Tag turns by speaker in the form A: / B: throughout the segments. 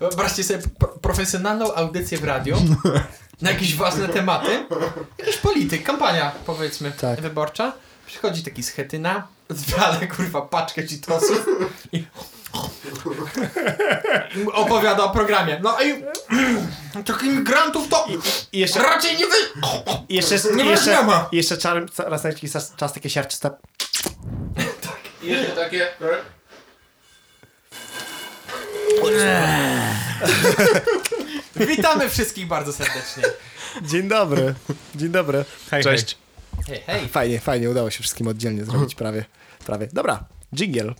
A: Wyobraźcie sobie pro profesjonalną audycję w radiu na jakieś własne tematy. Jakiś polityk, kampania powiedzmy
B: Tak.
A: wyborcza. Przychodzi taki schetyna, zwala kurwa paczkę citosów i i opowiada o programie. No i tych imigrantów to
B: I jeszcze,
A: raczej nie wy...
B: i jeszcze, i
A: Nie
B: jeszcze,
A: wyjaśniamy.
B: i jeszcze czar, raz na jakiś czas, czas takie siarczyste.
C: I jeszcze takie...
A: Witamy wszystkich bardzo serdecznie.
B: Dzień dobry. Dzień dobry.
C: Hej,
B: Cześć.
A: Hej, hej.
B: Fajnie, fajnie. Udało się wszystkim oddzielnie zrobić prawie. prawie. Dobra, dżingiel.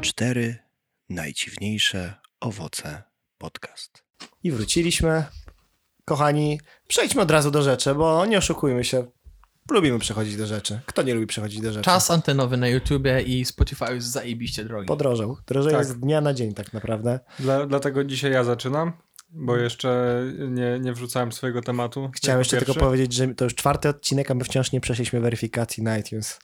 D: Cztery najdziwniejsze owoce podcast.
B: I wróciliśmy. Kochani, przejdźmy od razu do rzeczy, bo nie oszukujmy się. Lubimy przechodzić do rzeczy. Kto nie lubi przechodzić do rzeczy?
A: Czas antenowy na YouTubie i Spotify jest zajebiście drogi.
B: Podrożał. Drożej
E: Tak.
B: jest z dnia na dzień tak naprawdę.
E: Dla, dlatego dzisiaj ja zaczynam, bo jeszcze nie, nie wrzucałem swojego tematu.
B: Chciałem
E: jako
B: jeszcze
E: pierwszy.
B: tylko powiedzieć, że to już czwarty odcinek, a my wciąż nie przeszliśmy weryfikacji na iTunes.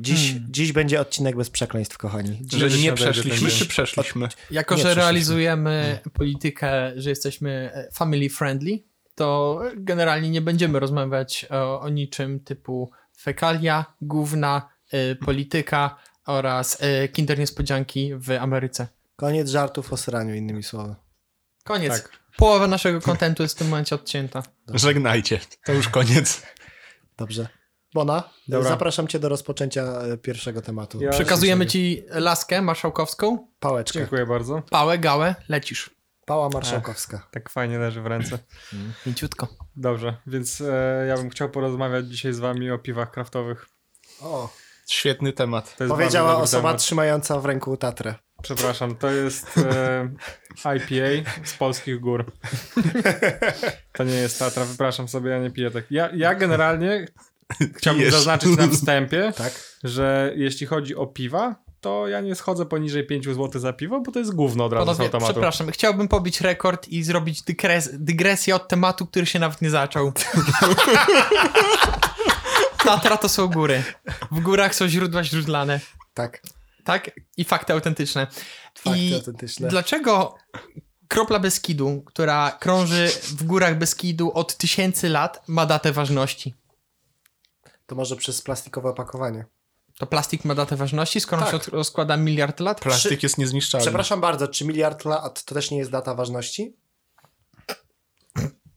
B: Dziś, dziś będzie odcinek bez przekleństw, kochani. Dziś,
E: Hmm. Że
C: Że
E: się
C: nie
E: nadaje
C: przeszliśmy,
E: definicja.
C: czy przeszliśmy?
A: Jako,
B: Nie
A: że
B: przeszliśmy.
A: realizujemy politykę, że jesteśmy e, family friendly, to generalnie nie będziemy rozmawiać e, o, o niczym typu fekalia, gówna, e, polityka oraz e, kinder niespodzianki w Ameryce.
B: koniec żartów o sraniu, innymi słowy.
A: Koniec.
E: Tak.
A: Połowa naszego kontentu jest w tym momencie odcięta.
C: Żegnajcie. To już koniec.
B: Dobrze. Bona,
E: Dobra.
B: zapraszam cię do rozpoczęcia e, pierwszego tematu.
E: Ja-
A: Przekazujemy ci laskę marszałkowską,
B: Pałeczkę.
E: Dziękuję bardzo.
A: pałę, gałę, lecisz.
B: Pała marszałkowska.
E: Tak fajnie leży w ręce.
A: Mięciutko.
E: Dobrze, więc e, ja bym chciał porozmawiać dzisiaj z wami o piwach kraftowych.
B: O,
C: Świetny temat.
E: To jest
B: powiedziała
E: bardzo dobry
B: osoba
E: temat.
B: trzymająca w ręku tatrę.
E: Przepraszam, to jest e, IPA z polskich gór. To nie jest Tatra, wypraszam sobie, ja nie piję tak. Ja, ja generalnie chciałbym
C: Pijesz.
E: zaznaczyć na wstępie,
B: Tak?
E: że jeśli chodzi o piwa, to ja nie schodzę poniżej 5 zł za piwo, bo to jest gówno od razu z
A: Panowie,
E: automatu.
A: przepraszam, chciałbym pobić rekord i zrobić dygres, dygresję od tematu, który się nawet nie zaczął. Tatra to są góry. W górach są źródła źródlane.
B: Tak.
A: Tak? I fakty autentyczne.
B: Fakty
A: I
B: autentyczne.
A: Dlaczego kropla Beskidu, która krąży w górach Beskidu od tysięcy lat, ma datę ważności?
B: To może przez plastikowe opakowanie.
A: To plastik ma datę ważności, skoro on
B: Tak.
A: się rozkłada miliard lat?
C: Plastik jest niezniszczalny.
B: Przepraszam bardzo, czy miliard lat to też nie jest data ważności?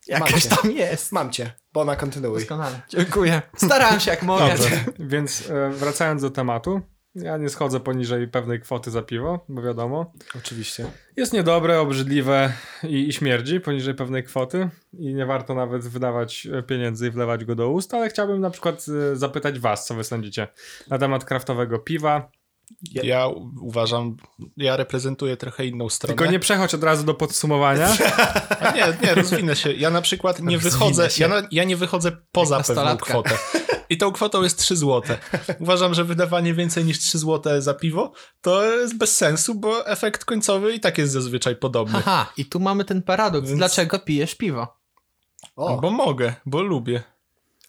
A: Jakaś
B: Macie.
A: tam jest.
B: Mam cię. Bona, kontynuuj.
A: Doskonale. Dziękuję. Starałem się jak mogę.
E: Dobrze, więc e, wracając do tematu, ja nie schodzę poniżej pewnej kwoty za piwo, bo wiadomo.
B: Oczywiście.
E: Jest niedobre, obrzydliwe i, i śmierdzi poniżej pewnej kwoty i nie warto nawet wydawać e, pieniędzy i wlewać go do ust, ale chciałbym na przykład e, zapytać was, co wy sądzicie na temat kraftowego piwa.
C: Ja u- uważam, ja reprezentuję trochę inną stronę.
E: Tylko nie przechodź od razu do podsumowania.
C: A nie, nie, rozwinę się. Ja na przykład nie wychodzę,
A: się.
C: ja, na, ja nie wychodzę poza
A: Jak
C: pewną
A: nastolatka.
C: kwotę. I tą kwotą jest 3 złote. Uważam, że wydawanie więcej niż 3 złote za piwo to jest bez sensu, bo efekt końcowy i tak jest zazwyczaj podobny.
A: Haha, i tu mamy ten paradoks.
C: Więc-
A: Dlaczego pijesz piwo?
B: O,
C: Bo mogę, bo lubię.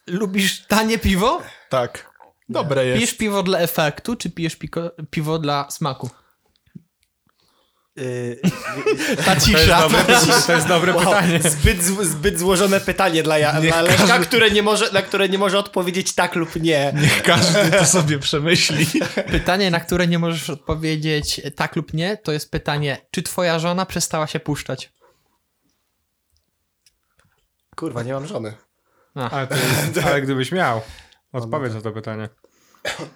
A: Lubisz tanie piwo?
C: Tak. Dobre jest.
A: Pijesz piwo dla efektu, czy pijesz piko, piwo dla smaku?
B: y,
A: Yy, Ta cisza.
E: To jest dobre
B: Wow,
E: pytanie.
B: Zbyt, zł- zbyt złożone pytanie dla, ja, dla Leszka, które nie może, na które nie może odpowiedzieć tak lub nie.
C: Niech każdy to sobie przemyśli.
A: Pytanie, na które nie możesz odpowiedzieć tak lub nie, to jest pytanie, czy twoja żona przestała się puszczać?
B: Kurwa, nie mam żony.
E: Ale, to jest, ale gdybyś miał odpowiedź na to pytanie.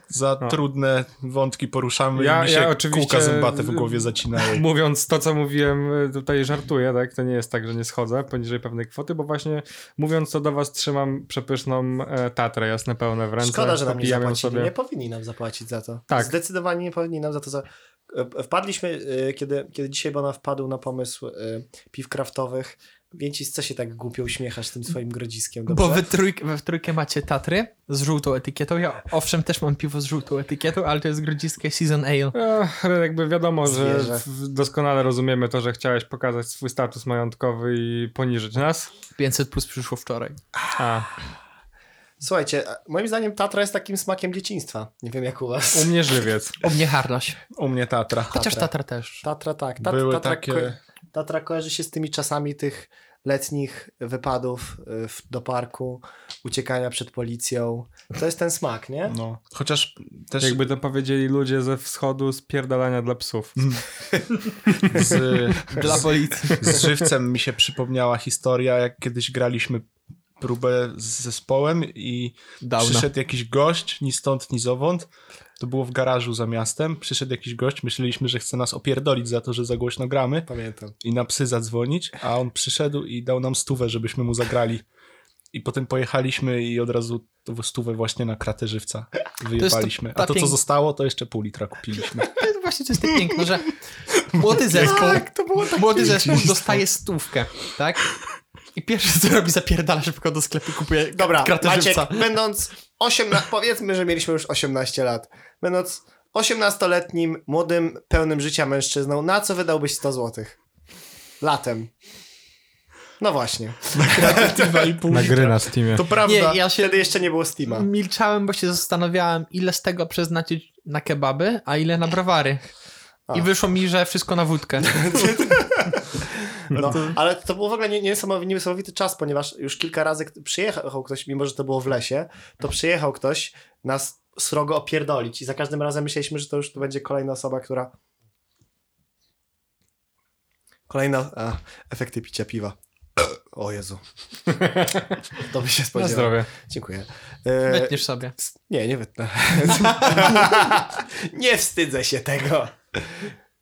C: Za
E: No.
C: trudne wątki poruszamy
E: Ja-
C: i mi się
E: ja oczywiście-
C: kółka zębate w głowie zacinają.
E: Mówiąc to, co mówiłem, y, tutaj żartuję, tak? To nie jest tak, że nie schodzę poniżej pewnej kwoty, bo właśnie mówiąc to do was, trzymam przepyszną e, tatrę, jasne pełne w ręce.
B: Szkoda, że nam nie
E: popijam ją
B: zapłacili. Nie powinni nam zapłacić za to.
E: Tak.
B: Zdecydowanie nie powinni nam za to. Za... E, Wpadliśmy, e, kiedy, kiedy dzisiaj Bona wpadł na pomysł e, piw kraftowych, Więcis, co się tak głupio uśmiechasz tym swoim grodziskiem,
A: Bo
B: dobrze?
A: wy trójkę, we w trójkę macie Tatry z żółtą etykietą. Ja owszem też mam piwo z żółtą etykietą, ale to jest grodziskie Season Ale.
E: Ech, ale jakby wiadomo, że
B: Zwierzę.
E: w- doskonale rozumiemy to, że chciałeś pokazać swój status majątkowy i poniżyć nas.
A: 500 plus przyszło wczoraj.
E: A,
B: Słuchajcie, a moim zdaniem Tatra jest takim smakiem dzieciństwa. Nie wiem jak u was.
E: u mnie żywiec.
A: U mnie harlaś.
C: U mnie Tatra.
A: Chociaż
B: Tatra.
A: Tatra też.
B: Tatra tak. Tat,
C: Były
B: tatra,
C: takie-
B: ko- tatra kojarzy się z tymi czasami tych letnich wypadów y, w, do parku, uciekania przed policją. To jest ten smak, nie?
C: No. Chociaż też
E: Jakby to powiedzieli ludzie ze wschodu z pierdalania dla psów.
C: z,
A: Dla policji.
C: z żywcem mi się przypomniała historia, jak kiedyś graliśmy próbę z zespołem i
A: Dawno.
C: przyszedł jakiś gość, ni stąd, ni zowąd. To było w garażu za miastem. Przyszedł jakiś gość, myśleliśmy, że chce nas opierdolić za to, że za głośno gramy
B: Pamiętam.
C: i na psy zadzwonić, a on przyszedł i dał nam stówę, żebyśmy mu zagrali. I potem pojechaliśmy i od razu tą stówę właśnie na kratę żywca wyjebaliśmy.
A: ta
C: A to,
A: pięk-
C: co zostało, to jeszcze pół litra kupiliśmy.
A: To jest właśnie to jest tak piękne, że młody zespół,
B: Tak.
A: młody zespół dostaje stówkę, tak? I pierwsze co robi zapierdala szybko do sklepu, kupuje
B: Dobra,
A: kratę
B: Maciek,
A: żywca.
B: będąc 18, powiedzmy, że mieliśmy już 18 lat. Będąc 18-letnim, młodym, pełnym życia mężczyzną, na co wydałbyś 100 zł? Latem. No właśnie.
C: Dwa i pół
E: Na
C: litra.
E: gry na Steamie.
C: To prawda.
A: Nie, ja się
B: Wtedy jeszcze nie było Steama.
A: No. milczałem, bo się zastanawiałem, ile z tego przeznaczyć na kebaby, a ile na browary. I
B: A.
A: wyszło mi, że wszystko na wódkę.
B: No, ale to był w ogóle nie- niesamow- niesamowity czas, ponieważ już kilka razy k- przyjechał ktoś, mimo że to było w lesie, to przyjechał ktoś nas srogo opierdolić i za każdym razem myśleliśmy, że to już to będzie kolejna osoba, która... Kolejna... A, efekty picia piwa. O Jezu. To by się
E: Na
B: spodziewało.
E: zdrowie.
B: Dziękuję. E,
A: Wytniesz sobie.
B: nie, nie wytnę. nie wstydzę się tego.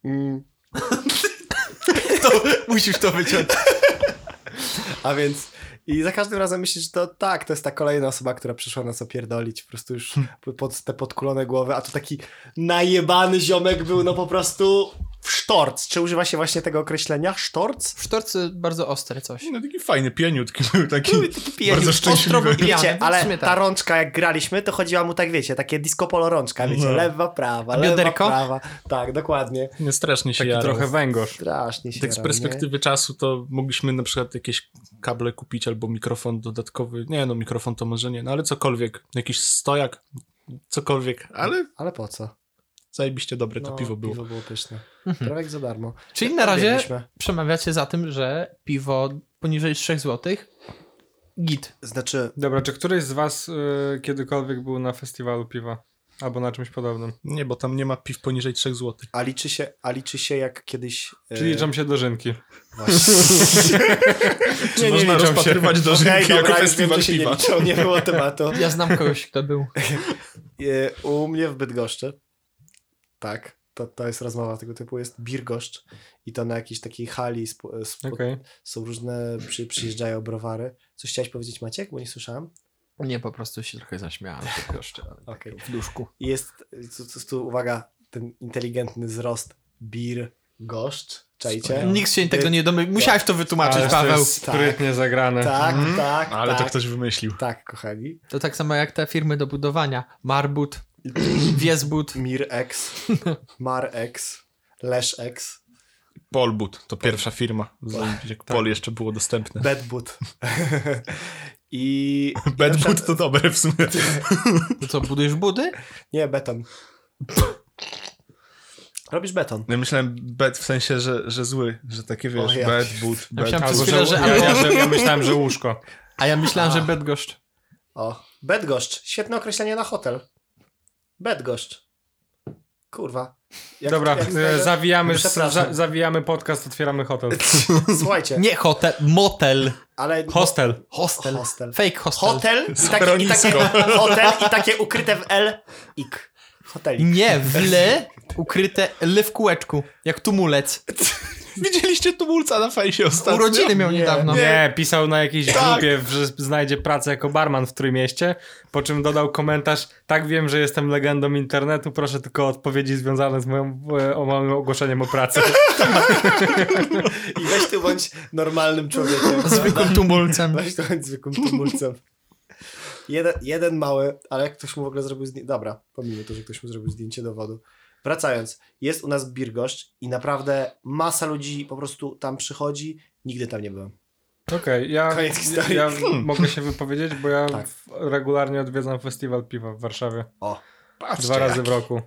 B: Mm.
A: Musisz to wyciąć.
B: A więc i za każdym razem myślisz, że to tak, to jest ta kolejna osoba, która przyszła nas opierdolić, po prostu już pod te podkulone głowy, a to taki najebany ziomek był, no po prostu w sztorc. Czy używa się właśnie tego określenia? Sztorc?
A: W sztorce bardzo ostre coś.
C: No taki fajny, pieniutki był taki.
A: pijaniutki,
C: bardzo
A: ostro był
C: szczęśliwy.
A: pijany.
B: Wiecie,
A: no w sumie
B: ale
A: tak.
B: ta rączka jak graliśmy, to chodziła mu tak, wiecie, takie disco polo rączka, wiecie,
C: No.
B: lewa, prawa,
A: A
B: lewa,
A: bioderko?
B: prawa. Tak, dokładnie.
C: Nie strasznie się
E: Taki
C: jarał.
E: trochę węgorz.
B: Strasznie się
C: Tak z
B: jarał,
C: perspektywy czasu to mogliśmy na przykład jakieś kable kupić albo mikrofon dodatkowy. Nie no, mikrofon to może nie, no ale cokolwiek. Jakiś stojak, cokolwiek. Ale
B: Nie? Ale po co?
C: zajebiście dobre to
B: No,
C: piwo było.
B: Piwo było pyszne. Prawie jak za darmo.
A: Mhm. Czyli na razie
B: Odbiegliśmy.
A: przemawiacie za tym, że piwo poniżej 3 zł git.
B: Znaczy,
E: Dobra, czy któryś z was y, kiedykolwiek był na festiwalu piwa? Albo na czymś podobnym?
B: Y-
C: Nie, bo tam nie ma piw poniżej 3 zł.
B: a liczy się, a liczy się jak kiedyś... e,
E: Czyli liczą się dożynki.
B: Właśnie.
C: Czy można
E: liczą się.
C: rozpatrywać dożynki
B: Okej,
C: jako
B: dobra, już wiem,
C: festiwal
B: że się nie
C: piwa?
B: liczą, nie było tematu.
A: Ja znam kogoś, kto był.
B: E, U mnie w Bydgoszczy, tak, to, to jest rozmowa tego typu, jest Birgoszcz i to na jakiejś takiej hali spo, spo,
E: Okej.
B: są różne, przy, przyjeżdżają browary. Coś chciałeś powiedzieć Maciek, bo nie słyszałem?
A: Nie, po prostu się trochę zaśmiałem. tylko jeszcze, ale tak
B: Okej.
A: W duszku.
B: I jest, tu, tu, tu uwaga, ten inteligentny wzrost Birgoszcz, czajcie?
A: Nikt się
B: Y,
A: tego nie domyślił. Musiałeś to wytłumaczyć,
E: Ale to
A: Paweł.
E: jest sprytnie zagrane.
B: Tak, tak,
C: Mhm. No, Ale
B: tak,
C: to ktoś wymyślił.
B: tak, kochani.
A: To tak samo jak te firmy do budowania. Marbut, Wiesbut.
B: Mirex, Marex, Leszex,
C: Polbud to pierwsza firma, z- jak Pol jeszcze było dostępne.
B: Bedbud. I.
C: Bedbud to dobre w sumie.
A: To No co, budujesz budy?
B: Nie, beton. Robisz beton.
C: Ja myślałem bed w sensie, że, że zły, że takie wiesz,
B: O ja.
C: bed, but, bed.
A: myślałem
E: Albo,
A: przez
E: że,
A: chwilę, że...
E: ja, ja, że, ja myślałem, że łóżko.
A: A ja myślałem, że Bedgoszcz.
B: O. Bedgoszcz. Świetne określenie na hotel. Bedgoszcz. Kurwa. Jak-
E: Dobra,
B: jak
E: y,
B: znajdę-
E: zawijamy,
B: Przepraszam.
E: za, zawijamy podcast, otwieramy hotel.
B: Słuchajcie,
A: Nie hotel, motel.
B: ale.
E: Hostel.
A: Hostel.
B: Hostel.
A: Fake hostel.
B: Hotel i takie, i, takie,
C: Schronisko.
B: hotel i takie ukryte w L. Ik. Hotelik.
A: Nie, w L ukryte L w kółeczku, jak tumulec.
C: Widzieliście tumulca na fejsie ostatnio?
A: Urodziny miał
B: Nie.
A: niedawno.
E: No Nie, pisał na jakiejś
C: Tak.
E: grupie, że znajdzie pracę jako barman w Trójmieście, po czym dodał komentarz, tak wiem, że jestem legendą internetu, proszę tylko o odpowiedzi związane z moją, e, o moim ogłoszeniem o pracę.
B: I weź tu bądź normalnym człowiekiem.
A: Zwykłym tumulcem.
B: Weź tu bądź zwykłym tumulcem. Jeden, jeden mały, ale jak ktoś mu w ogóle zrobił zdjęcie... Dobra, pomimo to, że ktoś mu zrobił zdjęcie dowodu. Wracając, jest u nas Birgoszcz i naprawdę masa ludzi po prostu tam przychodzi. Nigdy tam nie byłem.
E: Okej, ja,
B: Koniec
E: ja,
B: historii. Hmm.
E: ja mogę się wypowiedzieć, bo ja
B: Tak.
E: w- regularnie odwiedzam festiwal piwa w Warszawie.
B: O.
C: Patrzcie,
E: Dwa razy
C: jaki-
E: w roku.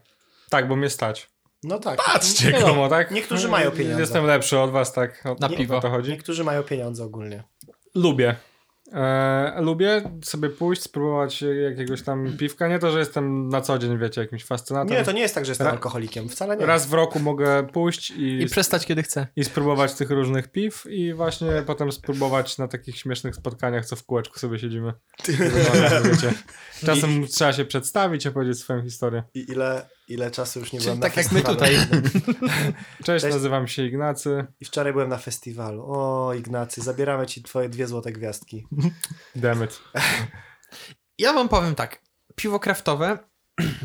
E: Tak, bo mnie stać.
B: No tak.
C: Patrzcie go.
E: Wiadomo, tak?
B: niektórzy mają pieniądze.
E: Jestem lepszy od was, tak? O,
A: Na
E: o
A: piwo.
E: to chodzi.
B: Niektórzy mają pieniądze ogólnie.
E: Lubię. E, lubię sobie pójść, spróbować jakiegoś tam piwka. Nie to, że jestem na co dzień, wiecie, jakimś fascynatem.
B: Nie, to nie jest tak, że jestem
E: Ra-
B: alkoholikiem. Wcale nie.
E: Raz w roku mogę pójść i,
A: I
E: i,
A: przestać kiedy chce.
E: spróbować tych różnych piw i właśnie potem spróbować na takich śmiesznych spotkaniach, co w kółeczku sobie siedzimy. Wiecie. Czasem trzeba się przedstawić, opowiedzieć swoją historię.
B: I ile, ile czasu już nie
A: Czyli
B: byłem
A: tak
B: na
A: jak my
B: festiwalu.
E: Cześć,
B: Cześć.
E: nazywam się Ignacy.
B: I wczoraj byłem na festiwalu. O, Ignacy, zabieramy ci twoje dwie złote gwiazdki.
E: Demet.
A: Ja wam powiem tak. Piwo kraftowe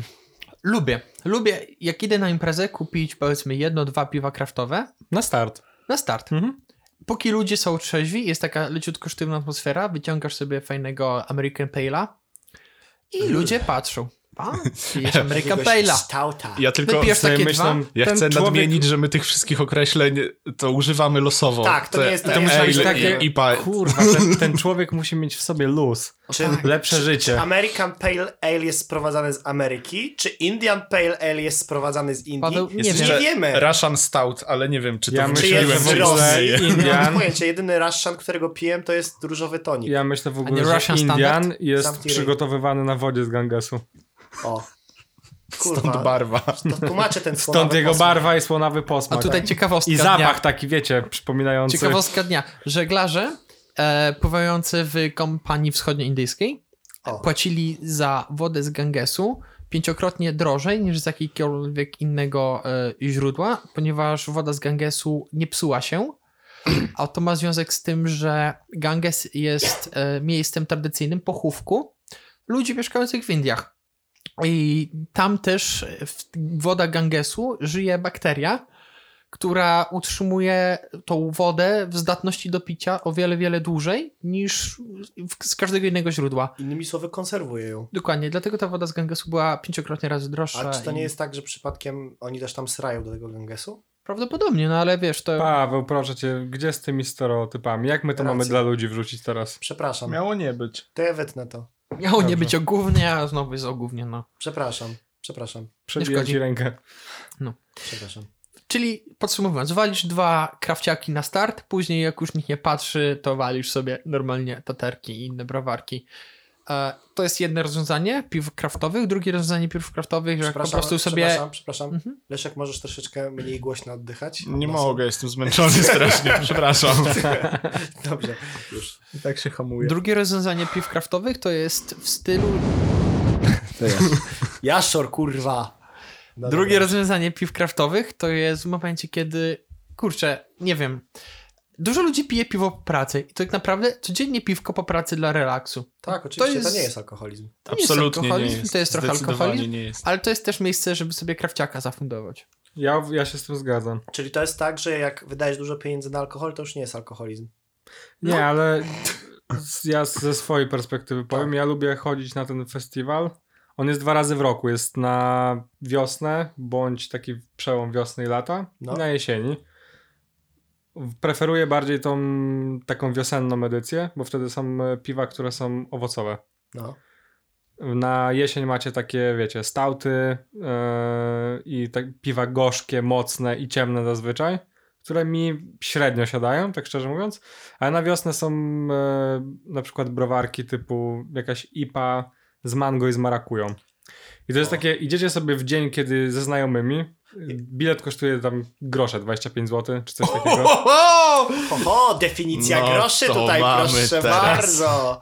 A: lubię. Lubię, jak idę na imprezę, kupić powiedzmy jedno, dwa piwa kraftowe
E: Na start.
A: na start.
E: Mhm.
A: Póki ludzie są trzeźwi, jest taka leciutko sztywna atmosfera, wyciągasz sobie fajnego American Pale'a i ludzie patrzą. A, pijesz American
B: Jakiegoś
A: Pale'a.
B: Stouta.
C: Ja tylko...
A: Wypijesz
E: Sobie
A: takie
E: myślę,
A: dwa?
C: Ja
E: ten
C: chcę
E: człowiek-
C: nadmienić, że my tych wszystkich określeń to używamy losowo.
B: Tak, to nie jest- to
C: ale
B: nie
E: jest
C: ale
E: takie-
C: i, IPA.
E: Kurwa, ten, ten człowiek musi mieć w sobie luz.
B: Czym-
E: Lepsze życie.
B: tak. American Pale Ale jest sprowadzany z Ameryki, czy Indian Pale Ale jest sprowadzany z Indii?
A: Paweł, nie
B: nie
A: wiem.
C: jeszcze
B: wiemy.
C: Russian Stout, ale nie wiem, czy to
E: Ja
B: Czy
E: myślę, że
B: jest
E: w
B: z Rosji?
E: ogóle
B: Nie mam
E: Indian...
B: pojęcia. Jedyny Russian, którego piłem, to jest różowy tonik.
E: Ja myślę w
A: nie
E: ogóle, że
A: Russian
E: Indian
A: standard?
E: jest
B: Zamknij ryj.
E: przygotowywany na wodzie z Gangesu.
B: O.
C: Stąd
B: Kurwa,
C: barwa.
B: to tłumaczę ten słonawy
E: Stąd jego
B: posmak.
E: barwa i słonawy
A: A
E: posmak. Tak.
A: tutaj ciekawostka
E: I
A: dnia.
E: zapach taki, wiecie, przypominający...
A: Ciekawostka dnia. Żeglarze e, pływający w kompanii wschodnioindyjskiej
B: O.
A: płacili za wodę z Gangesu pięciokrotnie drożej niż z jakiegokolwiek innego e, źródła, ponieważ woda z Gangesu nie psuła się. A to ma związek z tym, że Ganges jest e, miejscem tradycyjnym pochówku ludzi mieszkających w Indiach. I tam też w woda Gangesu żyje bakteria, która utrzymuje tą wodę w zdatności do picia o wiele, wiele dłużej niż w- z każdego innego źródła.
B: Innymi słowy, konserwuje ją.
A: Dokładnie, dlatego ta woda z Gangesu była pięciokrotnie razy droższa.
B: A czy to
A: i-
B: nie jest tak, że przypadkiem oni też tam srają do tego Gangesu?
A: Prawdopodobnie, no ale wiesz, to...
E: Paweł, proszę cię, gdzie z tymi stereotypami? Jak my to
B: Racja.
E: mamy dla ludzi wrzucić teraz?
B: Przepraszam.
C: Miało nie być.
B: To ja wytnę to.
A: Miało nie
E: Dobrze.
A: być o gównie, a znowu jest o gównie, no.
B: Przepraszam. Przepraszam.
E: Przebiję
A: szkodzi.
E: ci rękę.
B: Przepraszam.
A: Czyli podsumowując, walisz dwa krawciaki na start, później jak już nikt nie patrzy, to walisz sobie normalnie taterki i inne browarki. E, To jest jedno rozwiązanie piw kraftowych, drugie rozwiązanie piw kraftowych, że po
B: Przepraszam,
A: prostu sobie Mhm.
B: przepraszam, przepraszam. Leszek, możesz troszeczkę mniej głośno oddychać?
C: Nie
B: Nosem.
C: mogę, jestem zmęczony strasznie, przepraszam.
B: Dobrze, już.
C: tak się hamuje.
A: Drugie rozwiązanie piw kraftowych to jest w stylu.
B: No Jaszor, kurwa! No
A: Drugie
B: dobra.
A: rozwiązanie piw kraftowych to jest w momencie, kiedy. Kurczę, nie wiem. Dużo ludzi pije piwo po pracy i tak naprawdę codziennie piwko po pracy dla relaksu.
B: Tak, oczywiście, to,
A: jest-
B: nie jest alkoholizm.
A: To nie jest
C: Absolutnie nie
A: alkoholizm,
C: jest.
A: To jest trochę
C: Zdecydowanie
A: alkoholizm,
C: nie jest.
A: ale to jest też miejsce, żeby sobie krawciaka zafundować.
E: Ja, ja się z tym zgadzam.
B: Czyli to jest tak, że jak wydajesz dużo pieniędzy na alkohol, to już nie jest alkoholizm.
E: Nie,
A: No.
E: ale z- ja z- ze swojej perspektywy powiem, ja lubię chodzić na ten festiwal. On jest dwa razy w roku. Jest na wiosnę, bądź taki przełom wiosny i lata,
B: No.
E: i na jesieni. Preferuję bardziej tą taką wiosenną edycję, bo wtedy są e, piwa, które są owocowe.
B: No.
E: Na jesień macie takie, wiecie, stauty yy, i tak piwa gorzkie, mocne i ciemne zazwyczaj, które mi średnio siadają, tak szczerze mówiąc. A na wiosnę są e, yy, na przykład browarki typu jakaś IPA z mango i z marakują. I to jest takie, idziecie sobie w dzień, kiedy ze znajomymi, bilet kosztuje tam grosze, 25 zł, czy coś takiego.
B: Oho! Oho, definicja
C: No
B: groszy
C: to
B: tutaj,
C: mamy
B: proszę
C: teraz.
B: bardzo.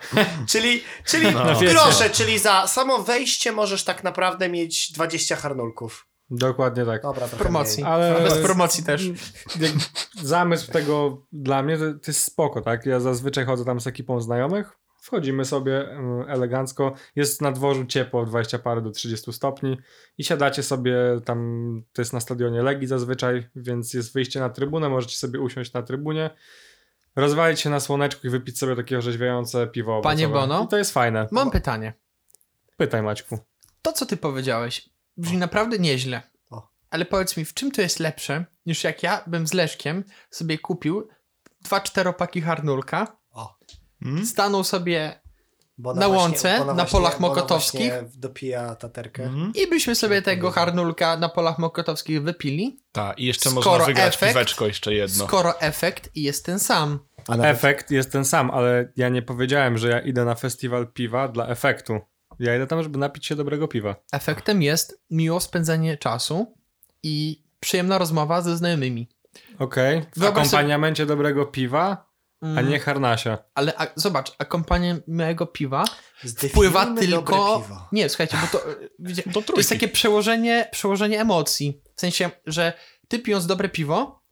B: Czyli, czyli
E: No.
B: grosze, czyli za samo wejście możesz tak naprawdę mieć 20 harnulków.
E: Dokładnie tak.
B: Dobra, trochę
A: Promocji.
B: mniej.
E: Ale-
A: Bez promocji też.
E: Jak zamysł tego dla mnie to, to jest spoko, tak? Ja zazwyczaj chodzę tam z ekipą znajomych, wchodzimy sobie mm, elegancko, jest na dworzu ciepło, 20 parę do 30 stopni i siadacie sobie tam, to jest na stadionie Legii zazwyczaj, więc jest wyjście na trybunę, możecie sobie usiąść na trybunie, rozwalić się na słoneczku i wypić sobie takie orzeźwiające piwo owocowe.
A: Panie Bono?
E: I to jest fajne.
A: Mam pytanie.
E: Pytaj Maćku.
A: To, co ty powiedziałeś, brzmi naprawdę nieźle.
B: O.
A: Ale powiedz mi, w czym to jest lepsze, niż jak ja bym z Leszkiem sobie kupił dwa czteropaki harnulka,
B: O,
C: Hmm?
A: stanął sobie
B: bo
A: Na
B: właśnie-
A: łące,
B: bo ona
A: na polach
B: bo ona
A: mokotowskich. Mhm.
B: właśnie Dopija taterkę.
A: i byśmy sobie tego harnulka na polach mokotowskich wypili,
C: Tak, i jeszcze
A: Skoro
C: można wygrać
A: efekt-
C: piweczko jeszcze jedno.
A: skoro efekt jest ten sam.
B: A nawet-
E: Efekt jest ten sam, ale ja nie powiedziałem, że ja idę na festiwal piwa dla efektu. Ja idę tam, żeby napić się dobrego piwa.
A: Efektem jest miło spędzanie czasu i przyjemna rozmowa ze znajomymi.
E: Okej, w
A: Wyobraź sobie-
E: akompaniamencie dobrego piwa, a
A: Mm,
E: nie harnasia.
A: Ale a, zobacz, akompanie mojego piwa wpływa
B: Zdefiniujmy dobre
A: tylko.
B: piwo.
A: Nie, słuchajcie, bo to, e, wiecie,
C: Do
A: to jest
C: trójki.
A: takie przełożenie, przełożenie emocji. W sensie, że ty pijąc dobre piwo,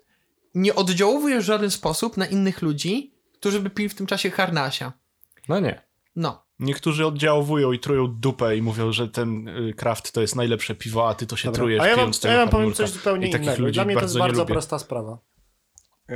A: nie oddziałujesz w żaden sposób na innych ludzi, którzy by pili w tym czasie harnasia.
E: No nie.
A: No.
C: Niektórzy oddziałowują i trują dupę i mówią, że ten y, kraft to jest najlepsze piwo, a ty to się
B: Dobra.
C: trujesz
B: A ja wam,
C: pijąc tego
B: ja wam powiem
C: harnulka.
B: coś zupełnie
C: I takich
B: innego.
C: ludzi
B: Dla mnie to
C: bardzo
B: jest
C: nie
B: bardzo
C: lubię.
B: prosta sprawa. Yy,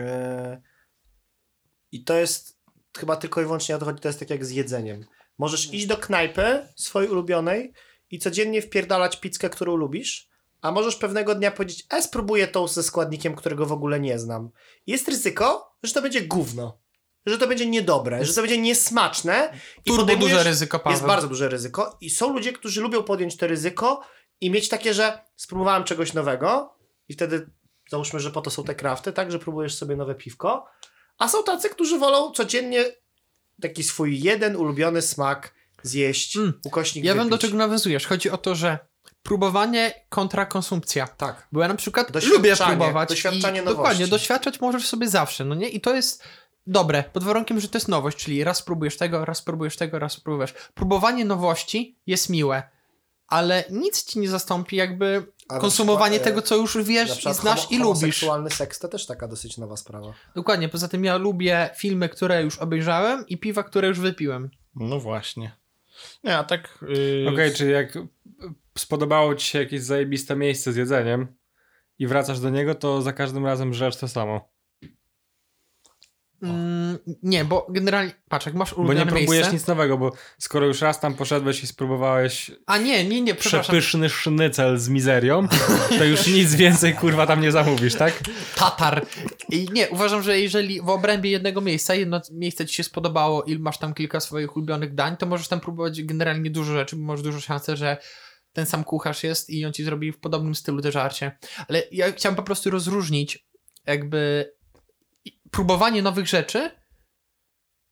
B: I to jest chyba tylko i wyłącznie o to chodzi, to jest tak jak z jedzeniem. Możesz iść do knajpy swojej ulubionej i codziennie wpierdalać pizzkę, którą lubisz, a możesz pewnego dnia powiedzieć, e, spróbuję tą ze składnikiem, którego w ogóle nie znam. Jest ryzyko, że to będzie gówno. Że to będzie niedobre, że to będzie niesmaczne. i
A: Turbo
B: podejmujesz-
A: duże ryzyko, Paweł.
B: jest bardzo duże ryzyko i są ludzie, którzy lubią podjąć to ryzyko i mieć takie, że spróbowałem czegoś nowego i wtedy załóżmy, że po to są te krafty, tak, że próbujesz sobie nowe piwko, a są tacy, którzy wolą codziennie taki swój jeden ulubiony smak zjeść,
A: Mm.
B: ukośnik
A: Ja
B: wypić.
A: wiem, do czego nawiązujesz. Chodzi o to, że próbowanie kontra konsumpcja.
B: Tak.
A: Bo ja na przykład
B: Doświadczanie,
A: lubię próbować.
B: doświadczanie
A: i,
B: nowości.
A: Dokładnie, doświadczać możesz sobie zawsze, no nie? I to jest dobre, pod warunkiem, że to jest nowość, czyli raz próbujesz tego, raz próbujesz tego, raz próbujesz. Próbowanie nowości jest miłe, ale nic ci nie zastąpi jakby
B: A na
A: konsumowanie
B: przykład, e,
A: tego, co już
B: na
A: wiesz i
B: przykład
A: znasz
B: homo-
A: i lubisz.
B: homoseksualny seks to też taka dosyć nowa sprawa.
A: Dokładnie, poza tym ja lubię filmy, które już obejrzałem i piwa, które już wypiłem.
C: No właśnie. Nie, a tak... y,
E: Okej, czyli jak spodobało ci się jakieś zajebiste miejsce z jedzeniem i wracasz do niego, to za każdym razem żerz to samo.
A: Mm, nie, bo generalnie, patrz, jak masz
E: Bo nie
A: ulubione
E: próbujesz
A: miejsce...
E: nic nowego, bo skoro już raz tam poszedłeś i spróbowałeś
A: A nie, nie, nie, przepraszam.
E: przepyszny sznycel z mizerią, to już nic więcej kurwa tam nie zamówisz, tak?
A: Tatar. I nie, uważam, że jeżeli w obrębie jednego miejsca, jedno miejsce ci się spodobało i masz tam kilka swoich ulubionych dań, to możesz tam próbować generalnie dużo rzeczy, bo masz dużo szansę, że ten sam kucharz jest i on ci zrobi w podobnym stylu te żarcie. Ale ja chciałem po prostu rozróżnić jakby i- próbowanie nowych rzeczy,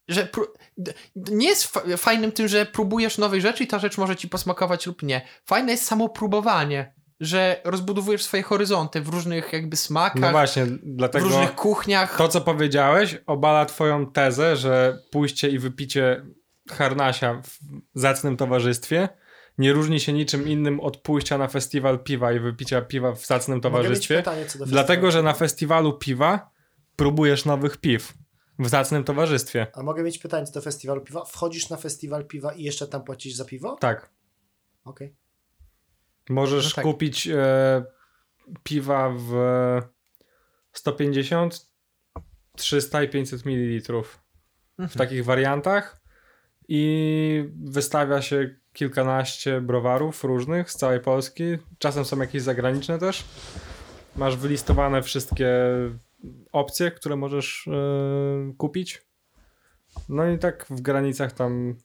A: że pró- d- d- nie jest fa- fajnym tym, że próbujesz nowej rzeczy i ta rzecz może ci posmakować lub nie. Fajne jest samo próbowanie, że rozbudowujesz swoje horyzonty w różnych jakby smakach,
E: No właśnie,
A: Tak. w
E: dlatego...
A: różnych kuchniach.
E: To, co powiedziałeś, obala twoją tezę, że pójście i wypicie harnasia w zacnym towarzystwie nie różni się niczym innym od pójścia na festiwal piwa i wypicia piwa w zacnym
B: Mogę mieć
E: towarzystwie.
B: pytanie co do
E: Dlatego,
B: festiwalu?
E: że na festiwalu piwa próbujesz nowych piw w zacnym towarzystwie.
B: A mogę mieć pytanie co do festiwalu piwa? Wchodzisz na festiwal piwa i jeszcze tam płacisz za piwo?
E: Tak.
B: Okej.
E: Możesz
A: No tak.
E: kupić e, piwa w 150, 300 i 500 ml
A: Mhm.
E: w takich wariantach i wystawia się kilkanaście browarów różnych z całej Polski. Czasem są jakieś zagraniczne też. Masz wylistowane wszystkie opcje, które możesz e, kupić. No i tak w granicach tam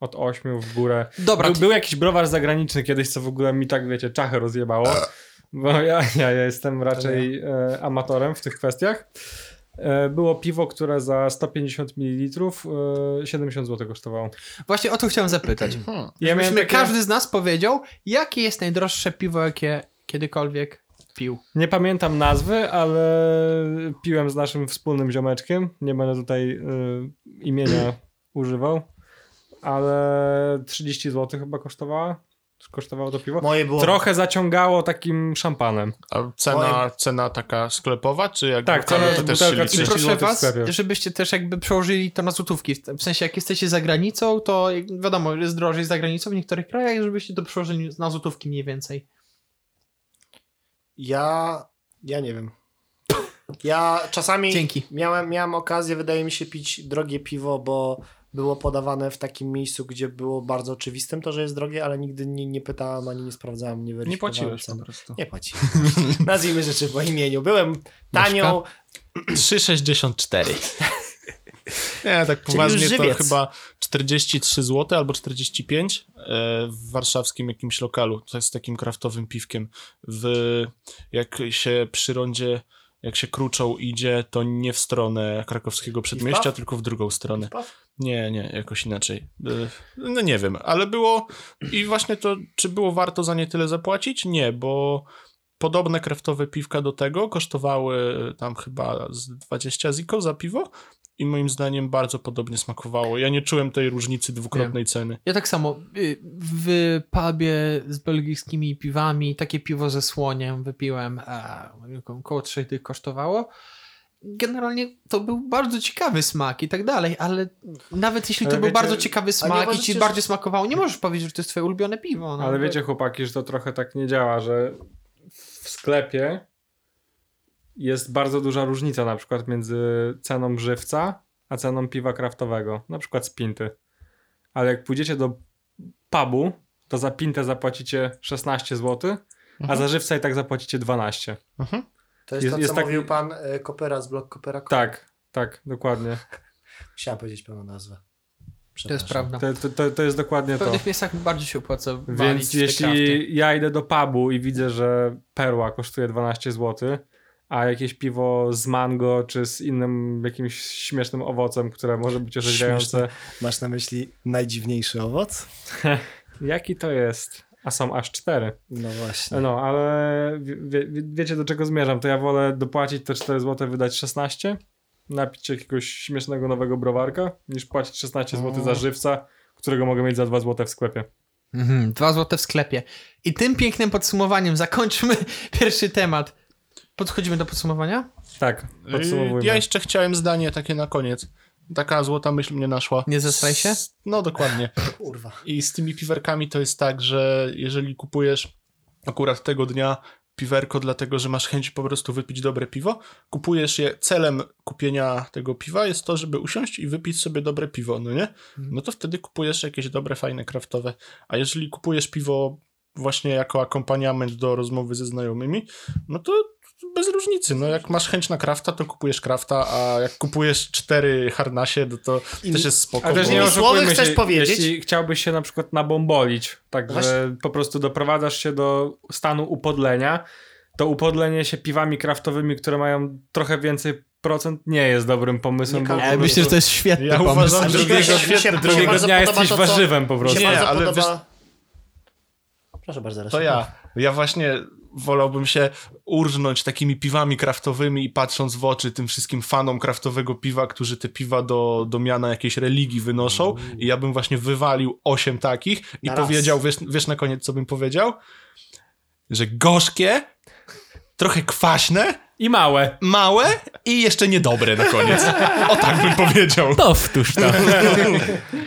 E: od 8 w górę
A: Dobra,
E: był, był jakiś browar zagraniczny kiedyś, co w ogóle mi tak, wiecie, czachę rozjebało. Bo ja, ja, ja jestem raczej e, amatorem w tych kwestiach. E, Było piwo, które za 150 ml e, 70 zł kosztowało.
A: Właśnie o to chciałem zapytać.
E: Ja miałem
A: Myśmy,
E: takie,
A: Każdy z nas powiedział, jakie jest najdroższe piwo, jakie kiedykolwiek pił.
E: Nie pamiętam nazwy, ale piłem z naszym wspólnym ziomeczkiem. Nie będę tutaj e, imienia używał, ale 30 zł chyba kosztowała. Kosztowało to piwo.
B: Moje było...
E: Trochę zaciągało takim szampanem.
C: A cena, cena taka sklepowa, czy jak
E: Tak,
C: lokalna,
E: cena-
C: to też się
E: butelka
A: I
C: liczy?
E: 30
A: proszę
E: złotych w
A: was,
E: sklepie.
A: żebyście też jakby przełożyli to na złotówki. W sensie, jak jesteście za granicą, to jak- wiadomo, jest drożej za granicą w niektórych krajach, żebyście to przełożyli na złotówki mniej więcej.
B: Ja... Ja nie wiem. Ja czasami
A: Dzięki.
B: Miałem, miałem okazję, wydaje mi się, pić drogie piwo, bo było podawane w takim miejscu, gdzie było bardzo oczywistym to, że jest drogie, ale nigdy nie, nie pytałem ani nie sprawdzałem, nie
C: Nie
B: weryfikowałem
C: płaciłeś
B: cen.
C: po prostu.
B: Nie płaciłem. Nazwijmy rzeczy po imieniu. Byłem tanią,
C: 3,64. Nie, tak
B: już
C: poważnie to
B: żywiec.
C: chyba 43 zł albo 45 e, w warszawskim jakimś lokalu. To jest takim kraftowym piwkiem. W, jak się przy rondzie, jak się kruczą idzie, to nie w stronę krakowskiego przedmieścia,
B: Piw-paw?
C: tylko w drugą
E: No.
C: stronę.
B: Piw-paw?
C: Nie, nie, jakoś inaczej. E, No nie wiem, ale było i właśnie to, czy było warto za nie tyle zapłacić? Nie, bo podobne kraftowe piwka do tego kosztowały e, tam chyba z 20 ziko za piwo i moim zdaniem bardzo podobnie smakowało. Ja nie czułem tej różnicy dwukrotnej ceny.
A: Ja tak samo y, w pubie z belgijskimi piwami takie piwo ze słoniem wypiłem, a, około 3 tych kosztowało. Generalnie to był bardzo ciekawy smak i tak dalej, ale nawet jeśli to
E: Ale
A: był
E: wiecie-
A: bardzo ciekawy smak i
B: uważacie,
A: ci
B: że-
A: bardziej smakowało, nie możesz powiedzieć, że to jest twoje ulubione piwo. No.
E: Ale wiecie, chłopaki, że to trochę tak nie działa, że w sklepie jest bardzo duża różnica na przykład między ceną żywca a ceną piwa kraftowego, na przykład z pinty. Ale jak pójdziecie do pubu, to za pintę zapłacicie 16 zł, a za żywca i tak zapłacicie 12.
B: to jest,
E: Jest-
B: to, co
E: jest taki-
B: mówił pan y, Kopera z blog Kopera.
E: Tak, tak, dokładnie.
B: Musiałem powiedzieć pełną nazwę.
A: to jest
B: Przepraszam.
A: prawda.
E: To, to, to, to jest dokładnie
A: W
E: to.
A: pewnych miejscach bardziej się opłaca walić w
E: Więc
A: te krafty.
E: jeśli ja idę do pubu i widzę, że perła kosztuje 12 zł, a jakieś piwo z mango czy z innym jakimś śmiesznym owocem, które może być orzeźwiające.
B: Masz na myśli najdziwniejszy owoc?
E: Jaki to jest? A są aż cztery.
B: No właśnie.
E: No, ale wie, wie, wiecie do czego zmierzam. To ja wolę dopłacić te 4 zł, wydać 16, napić się jakiegoś śmiesznego nowego browarka, niż płacić 16 zł za żywca, którego mogę mieć za 2 zł w sklepie.
A: Mhm, dwa złote w sklepie. I tym pięknym podsumowaniem zakończmy pierwszy temat. Podchodzimy do podsumowania?
E: Tak,
C: Yy,
E: podsumowujmy.
C: Ja jeszcze chciałem zdanie takie na koniec. Taka złota myśl mnie naszła.
A: Nie zesraj się?
C: S- No dokładnie.
B: Kurwa.
C: I z tymi piwerkami to jest tak, że jeżeli kupujesz akurat tego dnia piwerko, dlatego że masz chęć po prostu wypić dobre piwo, kupujesz je celem kupienia tego piwa jest to, żeby usiąść i wypić sobie dobre piwo, no nie?
E: Mhm.
C: No to wtedy kupujesz jakieś dobre, fajne, kraftowe. A jeżeli kupujesz piwo właśnie jako akompaniament do rozmowy ze znajomymi, no to bez różnicy. No jak masz chęć na krafta, to kupujesz krafta, a jak kupujesz cztery harnasie, no to też jest spoko.
E: A też
C: bo-
E: nie
B: Innymi słowy,
E: oszukujmy
B: chcesz
E: się,
B: powiedzieć?
E: jeśli chciałbyś się na przykład nabombolić, tak że
B: Właśnie.
E: po prostu doprowadzasz się do stanu upodlenia, to upodlenie się piwami kraftowymi, które mają trochę więcej procent, nie jest dobrym pomysłem.
B: Nie
E: bo-
B: każdy-
A: Myślę, że to jest świetny
C: Ja
A: pomysł.
C: uważam,
B: A
C: że
B: drugiego-
C: drugiego,
B: mi się- mi się
E: Drugiego
B: bardzo
E: dnia jesteś
B: podoba to, co-
E: warzywem po
B: Mi się
E: prostu.
C: Nie,
B: bardzo
C: ale
B: podoba... Proszę bardzo,
C: To
B: Reszta.
C: ja. Ja właśnie wolałbym się urżnąć takimi piwami kraftowymi i patrząc w oczy tym wszystkim fanom kraftowego piwa, którzy te piwa do, do miana jakiejś religii wynoszą. I ja bym właśnie wywalił osiem takich i
B: Mm. Na raz.
C: powiedział, wiesz, wiesz na koniec, co bym powiedział? Że gorzkie, trochę kwaśne,
E: I małe.
C: małe i jeszcze niedobre na koniec. O tak bym powiedział.
A: Powtórz to.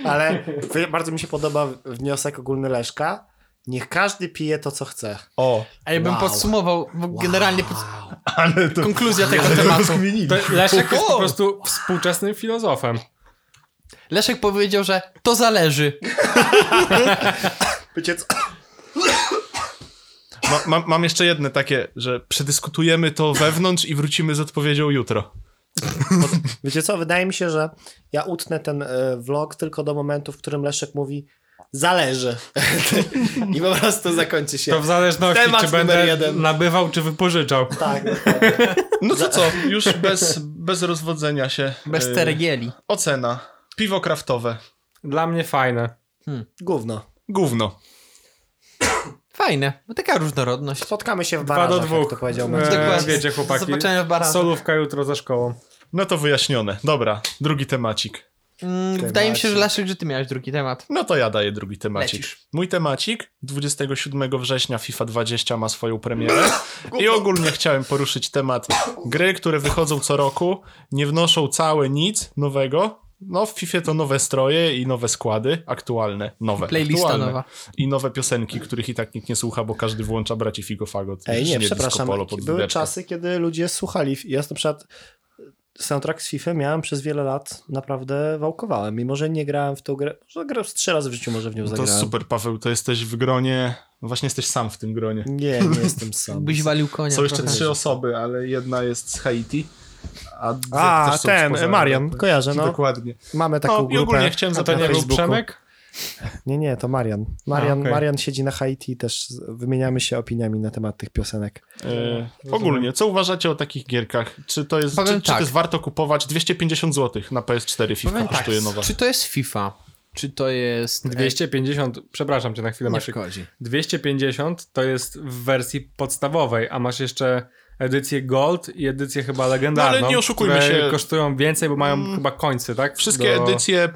B: Ale wy- bardzo mi się podoba wniosek ogólny Leszka. Niech każdy pije to, co chce.
C: O,
A: A ja bym
B: Wow.
A: podsumował, bo generalnie pod...
C: ale to...
A: konkluzja tego tematu.
E: To Leszek jest
A: Oho.
E: po prostu współczesnym filozofem.
A: Leszek powiedział, że to zależy.
B: Wiecie co?
C: Ma, mam- mam jeszcze jedne takie, że przedyskutujemy to wewnątrz i wrócimy z odpowiedzią jutro.
B: Wiecie co? Wydaje mi się, że ja utnę ten e, vlog tylko do momentu, w którym Leszek mówi Zależy. I po prostu zakończy się.
E: To w zależności,
B: Temat
E: czy
B: numer
E: będę
B: jeden.
E: nabywał, czy wypożyczał.
B: Tak, dokładnie.
C: No to co, już bez, bez rozwodzenia się.
A: Bez
C: y,
A: tergieli.
C: Ocena. Piwo kraftowe.
E: Dla mnie fajne.
B: Gówno.
C: Gówno.
A: Fajne, bo taka różnorodność.
B: Spotkamy się w
E: Dwa do
B: barażach, jak to
E: dwóch.
B: powiedział
E: E,
B: Maciek.
A: Dokładnie.
E: wiecie, chłopaki.
A: Zobaczenia w barażach.
E: Solówka jutro za szkołą.
C: No to wyjaśnione. Dobra, drugi temacik.
A: Mm,
B: Ty,
A: wydaje mi się, że
B: Maciek.
A: Laszek, że ty miałeś drugi temat.
C: No to ja daję drugi temacik.
A: Lecisz.
C: Mój temacik 27 września FIFA 20 ma swoją premierę i ogólnie chciałem poruszyć temat gry, które wychodzą co roku, nie wnoszą całe nic nowego. No w FIFA to nowe stroje i nowe składy aktualne, nowe.
A: Playlista
C: aktualne.
A: nowa.
C: I nowe piosenki, których i tak nikt nie słucha, bo każdy włącza braci Figo Fagot.
B: Ej, nie,
C: śnie disco
B: przepraszam.
C: polo pod
B: Były
C: wydepkę.
B: czasy, kiedy ludzie słuchali. Ja na przykład soundtrack z FIFA miałem przez wiele lat, naprawdę wałkowałem, mimo że nie grałem w tą grę. Może grę z trzy razy w życiu może w nią
C: No To
B: zagrałem.
C: super, Paweł, to jesteś w gronie, właśnie jesteś sam w tym gronie.
B: Nie, nie jestem sam.
A: Byś walił konia.
C: Są jeszcze
A: trochę.
C: trzy osoby, ale jedna jest z Haiti. A, dwie
B: A,
C: też są
B: ten,
C: spoza
B: Marian,
C: Europy.
B: kojarzę, no.
C: Dokładnie.
B: Mamy taką
C: No i
B: grupę.
C: ogólnie chciałem
E: A to nie
C: zapytać,
B: Facebooku.
E: był Przemek?
B: Nie, nie, to Marian. Marian,
E: A, okej.
B: Marian siedzi na Haiti, też z- wymieniamy się opiniami na temat tych piosenek.
C: e, ogólnie, co uważacie o takich gierkach? Czy to jest, czy,
A: Powiem
C: czy to
A: tak.
C: jest warto kupować 250 zł na PS4 FIFA
A: Powiem tak,
C: kosztuje nowa?
A: czy to jest FIFA? Czy to jest... e,
E: 250, przepraszam cię na chwilę,
A: Nie
E: Maciek.
A: szkodzi.
E: 250 to jest w wersji podstawowej, a masz jeszcze edycję Gold i edycję chyba legendarną,
C: No ale nie oszukujmy
E: które
C: się. Mm.
E: kosztują więcej, bo mają chyba końce, tak?
C: Wszystkie
E: Do-
C: edycje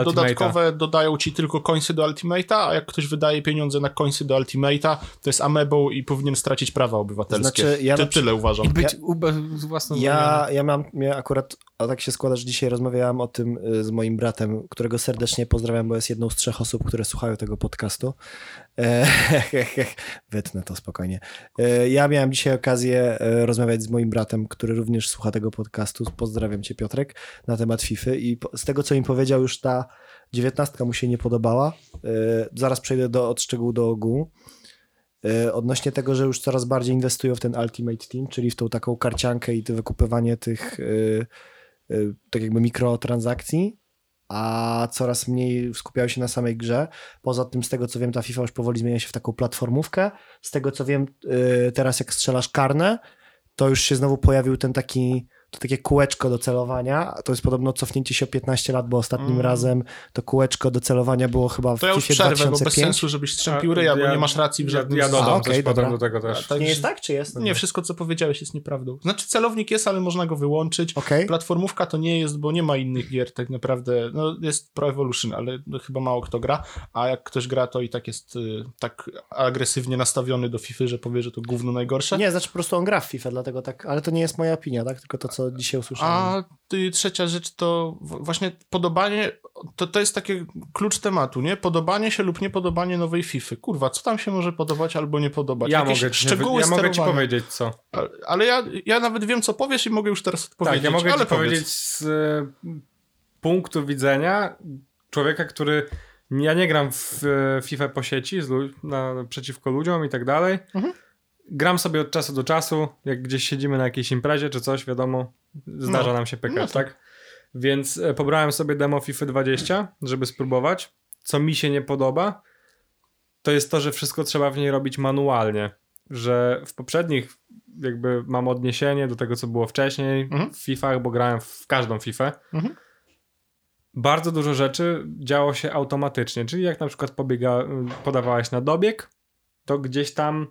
C: y, dodatkowe dodają ci tylko końsy do Ultimate'a, a jak ktoś wydaje pieniądze na końsy do Ultimate'a, to jest amebą i powinien stracić prawa obywatelskie.
B: Znaczy, ja
C: Ty,
B: na przy-
C: Tyle uważam.
A: I być ube- z własną
B: Ja, ja mam, ja akurat, a tak się składa, że dzisiaj rozmawiałam o tym y, z moim bratem, którego serdecznie pozdrawiam, bo jest jedną z trzech osób, które słuchają tego podcastu. E, Wytnę to spokojnie. E, Ja miałem dzisiaj okazję e, rozmawiać z moim bratem, który również słucha tego podcastu. Pozdrawiam cię Piotrek, na temat FIFA i po- z tego, co im powiedział, już ta dziewiętnastka mu się nie podobała. E, Zaraz przejdę do, od szczegółu do ogółu. E, odnośnie tego, że już coraz bardziej inwestują w ten Ultimate Team, czyli w tą taką karciankę i to wykupywanie tych y, y, tak jakby mikrotransakcji, a coraz mniej skupiają się na samej grze. Poza tym, z tego co wiem, ta FIFA już powoli zmienia się w taką platformówkę. Z tego co wiem, y, teraz jak strzelasz karne, to już się znowu pojawił ten taki to takie kółeczko do celowania, a to jest podobno cofnięcie się o 15 lat, bo ostatnim
C: Mm.
B: razem to kółeczko do celowania było chyba w
C: To ja już
B: FIFA
C: przerwę, bo bez
B: 2005.
C: sensu, żebyś strzępił ryja, bo
E: Ja-
C: nie masz racji w
E: Ja,
C: żadnym
E: ja
C: z-
E: dodam
B: A, okej,
E: coś potem
B: dobra.
E: do tego też.
C: Także-
B: Nie jest tak, czy jest?
C: Nie, wszystko co powiedziałeś jest nieprawdą. Znaczy celownik jest, ale można go wyłączyć.
B: Okej.
C: Platformówka to nie jest, bo nie ma innych gier tak naprawdę. No jest Pro Evolution, ale no chyba mało kto gra, a jak ktoś gra to i tak jest y, tak agresywnie nastawiony do FIFA, że powie, że to gówno najgorsze.
B: Nie, znaczy po prostu on gra w FIFA, dlatego tak, ale to nie jest moja opinia, tak? Tylko to, co dzisiaj usłyszałem.
C: A y, trzecia rzecz to w- właśnie podobanie, to, to jest taki klucz tematu, nie? Podobanie się lub niepodobanie nowej FIFA. Kurwa, co tam się może podobać albo nie podobać?
E: Ja,
C: Jakieś
E: mogę ci,
C: szczegóły
E: ja mogę ci
C: sterowania.
E: powiedzieć co.
C: Ale- Ale ja, ja nawet wiem, co powiesz i mogę już teraz odpowiedzieć.
E: Tak, ja mogę
C: ale
E: ci
C: powiedz.
E: powiedzieć z y, punktu widzenia człowieka, który. Ja nie gram w y, FIFA po sieci z, lu- na, przeciwko ludziom i tak dalej.
C: Mhm.
E: Gram sobie od czasu do czasu, jak gdzieś siedzimy na jakiejś imprezie czy coś, wiadomo, zdarza
C: No.
E: nam się pykać,
C: No tak.
E: tak. Więc y, pobrałem sobie demo FIFA 20, żeby spróbować. Co mi się nie podoba, to jest to, że wszystko trzeba w niej robić manualnie. Że w poprzednich jakby mam odniesienie do tego, co było wcześniej
C: Mhm.
E: w FIFA, bo grałem w każdą FIFA.
C: Mhm.
E: Bardzo dużo rzeczy działo się automatycznie, czyli jak na przykład pobiega, podawałeś na dobieg, to gdzieś tam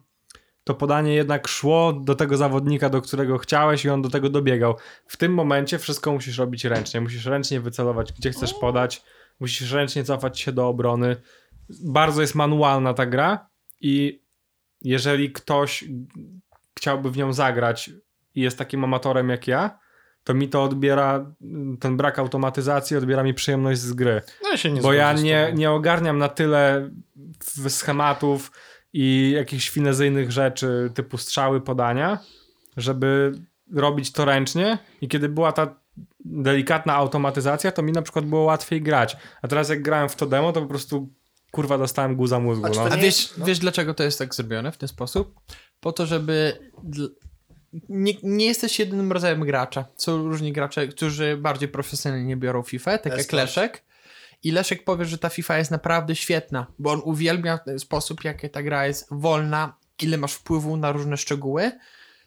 E: to podanie jednak szło do tego zawodnika, do którego chciałeś i on do tego dobiegał. W tym momencie wszystko musisz robić ręcznie. Musisz ręcznie wycelować, gdzie chcesz podać, musisz ręcznie cofać się do obrony. Bardzo jest manualna ta gra i jeżeli ktoś chciałby w nią zagrać i jest takim amatorem jak ja, to mi to odbiera, ten brak automatyzacji odbiera mi przyjemność z gry.
C: No ja się nie
E: Bo
C: zgodzę
E: ja
C: z
E: nie,
C: tobą.
E: nie ogarniam na tyle w- schematów i jakichś finezyjnych rzeczy typu strzały, podania, żeby robić to ręcznie i kiedy była ta delikatna automatyzacja, to mi na przykład było łatwiej grać. A teraz jak grałem w to demo, to po prostu kurwa dostałem guza mózgu.
B: A czy to
E: No.
A: A
B: nie-
A: wiesz, wiesz, dlaczego to jest tak zrobione w ten sposób? Po to, żeby. dl- Nie, nie jesteś jedynym rodzajem gracza. Są różni gracze, którzy bardziej profesjonalnie biorą FIFA, tak jak
B: Escort.
A: Leszek. I Leszek powie, że ta FIFA jest naprawdę świetna, bo on uwielbia ten sposób, jaki ta gra jest wolna, ile masz wpływu na różne szczegóły.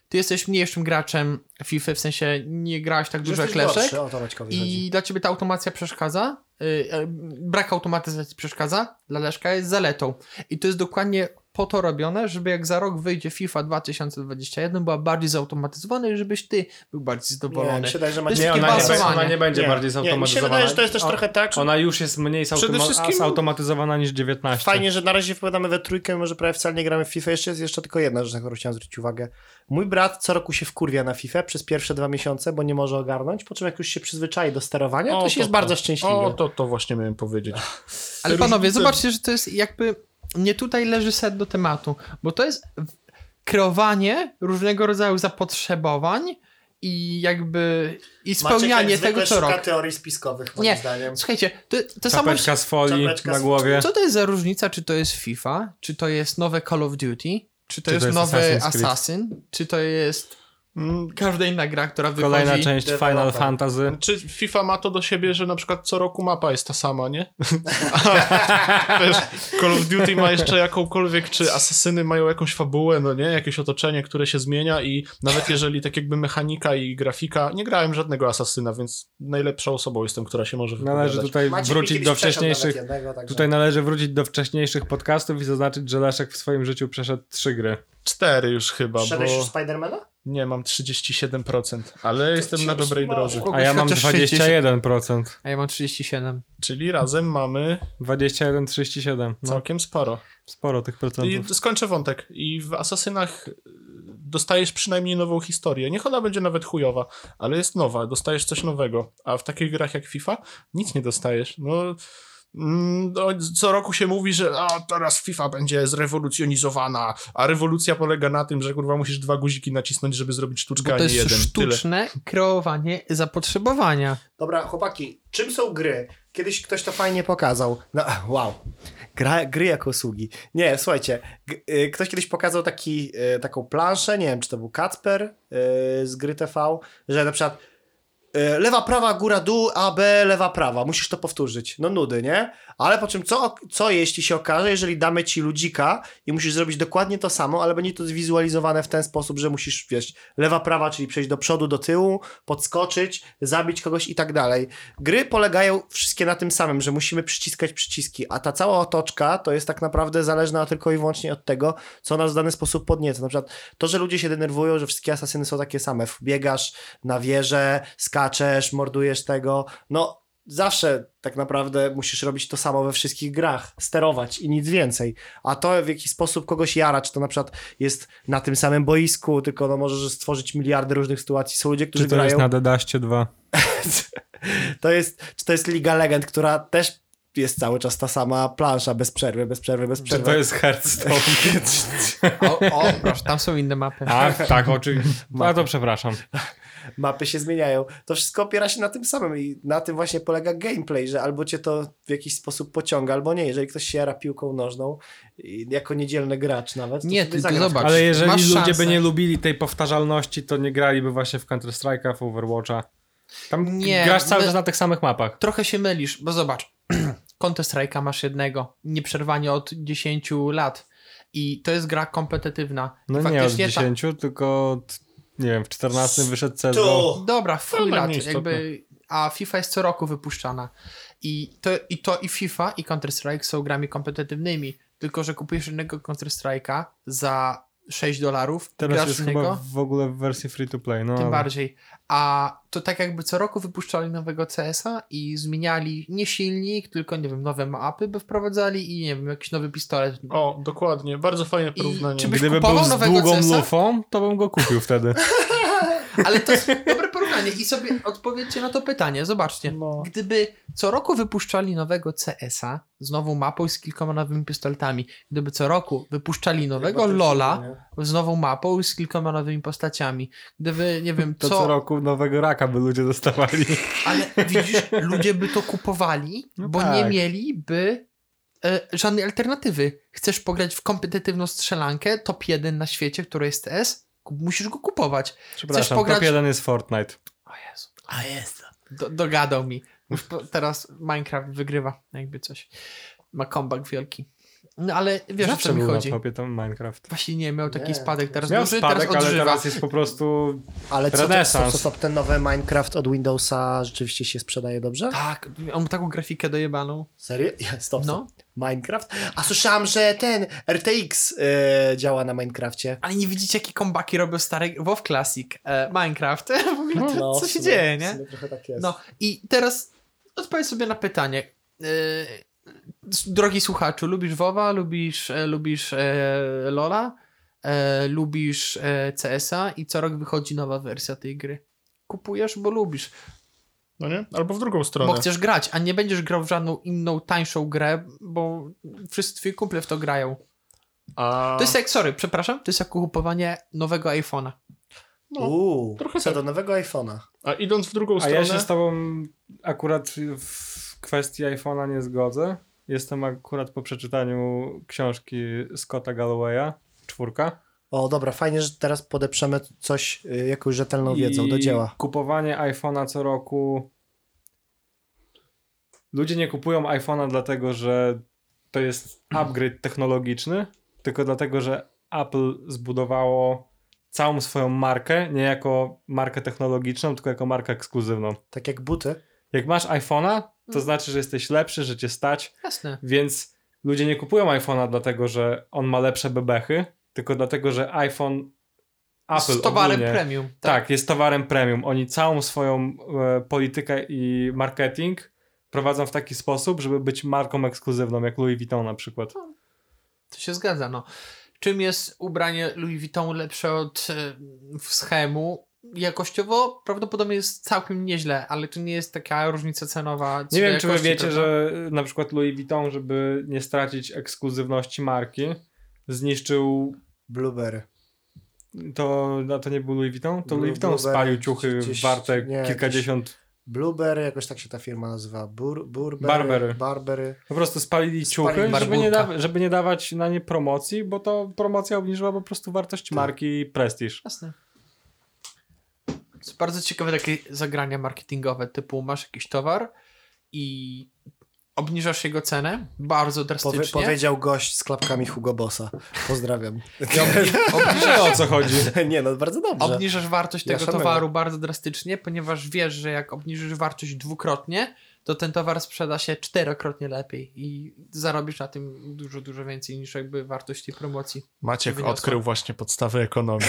A: Ty jesteś mniejszym graczem FIFA, w sensie nie grałeś tak dużo jak Leszek.
B: gorszy, o to Maćkowi chodzi.
A: I dla ciebie ta automacja przeszkadza. y, e, Brak automatyzacji przeszkadza, dla Leszka jest zaletą. I to jest dokładnie po to robione, żeby jak za rok wyjdzie FIFA 2021, była bardziej zautomatyzowana i żebyś ty był bardziej
B: Nie,
A: zadowolony.
B: mi się wydaje, że
A: jest
B: Maciek
A: takie
E: ona, nie, be-
A: pasowanie.
E: ona nie będzie
B: Nie,
E: bardziej
B: nie, mi się
E: zautomatyzowana.
B: wydaje, że to jest też
E: O-
B: trochę tak, że
E: Ona już jest mniej
C: Przede
E: zautomo-
C: wszystkim-
E: a- zautomatyzowana niż 19.
B: Fajnie, że na razie wypowiadamy we trójkę, może prawie wcale nie gramy w FIFA. Jeszcze jest jeszcze tylko jedna rzecz, na którą chciałem zwrócić uwagę. Mój brat co roku się wkurwia na FIFA przez pierwsze dwa miesiące, bo nie może ogarnąć, po czym jak już się przyzwyczai do sterowania,
C: O,
B: to się
C: to
B: jest
C: to.
B: bardzo szczęśliwy.
C: O, to, to właśnie miałem powiedzieć.
A: Ale panowie,
C: różnice-
A: zobaczcie, że to jest jakby nie tutaj leży set do tematu, bo to jest w- kreowanie różnego rodzaju zapotrzebowań i jakby i spełnianie tego co rok.
B: teorii spiskowych,
A: Nie, słuchajcie, to, to samo
E: Czapeczka z folii
B: Czapeczka
E: na
B: z-
E: głowie.
A: Co to jest za różnica, czy to jest FIFA, czy to jest nowe Call of Duty, czy to jest,
E: to jest
A: nowy
E: Assassin's Creed?
A: Assassin, czy to jest
C: Mm,
A: każda inna gra, która wychodzi.
E: Kolejna część
B: deweloper.
E: Final Fantasy.
C: Czy FIFA ma to do siebie, że na przykład co roku mapa jest ta sama, nie? Wiesz, Call of Duty ma jeszcze jakąkolwiek, czy asesyny mają jakąś fabułę, no nie? Jakieś otoczenie, które się zmienia i nawet jeżeli tak jakby mechanika i grafika, nie grałem żadnego asasyna, więc najlepszą osobą jestem, która się może
E: Należy
C: wypowiadać.
E: tutaj wrócić do wcześniejszych. Tutaj należy wrócić do wcześniejszych podcastów i zaznaczyć, że Leszek w swoim życiu przeszedł trzy gry.
C: Cztery już chyba,
B: Przeszedłeś już
C: bo
B: Spidermana?
C: nie mam 37%, ale jestem na
B: ci
C: dobrej
B: mało.
C: drodze.
A: Kogoś
E: A ja mam
A: chociaż 60,
E: 21%.
A: A ja mam 37.
C: Czyli razem mamy
E: 21,37. No,
C: całkiem sporo.
E: sporo tych
C: I
E: procentów.
C: skończę wątek. I w Asasynach y, dostajesz przynajmniej nową historię. Niech ona będzie nawet chujowa, ale jest nowa, dostajesz coś nowego. A w takich grach jak FIFA nic nie dostajesz. No. mm, No, co roku się mówi, że a, teraz FIFA będzie zrewolucjonizowana, a rewolucja polega na tym, że kurwa musisz dwa guziki nacisnąć, żeby zrobić sztuczkę,
A: Bo
C: a
A: to
C: nie
A: jest
C: jeden. Tyle.
A: sztuczne kreowanie zapotrzebowania.
B: Dobra, chłopaki, czym są gry? Kiedyś ktoś to fajnie pokazał. No, wow. Gra, gry jako usługi. Nie, słuchajcie, g- y, ktoś kiedyś pokazał taki, y, taką planszę, nie wiem, czy to był Kacper y, z gry TV, że na przykład y, lewa, prawa, góra, dół, A, B, lewa, prawa. Musisz to powtórzyć. No nudy, nie? Ale po czym, co, co jeśli się okaże, jeżeli damy ci ludzika i musisz zrobić dokładnie to samo, ale będzie to zwizualizowane w ten sposób, że musisz, wiesz, lewa, prawa, czyli przejść do przodu, do tyłu, podskoczyć, zabić kogoś i tak dalej. Gry polegają wszystkie na tym samym, że musimy przyciskać przyciski, a ta cała otoczka to jest tak naprawdę zależna tylko i wyłącznie od tego, co nas w dany sposób podnieca. Na przykład to, że ludzie się denerwują, że wszystkie asasyny są takie same. Wbiegasz na wieżę, skaczesz, mordujesz tego. No, zawsze tak naprawdę musisz robić to samo we wszystkich grach, sterować i nic więcej. A to w jaki sposób kogoś jara, czy to na przykład jest na tym samym boisku, tylko no możesz stworzyć miliardy różnych sytuacji. Są ludzie, którzy
E: Czy to
B: grają
E: jest na Dedaście 2?
B: to jest, czy to jest Liga Legend, która też jest cały czas ta sama plansza, bez przerwy, bez przerwy, bez
E: Czy
B: przerwy.
E: to jest Hearthstone?
A: O, o proszę, tam są inne mapy.
E: A, tak, oczywiście. A to przepraszam.
B: Mapy się zmieniają. To wszystko opiera się na tym samym i na tym właśnie polega gameplay, że albo cię to w jakiś sposób pociąga, albo nie. Jeżeli ktoś się jara piłką nożną, i jako niedzielny gracz nawet, to
A: Nie,
B: sobie
A: tylko
B: zagra w
A: zobacz.
E: Ale jeżeli
A: masz
E: ludzie
A: szansę.
E: by nie lubili tej powtarzalności, to nie graliby właśnie w Counter-Strike'a, w Overwatcha. Tam
A: Nie,
E: grasz cały
A: my-
E: czas na tych samych mapach.
A: Trochę się mylisz, bo zobacz, Counter Strike'a masz jednego, nieprzerwanie od 10 lat. I to jest gra kompetywna. I
E: No nie od
A: faktycznie ta-
E: 10, tylko od, nie wiem, w 14 wyszedł CSGO.
B: Tu!
A: Dobra, w chuj
C: No,
A: lat,
C: nieistotne.
A: jakby, a FIFA jest co roku wypuszczana. I to, I to i FIFA i Counter-Strike są grami kompetytywnymi, tylko że kupujesz jednego Counter-Strike'a za 6 dolarów,
E: Teraz
A: grasz
E: jest
A: w
E: chyba
A: niego,
E: w ogóle w wersji free to play. No,
A: tym
E: ale-
A: bardziej. A to tak jakby co roku wypuszczali nowego CS-a i zmieniali nie silnik, tylko nie wiem, nowe mapy by wprowadzali i nie wiem, jakiś nowy pistolet.
C: O, dokładnie. Bardzo fajne
A: I
C: porównanie.
A: czy byś-
E: Gdyby był
A: kupował
E: z
A: nowego
E: długą
A: CS-a?
E: lufą, to bym go kupił wtedy.
A: Ale to jest dobre porównanie i sobie odpowiedzcie na to pytanie. Zobaczcie,
C: No.
A: gdyby co roku wypuszczali nowego CS-a z nową mapą i z kilkoma nowymi pistoletami, gdyby co roku wypuszczali nowego
B: Potem się
A: Lola
B: zmienia.
A: z nową mapą i z kilkoma nowymi postaciami, gdyby, nie wiem,
E: To
A: co,
E: co, roku nowego raka by ludzie dostawali.
A: ale widzisz, ludzie by to kupowali,
E: No
A: bo
E: tak.
A: nie mieliby e, żadnej alternatywy. Chcesz pograć w kompetywną strzelankę, top 1 na świecie, który jest CS, Kup- musisz go kupować.
E: Przepraszam,
A: pograć-
E: top 1 jest Fortnite.
A: O Jezu. A jest. Do, dogadał mi. Już po- teraz Minecraft wygrywa, jakby coś. Ma comeback wielki. No ale wiesz, o co mi
E: był
A: chodzi.
E: na topie tam Minecraft.
A: Właśnie nie, miał taki
B: Nie.
A: spadek, teraz
E: Miał
A: duży,
E: spadek,
A: teraz
E: ale
A: odżywa.
E: teraz jest po prostu...
B: Ale co, to, co,
E: Renesans.
B: co, co te nowe Minecraft od Windowsa rzeczywiście się sprzedaje dobrze?
A: Tak, on ma taką grafikę dojebaną.
B: Serio? Ja, Stop, stop.
A: No.
B: Minecraft? A słyszałam, że ten RTX e, działa na Minecrafcie.
A: Ale nie widzicie, jakie kombaki robią stare WoW Classic, e, Minecraft. W ogóle to,
B: No, w
A: co się
B: sumie-
A: dzieje,
B: w
A: nie?
B: sumie Trochę tak jest.
A: No i teraz odpowiedz sobie na pytanie. E, s- Drogi słuchaczu, lubisz WoWa, lubisz, e, lubisz e, LoLa, e, lubisz e, CS-a i co rok wychodzi nowa wersja tej gry. Kupujesz, bo lubisz,
C: No nie? Albo w drugą stronę.
A: bo chcesz grać, a nie będziesz grał w żadną inną, tańszą grę, bo wszyscy twoi kumple w to grają.
C: A...
A: To jest jak, sorry, przepraszam, to jest jak kupowanie nowego iPhone'a.
C: No,
B: Uuu,
C: trochę
B: co
C: tak.
B: do nowego iPhone'a.
C: A idąc w drugą
E: A
C: stronę...
E: ja się z tobą akurat w kwestii iPhone'a nie zgodzę. Jestem akurat po przeczytaniu książki Scotta Galloway'a, czwórka.
B: O, dobra, fajnie, że teraz podeprzemy coś, y, jakąś rzetelną wiedzą do
E: I
B: dzieła.
E: Kupowanie iPhone'a co roku. Ludzie nie kupują iPhone'a dlatego, że to jest upgrade technologiczny, tylko dlatego, że Apple zbudowało całą swoją markę, nie jako markę technologiczną, tylko jako markę ekskluzywną.
B: Tak jak buty.
E: Jak masz iPhone'a,
A: Mm.
E: to znaczy, że jesteś lepszy, że cię stać,
A: Jasne.
E: więc ludzie nie kupują iPhone'a dlatego, że on ma lepsze bebechy, tylko dlatego, że iPhone Apple
A: z towarem
E: ogólnie,
A: premium.
E: tak. jest towarem premium. Oni całą swoją e, politykę i marketing prowadzą w taki sposób, żeby być marką ekskluzywną, jak Louis Vuitton na przykład.
B: No,
A: To się zgadza, no. Czym jest ubranie Louis Vuitton lepsze od e, w schemu? Jakościowo prawdopodobnie jest całkiem nieźle, ale to nie jest taka różnica cenowa. co
E: Nie
A: do
E: wiem, czy wy
A: jakości,
E: wiecie,
A: prawda?
E: że e, na przykład Louis Vuitton, żeby nie stracić ekskluzywności marki, zniszczył
B: Blueberry.
E: to, a to nie był Louis Vuitton? To
B: Blue-
E: Louis Vuitton
B: Blueberry,
E: spalił ciuchy
B: gdzieś-
E: warte
B: nie, gdzieś-
E: kilkadziesiąt.
B: Blueberry, jakoś tak się ta firma nazywa. Bur, burberry,
E: Barbery.
B: Barbery.
E: Po prostu spalili ciuchy, żeby
A: barburka.
E: nie, da, żeby nie dawać na nie promocji, bo to promocja obniżyła po prostu wartość
B: Tak.
E: marki i prestiż.
A: Jasne. Są bardzo ciekawe takie zagrania marketingowe, typu masz jakiś towar i obniżasz jego cenę bardzo
B: Powie,
A: drastycznie.
B: powiedział gość z klapkami Hugo Bossa. Pozdrawiam.
E: Nie o co chodzi.
B: nie, no bardzo dobrze.
A: obniżasz wartość
B: Ja
A: tego
B: szanuję.
A: towaru bardzo drastycznie, ponieważ wiesz, że jak obniżysz wartość dwukrotnie, to ten towar sprzeda się czterokrotnie lepiej i zarobisz na tym dużo, dużo więcej niż jakby wartość tej promocji.
C: Maciek
A: Wyniosła.
C: odkrył właśnie podstawy ekonomii.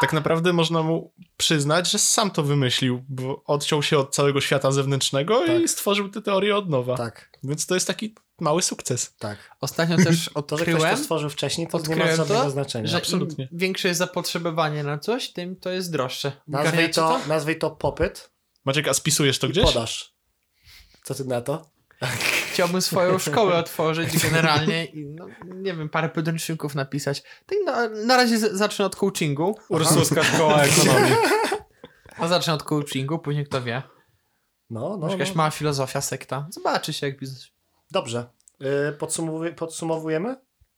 C: tak naprawdę można mu przyznać, że sam to wymyślił, bo odciął się od całego świata zewnętrznego
B: Tak.
C: i stworzył tę teorię od nowa.
B: Tak,
C: Więc to jest taki mały sukces.
B: tak.
A: Ostatnio też
B: To, że ktoś
A: odkryłem,
B: to stworzył wcześniej, to nie ma
A: odkryłem
B: żadnego
A: to,
B: znaczenia.
A: że im
C: Absolutnie.
A: większe jest zapotrzebowanie na coś, tym to jest droższe.
B: Nazwij
A: Ogarniacie
B: to, nazwij to popyt
C: Maciek, a spisujesz to
B: i
C: gdzieś?
B: podaż. Co ty na to?
A: Chciałbym swoją szkołę otworzyć generalnie i no, nie wiem, parę podręczników napisać. Tak na, na razie z, zacznę od coachingu.
E: Ursuska szkoła ekonomii.
A: A zacznę od coachingu, później kto wie.
B: No, no,
A: Może jakaś
B: no.
A: mała filozofia, sekta. Zobaczy się, jak biznes.
B: Dobrze. Y, podsumowuj- Podsumowujemy?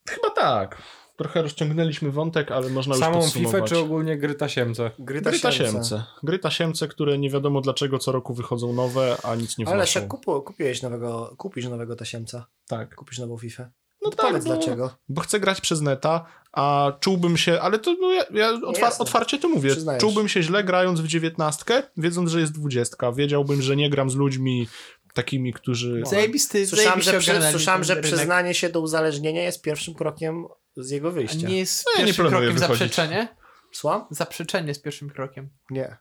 C: Chyba tak. Trochę rozciągnęliśmy wątek, ale można już
E: Samą FIFA
C: podsumować.
E: czy ogólnie gry tasiemce?
B: Gry
C: Gry
B: tasiemce.
C: tasiemce. Gry tasiemce, które nie wiadomo dlaczego co roku wychodzą nowe, a nic nie wnoszą.
B: Ale się kupu, kupiłeś nowego, kupisz nowego tasiemca.
C: Tak.
B: Kupisz nową FIFA.
C: No
B: To
C: tak,
B: Powiedz
C: bo-
B: dlaczego.
C: bo chcę grać przez neta, a czułbym się, ale to no, ja, ja otwar,
B: jasne.
C: otwarcie to mówię,
B: Przyznajesz.
C: czułbym się źle grając w dziewiętnastkę, wiedząc, że jest dwudziestka, wiedziałbym, że nie gram z ludźmi takimi, którzy...
A: No, Zajebisty,
B: Słyszałem,
A: zajebiście
B: że, przy,
A: ogarnęli
B: słyszałem,
A: ten
B: że
A: rynek.
B: przyznanie się do uzależnienia jest pierwszym krokiem z jego
A: A
B: wyjścia.
A: Nie jest
C: No ja nie
A: pierwszym
C: planuję
A: krokiem
C: wychodzić.
A: zaprzeczenie?
B: Słam?
A: Zaprzeczenie jest pierwszym krokiem.
B: Nie.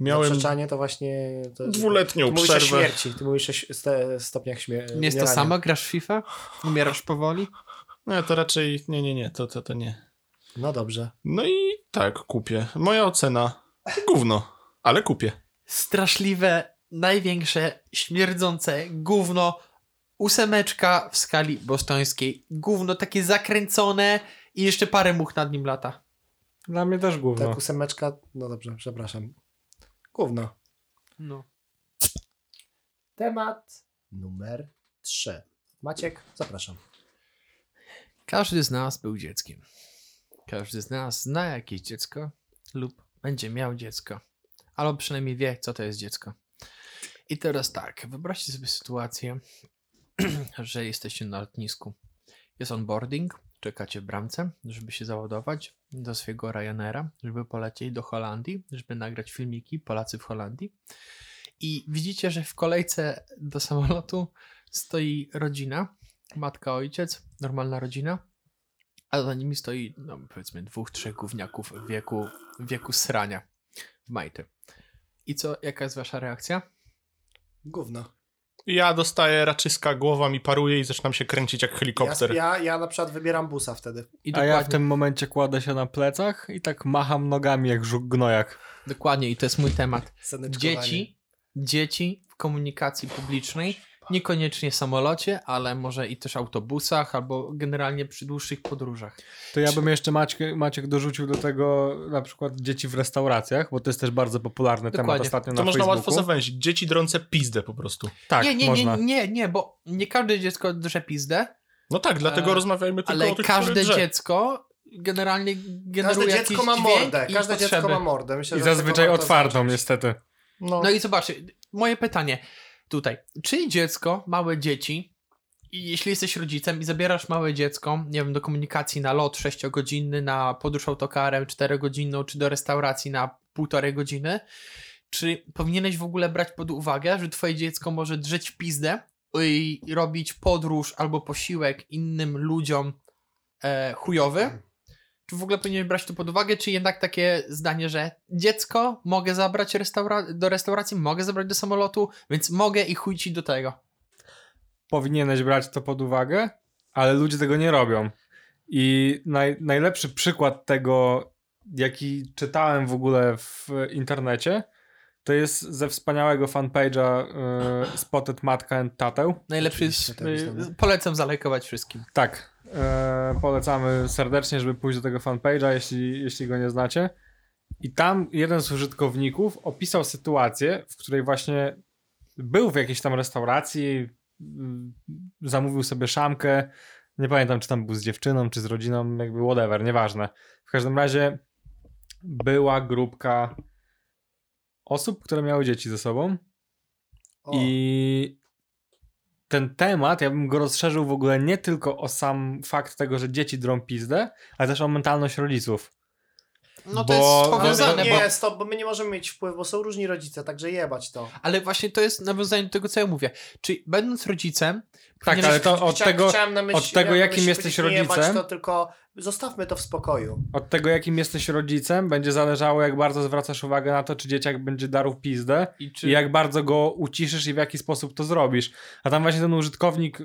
C: Miałem
B: Zaprzeczanie to właśnie... To, ty
C: dwuletnią
B: mówisz o
C: przerwę.
B: śmierci. Ty mówisz o ś- ste- stopniach śmierci.
A: Nie jest to samo? Grasz w FIFA? Umierasz powoli?
C: Nie, No, to raczej nie, nie, nie, to, to, to nie.
B: No dobrze.
C: No i tak, kupię. Moja ocena, gówno, ale kupię.
A: Straszliwe, największe, śmierdzące gówno. Ósemeczka w skali bostońskiej. Gówno takie zakręcone i jeszcze parę much nad nim lata.
E: Dla mnie też
B: Ta
E: gówno.
B: ósemeczka... No dobrze, przepraszam. Gówno.
A: No.
B: Temat numer 3. Maciek, zapraszam.
A: Każdy z nas był dzieckiem. Każdy z nas zna jakieś dziecko lub będzie miał dziecko. albo przynajmniej wie, co to jest dziecko. I teraz tak, wyobraźcie sobie sytuację, że jesteście na lotnisku. Jest onboarding, czekacie w bramce, żeby się załadować do swojego Ryanaira, żeby polecieć do Holandii, żeby nagrać filmiki Polacy w Holandii. I widzicie, że w kolejce do samolotu stoi rodzina, matka, ojciec, normalna rodzina, a za nimi stoi, no powiedzmy, dwóch, trzech gówniaków w wieku, w wieku srania w majty. I co, jaka jest wasza reakcja?
B: Gówno.
C: Ja dostaję raczyska, głowa mi paruje i zaczynam się kręcić jak
B: Ja,
C: helikopter.
B: ja, ja na przykład wybieram busa wtedy.
A: I
E: A
A: dokładnie,
E: ja w tym momencie kładę się na plecach i tak macham nogami jak żuk gnojak.
A: dokładnie, i to jest mój temat.
B: Seneczkowanie.
A: Dzieci, dzieci w komunikacji publicznej, niekoniecznie samolocie, ale może i też autobusach, albo generalnie przy dłuższych podróżach.
E: To ja bym jeszcze Maciek, Maciek dorzucił do tego na przykład dzieci w restauracjach, bo to jest też bardzo popularny temat
A: Dokładnie.
E: ostatnio
C: To
E: na
C: można
E: Facebooku.
C: łatwo zawęzić. Dzieci drące pizdę po prostu.
E: Tak,
A: nie, nie,
E: można.
A: nie, nie, nie, bo nie każde dziecko drze pizdę,
C: No tak, dlatego
A: E,
C: rozmawiajmy tylko
A: ale
C: o tych,
A: każde
C: które drze.
A: dziecko generalnie generuje
B: Każde dziecko
A: jakiś
B: ma
A: dźwięk
B: mordę.
A: i
B: Każde dziecko
A: potrzeby.
B: ma mordę. Myślę,
E: I
B: że znaczy. tego
E: zazwyczaj
B: warto
E: otwartą
B: zacząć.
E: niestety.
C: No.
A: No i zobaczcie, moje pytanie tutaj. Czy dziecko, małe dzieci, i jeśli jesteś rodzicem i zabierasz małe dziecko, nie wiem, do komunikacji na lot 6-godzinny, na podróż autokarem 4-godzinną, czy do restauracji na półtorej godziny, czy powinieneś w ogóle brać pod uwagę, że twoje dziecko może drzeć w pizdę i robić podróż albo posiłek innym ludziom e, chujowy? Czy w ogóle powinieneś brać to pod uwagę, czy jednak takie zdanie, że dziecko mogę zabrać restaura- do restauracji, mogę zabrać do samolotu, więc mogę i chuj ci do tego.
E: powinieneś brać to pod uwagę, ale ludzie tego nie robią. I naj, najlepszy przykład tego, jaki czytałem w ogóle w internecie, to jest ze wspaniałego fanpage'a y, Spotted Matka and Tatę.
A: Najlepszy
B: Oczywiście,
A: jest,
B: tak,
A: y,
B: znamy.
A: polecam zalajkować wszystkim.
E: Tak, e, polecamy serdecznie, żeby pójść do tego fanpage'a, jeśli, jeśli go nie znacie. I tam jeden z użytkowników opisał sytuację, w której właśnie był w jakiejś tam restauracji, mm, zamówił sobie szamkę. Nie pamiętam, czy tam był z dziewczyną, czy z rodziną, jakby whatever, nieważne. W każdym razie była grupka osób, które miały dzieci ze sobą.
B: O,
E: I ten temat, ja bym go rozszerzył w ogóle nie tylko o sam fakt tego, że dzieci drą pizdę, ale też o mentalność rodziców.
A: No to
E: Bo-
A: jest
B: Ale
A: powiązane,
B: to nie,
A: bo...
B: stop, bo my nie możemy mieć wpływu, bo są różni rodzice, także jebać to.
A: Ale właśnie to jest nawiązanie do tego, co ja mówię. Czyli będąc rodzicem,
E: Tak, ale to od
B: Chciałem-
E: tego,
B: chciałem na myśl,
E: od tego,
B: miałem na
E: jakim
B: myśli
E: jesteś
B: powiedzieć, nie
E: rodzicem.
B: Jebać to, tylko zostawmy to w spokoju.
E: od tego, jakim jesteś rodzicem, będzie zależało, jak bardzo zwracasz uwagę na to, czy dzieciak będzie darł pizdę
A: i czy...
E: i jak bardzo go uciszysz i w jaki sposób to zrobisz. A tam właśnie ten użytkownik, e,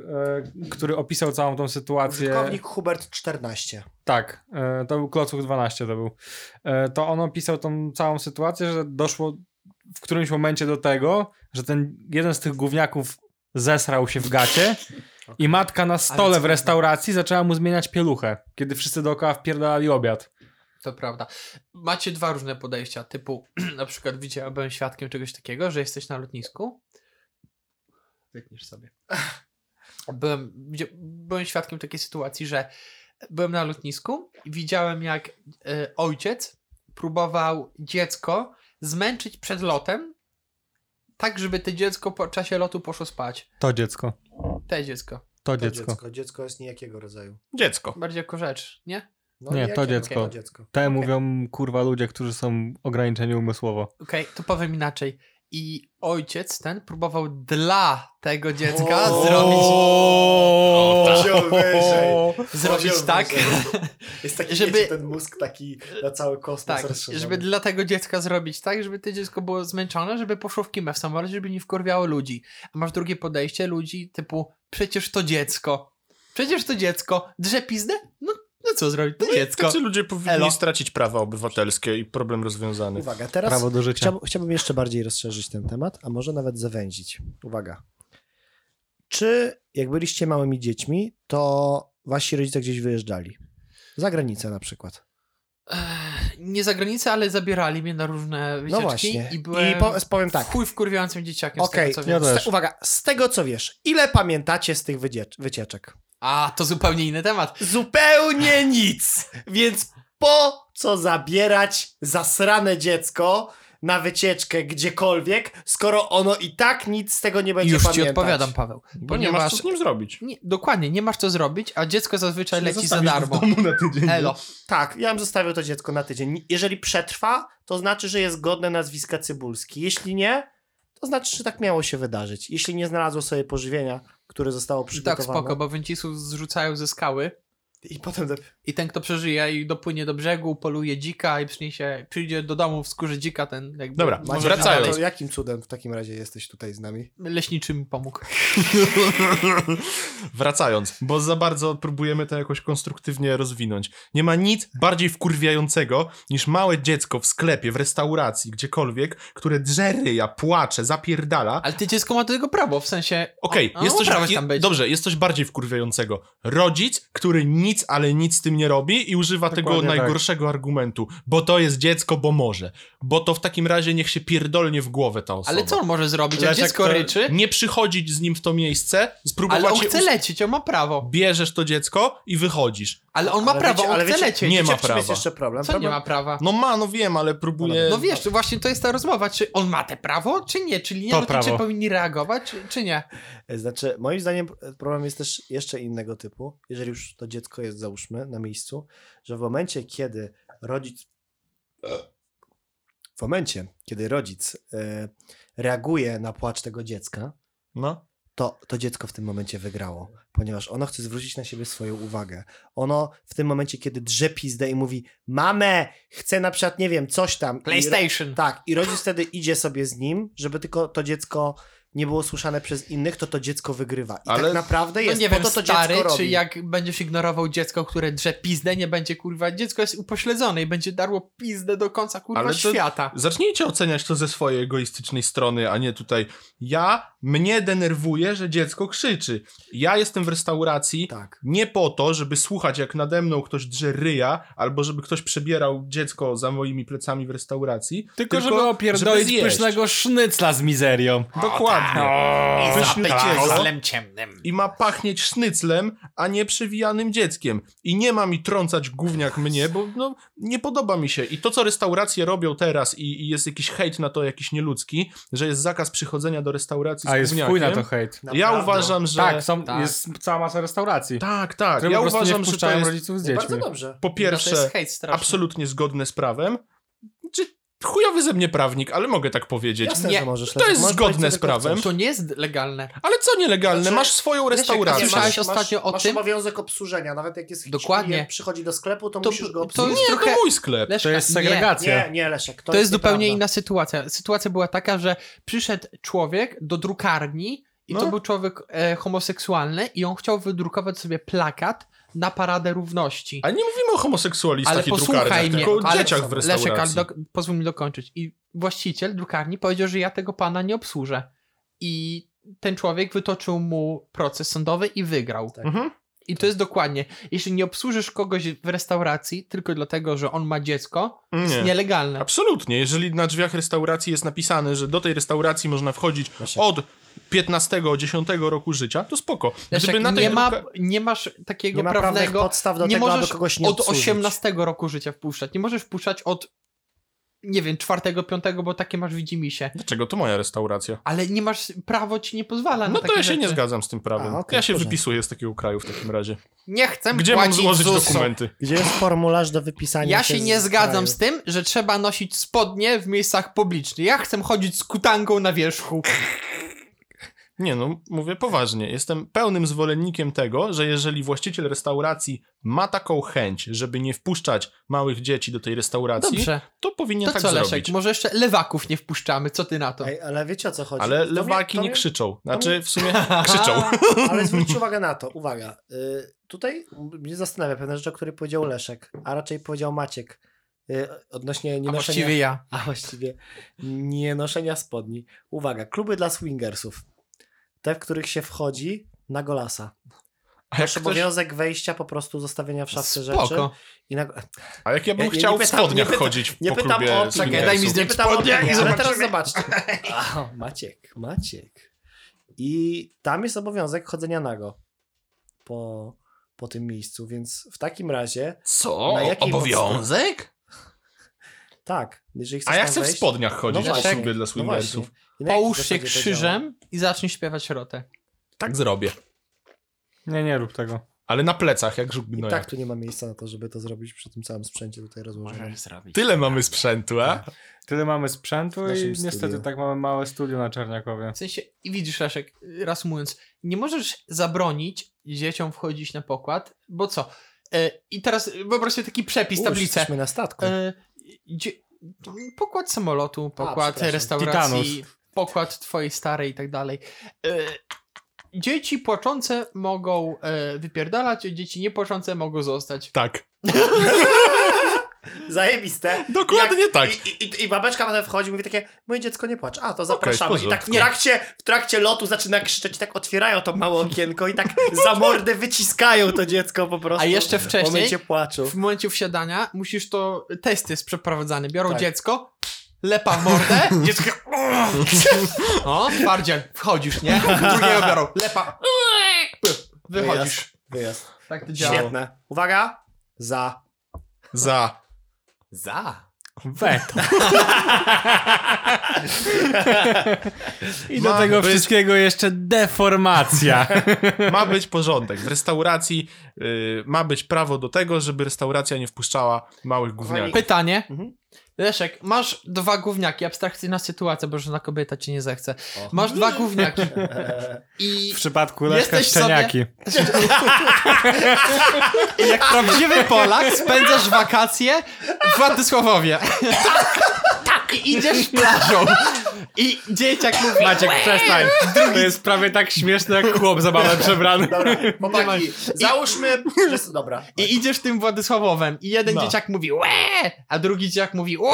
E: który opisał całą tą sytuację...
B: Użytkownik Hubert 14.
E: Tak, e, to był Klocuch 12 to był. E, To on opisał tą całą sytuację, że doszło w którymś momencie do tego, że ten jeden z tych gówniaków zesrał się w gacie i matka na stole w restauracji zaczęła mu zmieniać pieluchę, kiedy wszyscy dookoła wpierdalali obiad.
A: To prawda. Macie dwa różne podejścia, typu na przykład widziałbym świadkiem czegoś takiego, że jesteś na lotnisku. Wytniesz sobie. Byłem, gdzie- byłem świadkiem takiej sytuacji, że byłem na lotnisku i widziałem jak e, ojciec próbował dziecko zmęczyć przed lotem, tak żeby to dziecko po czasie lotu poszło spać.
E: To dziecko,
A: Te dziecko.
E: to
B: To dziecko.
E: dziecko.
B: dziecko. jest niejakiego rodzaju.
C: Dziecko.
A: Bardziej jako rzecz, nie?
B: No,
E: Nie, to
B: jakie-
E: dziecko.
B: To dziecko.
E: Te mówią kurwa ludzie, którzy są ograniczeni umysłowo.
A: Okej, to powiem inaczej. I ojciec ten próbował dla tego dziecka
B: O!
A: zrobić,
B: Wziął wyżej.
A: zrobić
B: Wziął
A: tak,
B: wyżej. Jest taki,
A: Żeby-
B: żeby... wiecie, ten mózg taki na cały kosmos
A: tak,
B: rozszerzony.
A: żeby dla tego dziecka zrobić tak, żeby to dziecko było zmęczone, żeby poszło w kimę w samolocie, żeby nie wkurwiało ludzi. A masz drugie podejście ludzi typu, przecież to dziecko, przecież to dziecko, drze pizdę? No, no co zrobić, to dziecko.
C: Tacy ludzie powinni
A: Elo.
C: stracić prawa obywatelskie i problem rozwiązany.
B: Uwaga, teraz
E: Prawo do życia.
A: Tak.
B: Chciałbym, chciałbym jeszcze bardziej rozszerzyć ten temat, a może nawet zawęzić. Uwaga. Czy jak byliście małymi dziećmi, to wasi rodzice gdzieś wyjeżdżali? Za granicę na przykład.
A: Ech, Nie za granicę, ale zabierali mnie na różne wycieczki
B: No właśnie.
A: i byłem
B: I po- powiem tak.
A: chuj wkurwiającym dzieciakiem
B: Okej, no
A: z tego, co
E: ja
A: wiem.
E: też.
B: z te- uwaga, z tego co wiesz, ile pamiętacie z tych wyciecz- wycieczek?
A: A, to zupełnie inny temat.
B: Zupełnie nic! Więc po co zabierać zasrane dziecko na wycieczkę gdziekolwiek, skoro ono i tak nic z tego nie będzie
A: Już
B: pamiętać.
A: ci odpowiadam, Paweł.
C: Bo nie masz co z nim zrobić.
A: Nie, dokładnie, nie masz co zrobić, a dziecko zazwyczaj leci za
C: Zostawisz go
A: darmo.
C: W domu na tydzień.
A: Elo.
B: Tak, ja bym zostawił to dziecko na tydzień. Jeżeli przetrwa, to znaczy, że jest godne nazwiska Cybulski. Jeśli nie, to znaczy, że tak miało się wydarzyć. Jeśli nie znalazło sobie pożywienia, które zostało
A: Tak
B: przygotowane.
A: spoko, bo węcisów zrzucają ze skały
B: I potem... dop-
A: i ten, kto przeżyje i dopłynie do brzegu, poluje dzika i przyniesie, przyjdzie do domu w skórze dzika, ten jakby...
C: Dobra,
A: może
C: No wracając.
B: A to jakim cudem w takim razie jesteś tutaj z nami?
A: Leśniczy mi pomógł.
C: Wracając, bo za bardzo próbujemy to jakoś konstruktywnie rozwinąć. Nie ma nic bardziej wkurwiającego niż małe dziecko w sklepie, w restauracji, gdziekolwiek, które drzeryja, płacze, zapierdala.
A: Ale ty dziecko ma do tego prawo, w sensie...
C: Okej,
A: A- a
C: jest coś
A: uprawać
C: bardziej-
A: no, tam być.
C: dobrze, jest coś bardziej wkurwiającego. Rodzic, który nic, ale nic z tym nie robi i używa
E: Dokładnie
C: tego
E: tak.
C: najgorszego argumentu, bo to jest dziecko, bo może. Bo to w takim razie niech się pierdolnie w głowę ta osoba.
A: Ale co on może zrobić? Jak
C: Leszek,
A: dziecko
C: to-
A: ryczy,
C: Nie przychodzić z nim w to miejsce, spróbować
A: ale on
C: się
A: chce lecieć, on ma prawo.
C: bierzesz to dziecko i wychodzisz.
A: Ale on ma
B: Ale
A: prawo,
B: wiecie-
A: on
B: ale
A: chce
B: wiecie-
A: lecieć.
C: nie
B: Wiecie,
C: ma
B: w czym jest
C: prawa.
B: jeszcze problem?
A: Co nie
B: problem
A: ma prawa?
C: No ma, no wiem, ale próbuję...
A: No wiesz, właśnie to jest ta rozmowa, czy on ma te prawo, czy nie? Czyli
E: To
A: nie to czy
E: prawo.
A: powinni reagować, czy, czy nie?
B: Znaczy, moim zdaniem problem jest też jeszcze innego typu, jeżeli już to dziecko jest, załóżmy, na miejscu, że w momencie, kiedy rodzic. W momencie, kiedy rodzic e, reaguje na płacz tego dziecka,
C: No.
B: to to dziecko w tym momencie wygrało, ponieważ ono chce zwrócić na siebie swoją uwagę. Ono w tym momencie, kiedy drze pizdę i mówi: Mamę, chcę na przykład, nie wiem, coś tam. i ro-
A: PlayStation.
B: tak, i rodzic wtedy idzie sobie z nim, żeby tylko to dziecko nie było słyszane przez innych, to to dziecko wygrywa. I tak
C: Ale-
B: naprawdę
A: No
B: jest
A: nie
B: po
A: wiem,
B: to, to
A: stary,
B: dziecko
A: czy
B: robi.
A: jak będziesz ignorował dziecko, które drze pizdę, nie będzie kurwa, dziecko jest upośledzone i będzie darło pizdę do końca kurwa
C: Ale to-
A: świata.
C: Zacznijcie oceniać to ze swojej egoistycznej strony, a nie tutaj. Ja, mnie denerwuje, że dziecko krzyczy. Ja jestem w restauracji
B: Tak.
C: nie po to, żeby słuchać jak nade mną ktoś drze ryja, albo żeby ktoś przebierał dziecko za moimi plecami w restauracji.
E: Tylko, żeby opierdolić
C: żeby zjeść.
E: pysznego sznycla z mizerią.
C: Dokładnie. Pyszne ciasto.
A: ciemnym.
C: i ma pachnieć sznyclem, a nie przewijanym dzieckiem. I nie ma mi trącać gówniak mnie, bo no, nie podoba mi się. I to, co restauracje robią teraz i, i jest jakiś hejt na to jakiś nieludzki, że jest zakaz przychodzenia do restauracji
E: A
C: z
E: jest
C: gówniakiem.
E: wpój na to hejt.
C: Ja
B: Naprawdę.
C: uważam, że...
E: Tak, są,
A: tak.
E: jest cała masa restauracji.
C: tak. tak.
E: które
C: Ja
E: po prostu
C: uważam,
E: nie
C: że to
E: wpuszczają
C: jest
E: rodziców z
B: No Bardzo
E: dziećmi.
B: dobrze.
C: po
A: No to
C: pierwsze
A: jest hejt straszny.
C: absolutnie zgodne z prawem. Czy chujowy ze mnie prawnik, ale mogę tak powiedzieć.
B: Jasne,
A: Nie,
B: że możesz. tak.
C: to jest
B: Możesz
C: zgodne
B: powiedzieć, co
C: z
B: tylko
C: prawem.
B: chcesz.
A: To nie jest legalne.
C: Ale co nielegalne?
B: Znaczy,
C: masz swoją
B: Leszek,
A: a
C: restaurację.
A: nie Słyszałeś ostatnio o
B: masz
A: tym?
B: Masz obowiązek obsłużenia, nawet jak jest
A: Dokładnie.
B: klient przychodzi do sklepu, to,
A: To-
B: musisz go
A: to
B: obsłużyć.
A: jest
C: Nie,
A: trochę-
C: to mój sklep.
A: Leszka,
E: To jest
A: nie.
E: segregacja.
B: Nie, nie, Leszek. To,
A: To jest zupełnie
B: nieprawda.
A: inna sytuacja. Sytuacja była taka, że przyszedł człowiek do drukarni i to
C: No.
A: był człowiek e, homoseksualny i on chciał wydrukować sobie plakat na Paradę Równości.
C: A nie mówimy o homoseksualistach
A: Ale
C: i
A: posłuchaj
C: drukarniach,
A: mnie,
C: tylko o
A: ale
C: dzieciach w restauracji.
A: Leszek, ale do, pozwól mi dokończyć. I właściciel drukarni powiedział, że ja tego pana nie obsłużę. I ten człowiek wytoczył mu proces sądowy i wygrał.
C: Mhm.
A: I to jest dokładnie. Jeśli nie obsłużysz kogoś w restauracji tylko dlatego, że on ma dziecko, to
C: Nie.
A: jest nielegalne.
C: Absolutnie. Jeżeli na drzwiach restauracji jest napisane, że do tej restauracji można wchodzić
B: Leszek.
C: od 15-10 roku życia, to spoko.
A: Leszek,
C: Gdyby na tej
A: nie, ma,
C: druka-
A: nie masz takiego
B: Nie ma prawnych
A: prawnego
B: podstaw do
A: nie
B: tego, aby
A: możesz
B: kogoś nie
A: od
B: obsłużyć.
A: 18 roku życia wpuszczać. Nie możesz wpuszczać od nie wiem, czwartego, piątego, bo takie masz widzimisię.
C: Dlaczego to moja restauracja?
A: Ale nie masz, prawo ci nie pozwala na
C: No
A: takie
C: to ja się
A: rzeczy.
C: nie zgadzam z tym prawem.
B: A, okej,
C: ja się
B: w porządku.
C: wypisuję z takiego kraju w takim razie.
A: Nie chcę
C: Gdzie mam
A: płacić
C: złożyć
A: ZUS-u.
C: dokumenty?
B: Gdzie jest formularz do wypisania?
A: Ja się
B: z
A: nie zgadzam
B: kraju?
A: z tym, że trzeba nosić spodnie w miejscach publicznych. Ja chcę chodzić z kutangą na wierzchu.
C: Nie no, mówię poważnie. Jestem pełnym zwolennikiem tego, że jeżeli właściciel restauracji ma taką chęć, żeby nie wpuszczać małych dzieci do tej restauracji,
A: Dobrze.
C: to powinien
A: To
C: tak
A: co,
C: zrobić.
A: Leszek? Może jeszcze lewaków nie wpuszczamy. Co ty na to?
B: Ej, ale wiecie o co chodzi?
C: Ale
B: To mnie-
C: lewaki
B: to
C: nie
B: mnie-
C: krzyczą. Znaczy, w sumie krzyczą.
A: A,
B: Ale zwróćcie uwagę na to, uwaga. Y, tutaj mnie zastanawia pewna rzecz, o której powiedział Leszek, a raczej powiedział Maciek y, odnośnie
A: a
B: nienoszenia...
A: właściwie ja.
B: A właściwie nienoszenia spodni. Uwaga, kluby dla swingersów. Te, w których się wchodzi na golasa.
C: A jak,
B: Masz
C: ktoś,
B: obowiązek wejścia, po prostu zostawienia w szafce rzeczy.
A: Spoko.
B: I na...
C: a jak ja bym
B: Nie- nie-
C: chciał
B: nie pytam-
C: w spodniach
B: nie pytam-
C: chodzić
B: Nie
C: po
B: pytam
C: klubie
A: Czekaj,
B: o...
C: swingersów?
A: daj mi
B: Nie
A: zdjąć
B: pytam o
A: spodnie i
B: nie, ale
A: zobaczymy.
B: teraz zobaczcie. A, Maciek, Maciek. I tam jest obowiązek chodzenia nago po, po tym miejscu, więc w takim razie
C: Co?
B: Na jakiej
C: Obowiązek?
B: Tak, jeżeli chcesz
C: A ja
B: tam
C: chcę w
B: wejść-
C: spodniach chodzić
A: No
C: w
A: właśnie.
C: ślubie dla swingersów.
B: właśnie. I na jakim
A: Połóż się
B: zasadzie to działa?
A: krzyżem i zacznij śpiewać rotę.
C: tak zrobię.
E: Nie, nie rób tego.
C: Ale na plecach, No jak żuk
B: I
C: gnoja.
B: tak tu nie ma miejsca na to, żeby to zrobić przy tym całym sprzęcie tutaj rozłożonym.
A: zrobić.
C: Tyle mamy sprzętu, a?
E: Tyle mamy sprzętu
B: W
E: i
B: naszym
E: niestety
B: studiu.
E: tak mamy małe studio na Czarniakowie.
A: W sensie, i widzisz Leszek, reasumując, nie możesz zabronić dzieciom wchodzić na pokład, bo co? E, I teraz wyobraź sobie taki przepis,
B: Uż,
A: tablicę.
B: Jesteśmy na statku.
A: E, dzie- pokład samolotu, pokład
B: przepraszam.
A: restauracji, pokład twojej starej i tak dalej. E, dzieci płaczące mogą e, wypierdalać, a dzieci niepłaczące mogą zostać.
C: Tak.
B: Zajebiste.
C: Dokładnie
B: Jak-
C: tak.
B: I, i, I babeczka potem wchodzi i mówi takie, moje dziecko nie płacz. A, to zapraszamy.
C: w
B: I tak w
C: porządku.
B: trakcie, w trakcie lotu zaczyna krzyczeć, i tak otwierają to małe okienko i tak za mordę wyciskają to dziecko po prostu.
A: A jeszcze
B: W
A: wcześniej-
B: momencie płaczu.
A: W momencie wsiadania musisz to, test jest przeprowadzany. Biorą
B: Tak.
A: dziecko, lepa w mordę, dziecko o, twardziel, wchodzisz, nie? Drugiego biorą, lepa, wychodzisz.
B: Wyjazd.
A: Tak to działa.
B: Świetne. Uwaga. Za.
C: Za.
A: Za.
E: Weto. I
C: Ma
E: do tego
C: być-
E: wszystkiego jeszcze deformacja.
C: Ma być porządek. W restauracji y, ma być prawo do tego, żeby restauracja nie wpuszczała małych gówniaków.
A: Pytanie.
B: Mhm.
A: Leszek, masz dwa gówniaki, abstrakcyjna sytuacja, bo żadna kobieta cię nie zechce. Masz dwa gówniaki i...
E: W przypadku Leszka
A: Jesteś sobie-
E: Szczeniaki.
A: Jak prawdziwy Polak spędzasz wakacje w Władysławowie. Tak! I idziesz plażą. I dzieciak mówi...
E: Maciek, przestań. To jest prawie tak śmieszne jak chłop zabawę przebrany.
B: Chłopaki, załóżmy... że- Dobra.
A: I idziesz tym Władysławowem. I jeden
C: No.
A: dzieciak mówi łe, a drugi dzieciak mówi łe.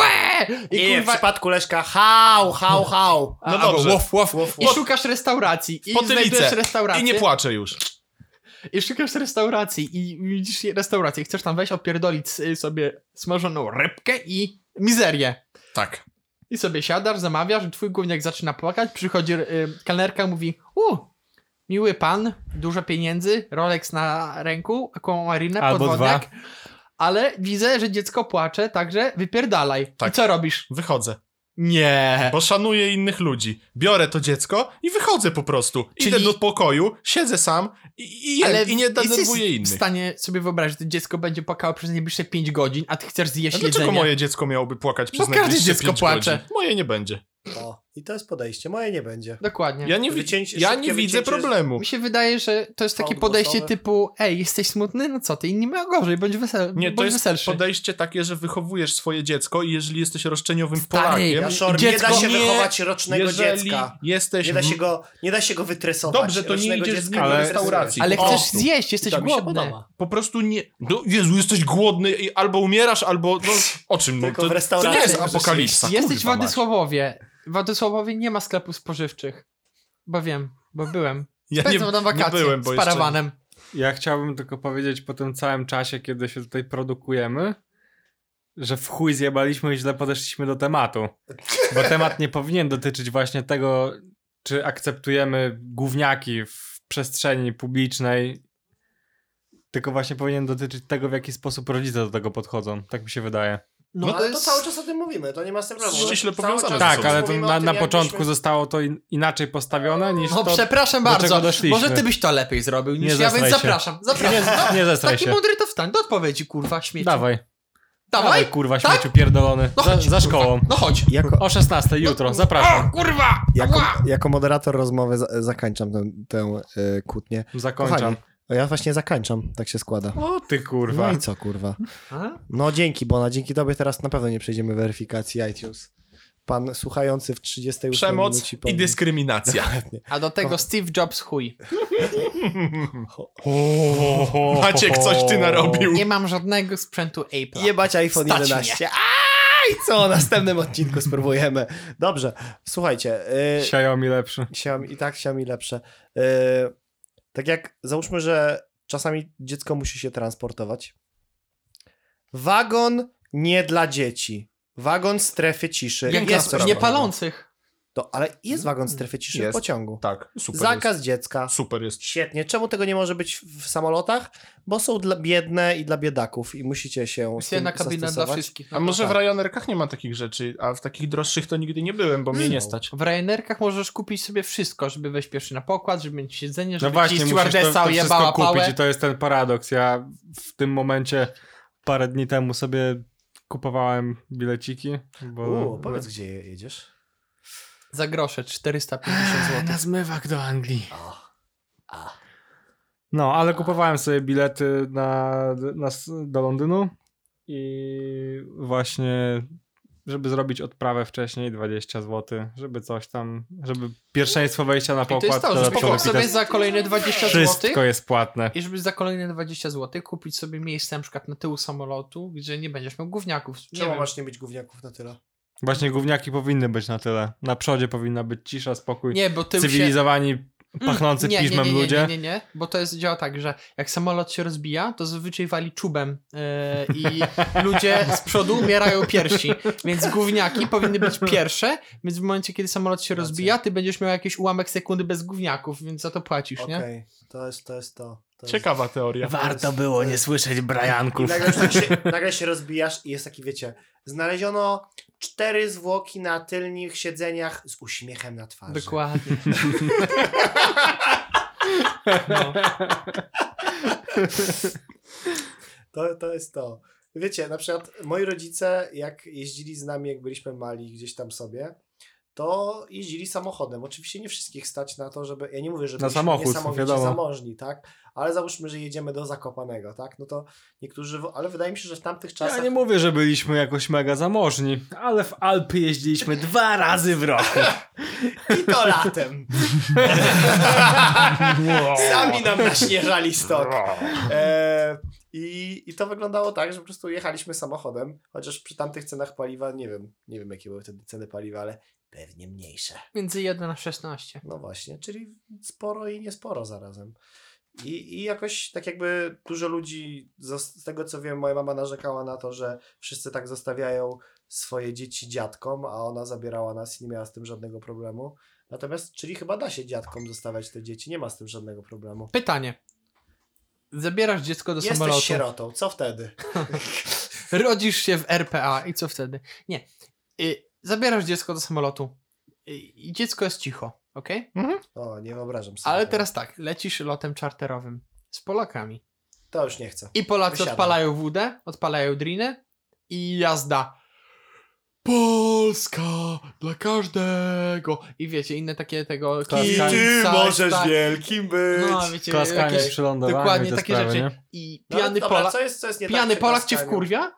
A: I
B: Nie, w
A: kurwa...
B: przypadku Leszka hał, hał, hał.
A: A,
C: No
A: albo
C: dobrze.
A: łof, łof,
B: Łof,
A: I
B: łof.
A: szukasz restauracji. I znajdujesz
C: Potylicę.
A: restaurację.
C: I nie płaczę już.
A: I szukasz restauracji i widzisz restaurację, chcesz tam wejść, odpierdolić s- sobie smażoną rybkę i mizerię.
C: Tak.
A: I sobie siadasz, zamawiasz, twój gówniak zaczyna płakać, przychodzi y, kelnerka, mówi u, miły pan, dużo pieniędzy, Rolex na ręku, aquamarinę,
E: Albo
A: podwodniak, ale widzę, że dziecko płacze, także wypierdalaj.
C: Tak.
A: I co robisz?
C: Wychodzę.
A: Nie.
C: Bo szanuję innych ludzi. Biorę to dziecko i wychodzę po prostu. Idę
A: Czyli-
C: do pokoju, siedzę sam i, i, jem, i nie denerwuję
A: jesteś w
C: innych.
A: stanie sobie wyobrazić, że to dzieceko będzie płakało przez najbliższe 5 godzin, a ty chcesz zjeść
C: A dlaczego
A: jedzenie.
C: moje dziecko miałoby płakać
E: No
C: przez
A: Bo każde
C: najbliższe
A: dziecko
C: pięć
A: płacze.
C: godzin? Moje nie będzie.
B: O, I to jest podejście. Moje nie będzie.
A: Dokładnie.
C: Ja nie, wi-
B: Wycięcie-
C: ja
B: szybkie
C: nie widzę
B: wycięcie-
C: problemu.
A: Mi się wydaje, że to jest takie
B: Fałd
A: podejście
B: głosowy.
A: typu ej, jesteś smutny? No co ty, inni mają gorzej, bądź, wesel...
C: Nie,
A: bądź
C: to jest
A: weselszy.
C: podejście takie, że wychowujesz swoje dziecko i jeżeli jesteś roszczeniowym
A: Stary,
C: Polakiem,
A: ja
B: Jaszor, nie
A: Dziecko
B: da się
A: nie-
B: wychować rocznego
C: jeżeli
B: dziecka.
C: jesteś...
B: Nie da, się go, nie da się go wytresować.
C: Dobrze, to nie
B: Rocznego
C: idziesz z
B: dziecka
C: nim
B: nie
E: do
B: wytresujesz.
C: restauracji.
A: Ale
C: Po
A: chcesz
C: prostu.
A: zjeść, jesteś
B: I to mi się
A: głodny.
B: podoba.
C: Po prostu nie... No, Jezu, jesteś głodny i albo umierasz, albo... No, o czym? No,
B: Tylko
C: to,
B: w
C: to
B: restauracji
C: nie jest
B: możesz
C: apokalipsa.
A: Jesteś w
C: kurwa mać.
A: Władysławowie. W Władysławowie nie ma sklepów spożywczych. Bo wiem, bo byłem.
C: Ja nie,
A: Spędzam tam
C: nie
A: wakacje
C: byłem, bo
A: z
C: jeszcze...
A: parawanem.
E: Ja chciałbym tylko powiedzieć po tym całym czasie, kiedy się tutaj produkujemy, że w chuj zjebaliśmy i źle podeszliśmy do tematu. Bo temat nie powinien dotyczyć właśnie tego, czy akceptujemy gówniaki w przestrzeni publicznej, tylko właśnie powinien dotyczyć tego, w jaki sposób rodzice do tego podchodzą. Tak mi się wydaje.
A: No,
B: No,
A: to
B: ale
A: jest...
B: to cały czas o tym mówimy, to nie ma sensu.
C: Ściśle
B: Cały
C: powiązane
A: No,
B: czas
C: ze
E: Tak,
C: sobą.
E: ale to
B: mówimy o
E: na,
B: tym,
E: na
B: jakbyśmy-
E: początku zostało to in, inaczej postawione niż
A: No
E: to...
A: przepraszam
E: do
A: bardzo.
E: czego doszliśmy.
A: Może ty byś to lepiej zrobił niż
E: Nie
A: ja, więc
E: zestraj się.
A: zapraszam. Zapraszam.
E: Nie, nie zestraj
A: Taki
E: się.
A: mądry to wstań do odpowiedzi, kurwa, śmieci.
E: Dawaj,
A: Dawaj.
E: dawaj, kurwa,
A: Tak?
E: śmieciu pierdolony.
A: No
E: Za,
A: chodź,
E: za szkołą.
A: No chodź.
B: Jako,
E: O 16
B: No-
E: jutro, zapraszam.
A: O, kurwa!
B: jako,
A: Ła!
B: jako moderator rozmowy za, zakańczam tę, tę y, kłótnię.
E: Zakończam.
B: Kochani, no ja właśnie zakańczam, tak się składa.
E: O ty kurwa.
B: No i co, kurwa.
A: A?
B: No dzięki, Bona, dzięki tobie teraz na pewno nie przejdziemy weryfikacji iTunes. Pan słuchający w 38
C: Przemoc
B: minucie
C: i
B: powinien-
C: dyskryminacja.
A: A do tego Steve Jobs chuj.
B: No
C: Maciek, coś ty narobił.
A: Nie mam żadnego sprzętu Apple.
B: Jebać iPhone
A: Tak. Stać
B: 11. Aj, co? W następnym odcinku spróbujemy. Dobrze, słuchajcie. y,
E: Xiaomi lepszy. No
B: Siam, I tak siam i lepsze. Yy, tak jak załóżmy, że czasami dziecko musi się transportować. Wagon nie dla dzieci. Wagon strefy ciszy.
A: Jak
B: jest
A: jest
B: coś
A: nie Mm,
B: takiego.
A: palących.
B: To, ale jest wagon strefy ciszy w
C: Jest.
B: pociągu.
C: Tak, super
B: Zakaz
C: jest.
B: dziecka.
C: Super jest.
B: Świetnie. Czemu tego nie może być w samolotach? Bo są dla biedne i dla biedaków i musicie się z tym
A: Jedna kabina dla
B: zastosować.
A: wszystkich. No
C: A może w
B: tak.
C: Ryanairkach nie ma takich rzeczy, a w takich droższych to nigdy nie byłem, bo mnie
B: Hmm.
C: nie stać.
A: W Ryanairkach możesz kupić sobie wszystko, żeby wejść pierwszy na pokład, żeby mieć siedzenie, żeby
E: No właśnie,
A: ci
E: musisz to,
A: stewardessa
E: to wszystko
A: ujebała
E: kupić
A: pałę.
E: i to jest ten paradoks. Ja w tym momencie parę dni temu sobie kupowałem bileciki, bo...
B: U, powiedz, gdzie je- jedziesz.
A: Za grosze, 450
E: Eee,
A: zł.
E: Na zmywak do Anglii.
B: A.
E: No, ale kupowałem sobie bilety na, na, do Londynu i właśnie żeby zrobić odprawę wcześniej 20 zł, żeby coś tam, żeby pierwszeństwo wejścia na
A: I to jest
E: pokład
A: to, że
E: dodatkowy
A: kupisz sobie
E: bilet.
A: za kolejne 20 zł
E: wszystko jest płatne.
A: i żeby za kolejne 20 zł kupić sobie miejsce na przykład na tyłu samolotu, gdzie nie będziesz miał gówniaków. Nie
B: Czemu
A: wiem.
B: masz nie być gówniaków na tyle?
E: Właśnie gówniaki powinny być na tyle. Na przodzie powinna być cisza, spokój.
A: Nie, bo tył się... Mm,
E: Cywilizowani, pachnący
A: nie,
E: piżmem
A: nie, nie,
E: ludzie.
A: Nie, nie, nie, nie, bo to jest, działa tak, że jak samolot się rozbija, to zazwyczaj wali czubem e, i ludzie z przodu umierają pierwsi, więc gówniaki powinny być pierwsze, więc w momencie, kiedy samolot się
B: Racja.
A: rozbija, ty będziesz miał jakiś ułamek sekundy bez gówniaków, więc za to płacisz,
B: Okej,
A: nie?
B: to jest to. Jest to. to jest-
C: Ciekawa teoria.
B: Warto było nie
E: słyszeć
B: I
E: Brianków.
B: nagle, już tak się, nagle się rozbijasz i jest taki, wiecie, znaleziono cztery zwłoki na tylnych siedzeniach z uśmiechem na twarzy.
A: Dokładnie. No.
B: To, to jest to. Wiecie, na przykład moi rodzice, jak jeździli z nami, jak byliśmy mali gdzieś tam sobie, to jeździli samochodem. Oczywiście nie wszystkich stać na to, żeby. Ja nie mówię, że
E: Na
B: byliśmy
E: samochód,
B: niesamowicie
E: wiadomo.
B: zamożni, tak? Ale załóżmy, że jedziemy do Zakopanego, tak? No to niektórzy. w- Ale wydaje mi się, że w tamtych czasach.
E: Ja nie mówię, że byliśmy jakoś mega zamożni, ale w Alpy jeździliśmy dwa razy w roku.
B: I to latem. Sami nam naśnieżali stok. E, i, I to wyglądało tak, że po prostu jechaliśmy samochodem, chociaż przy tamtych cenach paliwa, nie wiem, nie wiem jakie były wtedy ceny paliwa, ale pewnie mniejsze.
A: Między 1 a 16.
B: No właśnie, czyli sporo i niesporo zarazem. I, I jakoś tak jakby dużo ludzi, zos- z tego co wiem, moja mama narzekała na to, że wszyscy tak zostawiają swoje dzieci dziadkom, a ona zabierała nas i nie miała z tym żadnego problemu. Natomiast, czyli chyba da się dziadkom zostawiać te dzieci, nie ma z tym żadnego problemu.
A: Pytanie. Zabierasz dziecko do
B: Jesteś
A: samolotu.
B: sierotą, co wtedy?
A: Rodzisz się w RPA i co wtedy? Nie. Y, zabierasz dziecko do samolotu Y, i dziecko jest cicho, ok?
B: O, nie wyobrażam sobie.
A: Ale
B: tego.
A: teraz tak, lecisz lotem czarterowym z Polakami.
B: To już nie chcę.
A: I Polacy
B: Wysiadam.
A: odpalają WD, odpalają drinę i jazda. Polska dla każdego. I wiecie, inne takie tego...
E: Klaska. I
A: Kill Size, tak.
B: wielkim być.
A: No, wiecie,
E: Klaskanie
A: jakieś,
E: przy lądowaniu.
A: dokładnie
E: te
A: takie
E: sprawy,
A: rzeczy.
E: nie?
A: I
B: No,
A: pijany
B: dobra,
A: Polak,
B: co jest, co jest nie tak
A: pijany
B: przy
A: Polak cię
B: klaskaniu?
A: wkurwia,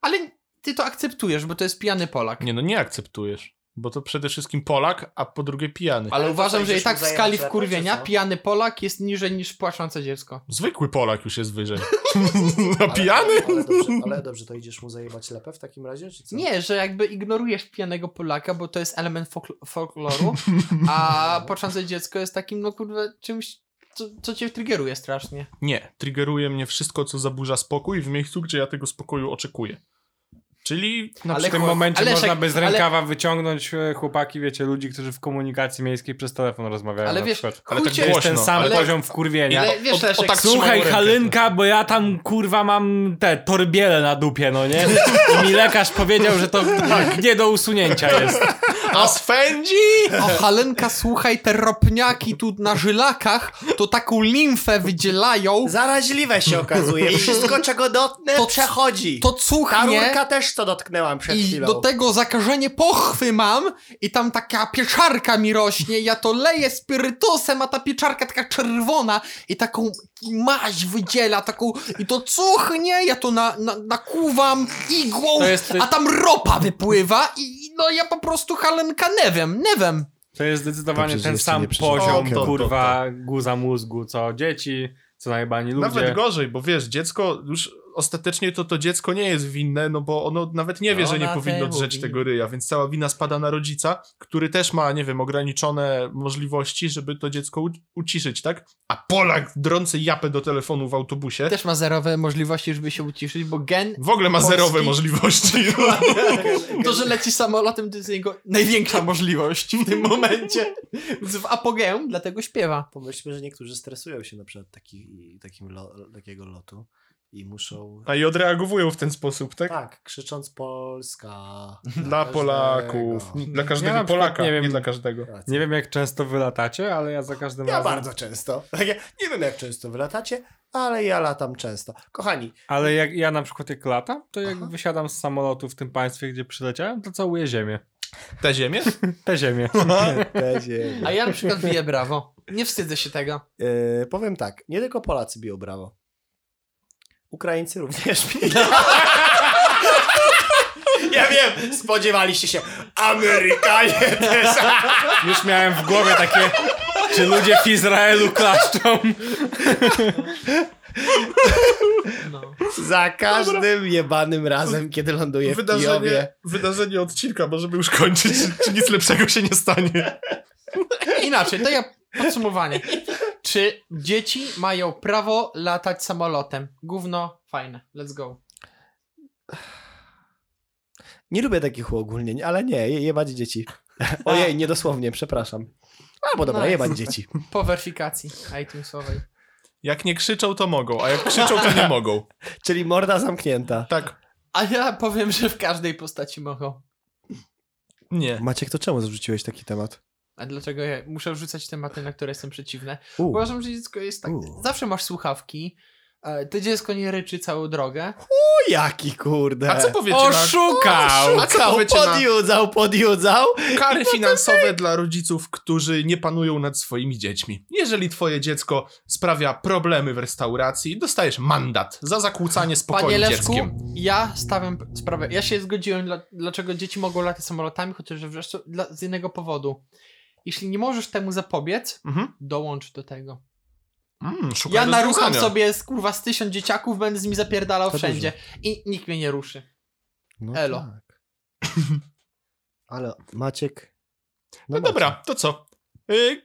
A: ale ty to akceptujesz, bo to jest pijany Polak.
C: Nie no, nie akceptujesz, bo to przede wszystkim Polak, a po drugie pijany.
A: Ale
B: Ale
A: uważam,
B: to co,
A: że i
B: idziesz
A: tak w
B: mu zajebać
A: skali
B: lepę, czy
A: wkurwienia
B: co?
A: pijany Polak jest niżej niż płaczące dziecko.
C: Zwykły Polak już jest wyżej. A
A: No,
B: Ale-
C: pijany?
B: Ale dobrze, ale dobrze, to idziesz mu zajebać lepę w takim razie, czy co?
A: Nie, że jakby ignorujesz pijanego Polaka, bo to jest element folkl- folkloru, a płaczące dziecko jest takim, no kurwa, czymś, co, co cię triggeruje strasznie.
C: Nie, triggeruje mnie wszystko, co zaburza spokój w miejscu, gdzie ja tego spokoju oczekuję. Czyli na
B: No,
A: Ale
C: przykład
E: W No tym
A: Chuj,
E: momencie
A: Leszek,
E: można by z
A: ale-
E: rękawa wyciągnąć e, chłopaki, wiecie, ludzi, którzy w komunikacji miejskiej przez telefon rozmawiają
A: Ale
E: na
A: wiesz,
E: przykład.
A: chuj
C: Ale tak
A: cię-
E: To jest ten
C: głośno,
E: sam
A: ale-
E: poziom wkurwienia.
A: Ale wiesz,
C: o, o,
A: Leszek,
C: tak
E: Słuchaj,
C: trzymał rękę. tak.
E: Halynka, bo ja tam kurwa mam te torbiele na dupie, no nie? I mi lekarz powiedział, że to tak nie do usunięcia jest.
A: Tak. no.
C: A swędzi!
A: O Halenka, słuchaj, te ropniaki tu na żylakach to taką limfę wydzielają,
B: Zaraźliwe się okazuje. Wszystko, czego dotknę,
A: To-
B: przechodzi.
A: to
B: Ta
A: cuchnie.
B: rurka też to dotknęłam przed
A: I
B: chwilą.
A: do tego zakażenie pochwy mam i tam taka pieczarka mi rośnie, ja to leję spirytusem, a ta pieczarka taka czerwona i taką maź wydziela, taką i to cuchnie, ja to na, na, nakuwam igłą,
E: To jest-
A: a tam ropa wypływa i i no ja po prostu halenka newem, newem.
E: To jest zdecydowanie
D: Dobrze, że
E: ten
D: jeszcze
E: sam
D: nie przeczytałem.
E: poziom,
C: O, to, to,
E: kurwa, guza mózgu, co dzieci, co najebani ludzie.
C: Nawet gorzej, bo wiesz, dziecko już ostatecznie to to dziecko nie jest winne, no bo ono nawet nie wie,
A: No,
C: że nie
A: na
C: powinno
A: temu
C: drzeć
A: win-
C: tego ryja, więc cała wina spada na rodzica, który też ma, nie wiem, ograniczone możliwości, żeby to dziecko u- uciszyć, tak? A Polak drący japę do telefonu w autobusie
A: Też ma zerowe możliwości, żeby się uciszyć, bo gen...
C: w ogóle ma
A: Polski-
C: zerowe możliwości.
A: To, że leci samolotem, to jest jego największa możliwość w tym momencie. Więc W apogeum, dlatego śpiewa.
B: Pomyślmy, że niektórzy stresują się na przykład taki, takim lo, takiego lotu i muszą...
C: A i odreagowują w ten sposób, tak?
B: Tak, krzycząc Polska.
C: Dla
B: każdego.
C: Polaków. Dla każdego Tak.
E: Ja na przykład
C: Polaka, nie,
E: nie wiem.
C: dla każdego.
B: Racja.
E: Nie wiem, jak często wy latacie, ale ja za każdym
B: Ja
E: razem.
B: bardzo często. Ja nie wiem, jak często wy latacie, ale ja latam często. Kochani,
E: Ale jak ja na przykład jak latam, to jak
B: Aha.
E: wysiadam z samolotu w tym państwie, gdzie przyleciałem, to całuję ziemię.
C: Te ziemie?
E: Tę ziemię.
B: będzie.
A: A ja na przykład biję brawo. Nie wstydzę się tego.
B: E, powiem tak, nie tylko Polacy biją brawo. Ukraińcy również biją.
E: No.
B: Ja wiem, spodziewaliście się. Amerykanie też.
E: Już miałem w głowie takie, czy ludzie w Izraelu klaszczą.
A: No.
B: Za każdym jebanym razem, kiedy ląduję w Kijowie.
C: Wydarzenie, wydarzenie odcinka, bo żeby już kończyć, czy nic lepszego się nie stanie.
A: Inaczej, to ja podsumowanie. Czy dzieci mają prawo latać samolotem? Gówno, fajne. Let's go.
B: Nie lubię takich uogólnień, ale nie, je- jebać dzieci. Ojej, niedosłownie, przepraszam. Albo dobra,
A: Nice.
B: jebać dzieci.
A: Po weryfikacji iTunesowej.
C: Jak nie krzyczą, to mogą, a jak krzyczą, to nie mogą.
B: Czyli morda zamknięta.
C: Tak.
A: A ja powiem, że w każdej postaci mogą.
C: Nie.
B: Maciek, to czemu zrzuciłeś taki temat?
A: A dlaczego ja muszę rzucać tematy, na które jestem przeciwne?
B: U,
A: Uważam, że dziecko jest tak.
B: U.
A: Zawsze masz słuchawki. e, To dziecko nie ryczy całą drogę.
B: o jaki kurde.
C: A co powiecie
E: Oszukał!
C: A co powiecie na
B: Podjudzał, podjudzał.
C: kary finansowe dla rodziców, którzy nie panują nad swoimi dziećmi? Jeżeli twoje dziecko sprawia problemy w restauracji, dostajesz mandat za zakłócanie
A: Panie
C: spokoju
A: Leszku,
C: dzieckiem.
A: ja stawiam p- sprawę. Ja się zgodziłem, dla, dlaczego dzieci mogą latać samolotami, chociaż wreszcie dla, z innego powodu. Jeśli nie możesz temu zapobiec,
C: Mhm.
A: dołącz do tego.
C: Mm, szukaj
A: Ja narucham
C: rozwiązania.
A: sobie z, kurwa z tysiąc dzieciaków, będę z nimi zapierdalał
B: To
A: wszędzie. I nikt mnie nie ruszy.
B: No
A: Elo.
B: tak. Ale Maciek...
C: No dobra, to co? Yy,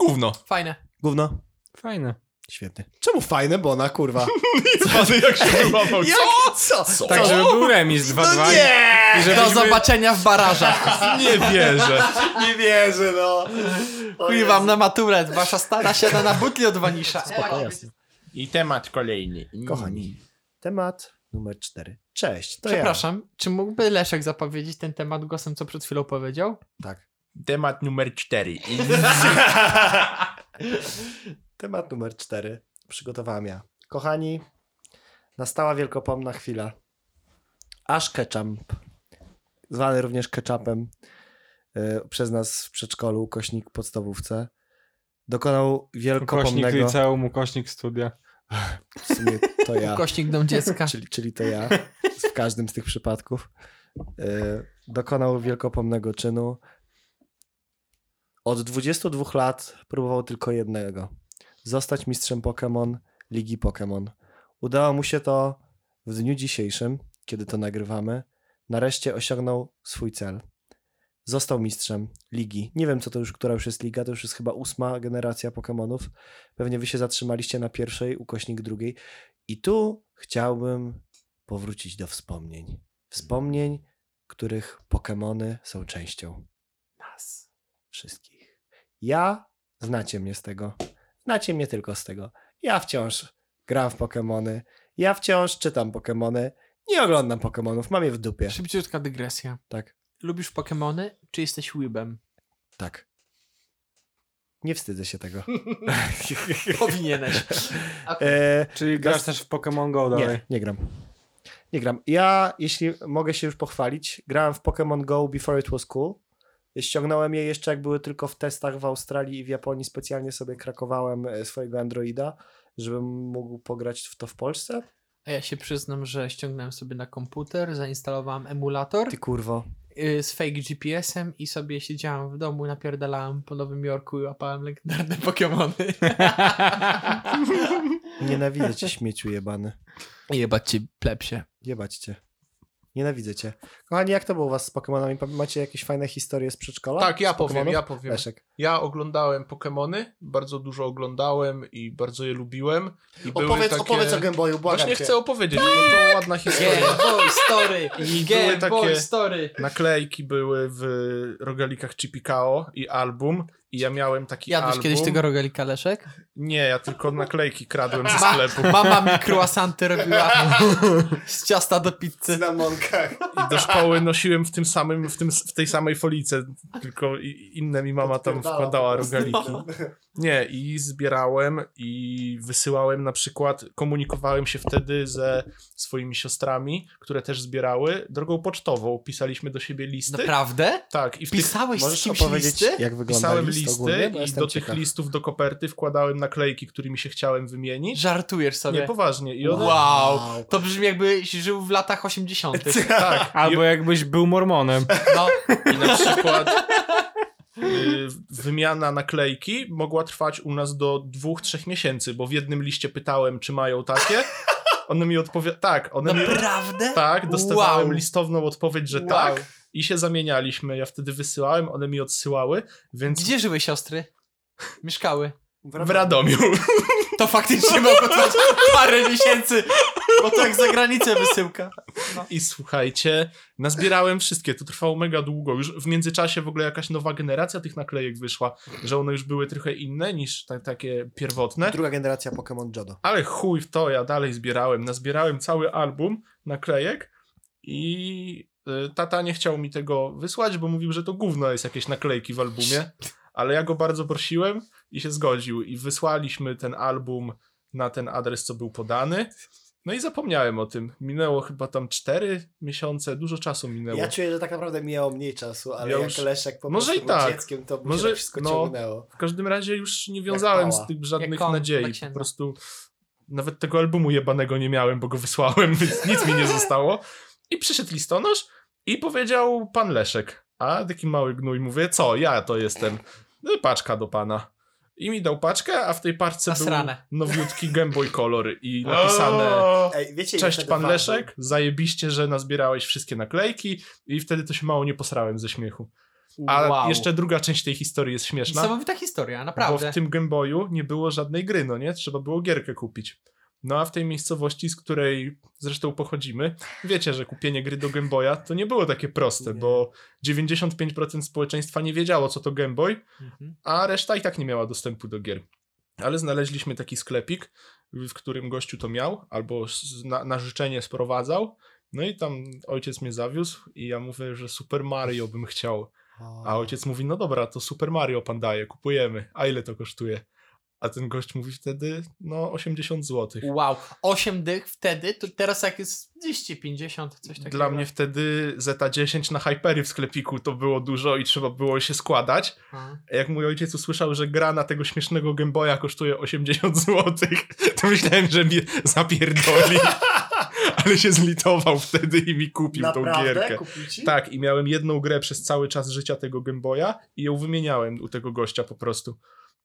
C: gówno.
A: Fajne.
B: Gówno.
E: Fajne.
B: Świetny. Czemu fajne, bo ona kurwa.
C: Jebany, jak się wyłamał.
B: Co? Co? Co? No
E: Tak, żeby był remis 2-2.
B: Nie!
E: i żebyśmy-
A: Do zobaczenia w barażach.
C: Nie wierzę.
B: Nie wierzę, no.
A: Chuj wam na maturę. Wasza stara siada na butli od wanisza.
B: O, jasne.
C: I temat kolejny.
B: Kochani, temat numer cztery. Cześć, to
A: Przepraszam, czy mógłby Leszek zapowiedzieć ten temat głosem, co przed chwilą powiedział?
B: ja. Tak.
C: Temat numer cztery.
B: Temat numer cztery. Przygotowałam ja. Kochani, nastała wielkopomna chwila. Aż ketchup, zwany również ketchupem y, przez nas w przedszkolu, ukośnik podstawówce, dokonał
E: Kośnik
B: wielkopomnego...
E: liceum, ukośnik studia.
B: W sumie to ja.
A: Kośnik dom dziecka.
B: Czyli, czyli to ja w każdym z tych przypadków. Yy, dokonał wielkopomnego czynu. Od 22 lat próbował tylko jednego: zostać mistrzem Pokémon Ligi Pokémon. Udało mu się to w dniu dzisiejszym, kiedy to nagrywamy. Nareszcie osiągnął swój cel. Został mistrzem ligi. Nie wiem, co to już, która już jest liga. To już jest chyba ósma generacja Pokémonów. Pewnie wy się zatrzymaliście na pierwszej, ukośnik drugiej. I tu chciałbym powrócić do wspomnień. Wspomnień, których Pokemony są częścią. Nas. Wszystkich. Ja, znacie mnie z tego. Znacie mnie tylko z tego. Ja wciąż gram w Pokemony. Ja wciąż czytam Pokemony. Nie oglądam Pokemonów, mam je w dupie.
A: Szybciutka dygresja.
B: Tak,
A: Lubisz Pokemony, czy jesteś Weebem?
B: tak. Nie wstydzę się tego.
A: Powinieneś.
B: E,
E: Czyli
B: grasz
E: grasz też w Pokémon Go dalej.
B: Nie, nie gram. Nie gram. Ja, jeśli mogę się już pochwalić, grałem w Pokémon Go Before It Was Cool. Ściągnąłem je jeszcze, jak były tylko w testach w Australii i w Japonii. Specjalnie sobie krakowałem e, swojego Androida, żebym mógł pograć w to w Polsce.
A: A ja się przyznam, że ściągnąłem sobie na komputer, zainstalowałem emulator
B: Ty kurwo.
A: y, z fake GPS-em i sobie siedziałem w domu, napierdalałem po Nowym Jorku i łapałem legendarne Pokemony.
B: Nienawidzę cię, śmieciu jebany.
A: Jebać ci plepsie.
B: Jebać cię. Nienawidzę cię. Kochani, jak to było u was z Pokemonami? Pa- Macie jakieś fajne historie z przedszkola?
C: Tak, ja
B: Z
C: powiem,
B: Pokemonów?
C: ja powiem.
B: Leszek.
C: Ja oglądałem Pokemony, bardzo dużo oglądałem i bardzo je lubiłem. I były
B: Opowiedz,
C: takie...
B: opowiedz o Game Boyu, błagam
C: Właśnie
B: cię.
C: chcę opowiedzieć, bo to ładna historia.
A: Game Boy Story! Game
C: takie-
A: Boy Story!
C: Naklejki były w rogalikach Chipikao i album. I ja miałem taki
A: Jadłeś
C: album.
A: kiedyś tego rogalika, Leszek?
C: Nie, ja tylko naklejki kradłem ze sklepu.
A: Mama mi croissanty robiła z ciasta do pizzy.
B: na monkach.
C: I do szkoły nosiłem w tym samym, w, tym, w tej samej folice, tylko i- inne mi mama tam
B: Odpierdala po
C: wkładała
B: prostu.
C: rogaliki. Nie, i zbierałem i wysyłałem na przykład, komunikowałem się wtedy ze swoimi siostrami, które też zbierały, drogą pocztową. Pisaliśmy do siebie listy.
A: Naprawdę?
C: Tak, i w tych
A: Pisałeś z
B: Możesz
A: kimś
B: opowiedzieć,
A: listy?
B: jak wygląda
C: pisałem
B: list
C: listy
B: ogólnie? Bo
C: i
B: jestem
C: do
B: ciekaw.
C: tych listów do koperty wkładałem naklejki, którymi się chciałem wymienić.
A: Żartujesz sobie.
C: Nie, poważnie. I one...
A: Wow. To brzmi jakbyś żył w latach 80.
C: Tak,
E: Albo jakbyś był mormonem.
A: No,
C: I na przykład y, wymiana naklejki mogła trwać u nas do dwóch, trzech miesięcy, bo w jednym liście pytałem, czy mają takie. One mi odpowiadały, tak, one mi...
A: naprawdę?
C: Tak, dostawałem
A: Wow.
C: listowną odpowiedź, że
A: Wow.
C: tak i się zamienialiśmy. Ja wtedy wysyłałem, one mi odsyłały, więc
A: Gdzie żyły siostry? Mieszkały.
C: w Radomiu.
A: To faktycznie mogło trwać parę miesięcy, bo to jak za granicę wysyłka.
C: I słuchajcie, nazbierałem wszystkie, to trwało mega długo. Już w międzyczasie w ogóle jakaś nowa generacja tych naklejek wyszła, że one już były trochę inne niż ta, takie pierwotne.
B: Druga generacja Pokémon Jodo.
C: Ale chuj w to, ja dalej zbierałem. Nazbierałem cały album naklejek i y, tata nie chciał mi tego wysłać, bo mówił, że to gówno jest jakieś naklejki w albumie. Ale ja go bardzo prosiłem i się zgodził. I wysłaliśmy ten album na ten adres, co był podany. No i zapomniałem o tym. Minęło chyba tam 4 miesiące, dużo czasu minęło.
B: Ja czuję, że tak naprawdę mijało mniej czasu, ale
C: Ja
B: jak
C: już-
B: Leszek po
C: Może
B: prostu
C: i
B: był
C: tak.
B: dzieckiem, to mu
C: Może-
B: się tak wszystko
C: no.
B: ciągnęło.
C: W każdym razie już nie
B: Jak
C: wiązałem
B: pała.
C: z tych żadnych
A: Jak on,
C: nadziei.
A: tak się
C: Po
A: da.
C: prostu nawet tego albumu jebanego nie miałem, bo go wysłałem, więc nic mi nie zostało. I przyszedł listonosz i powiedział pan Leszek. A taki mały gnój mówię, co, ja to jestem. No, paczka do pana. I mi dał paczkę, a w tej paczce
A: Nasrane.
C: był nowiutki Game Boy Color i napisane
B: Ej, wiecie, ile
C: Cześć
B: wtedy
C: pan
B: warto-
C: Leszek, zajebiście, że nazbierałeś wszystkie naklejki i wtedy to się mało nie posrałem ze śmiechu. A
A: Wow.
C: jeszcze druga część tej historii jest śmieszna.
A: Niesamowita historia, naprawdę.
C: Bo w tym Game Boyu nie było żadnej gry, no nie? Trzeba było gierkę kupić. No a w tej miejscowości, z której zresztą pochodzimy, wiecie, że kupienie gry do Game Boya to nie było takie proste,
B: Nie.
C: bo 95% społeczeństwa nie wiedziało, co to Game Boy,
A: Mhm.
C: a reszta i tak nie miała dostępu do gier. Ale znaleźliśmy taki sklepik, w którym gościu to miał, albo z- na, na życzenie sprowadzał. No i tam ojciec mnie zawiózł i ja mówię, że Super Mario bym chciał. A ojciec mówi, no dobra, to Super Mario pan daje, kupujemy. A ile to kosztuje? A ten gość mówi wtedy, no 80 zł.
A: Wow. 8 dych wtedy, to teraz jak jest 250, 50, coś takiego.
C: Dla mnie wtedy Zeta 10 na Hypery w sklepiku to było dużo i trzeba było się składać.
A: A.
C: Jak mój ojciec usłyszał, że gra na tego śmiesznego Game Boya kosztuje 80 zł, to myślałem, że mnie zapierdoli. Ale się zlitował wtedy i mi kupił tą
B: Naprawdę?
C: gierkę.
B: Kupici?
C: Tak, i miałem jedną grę przez cały czas życia tego Game Boya i ją wymieniałem u tego gościa po prostu.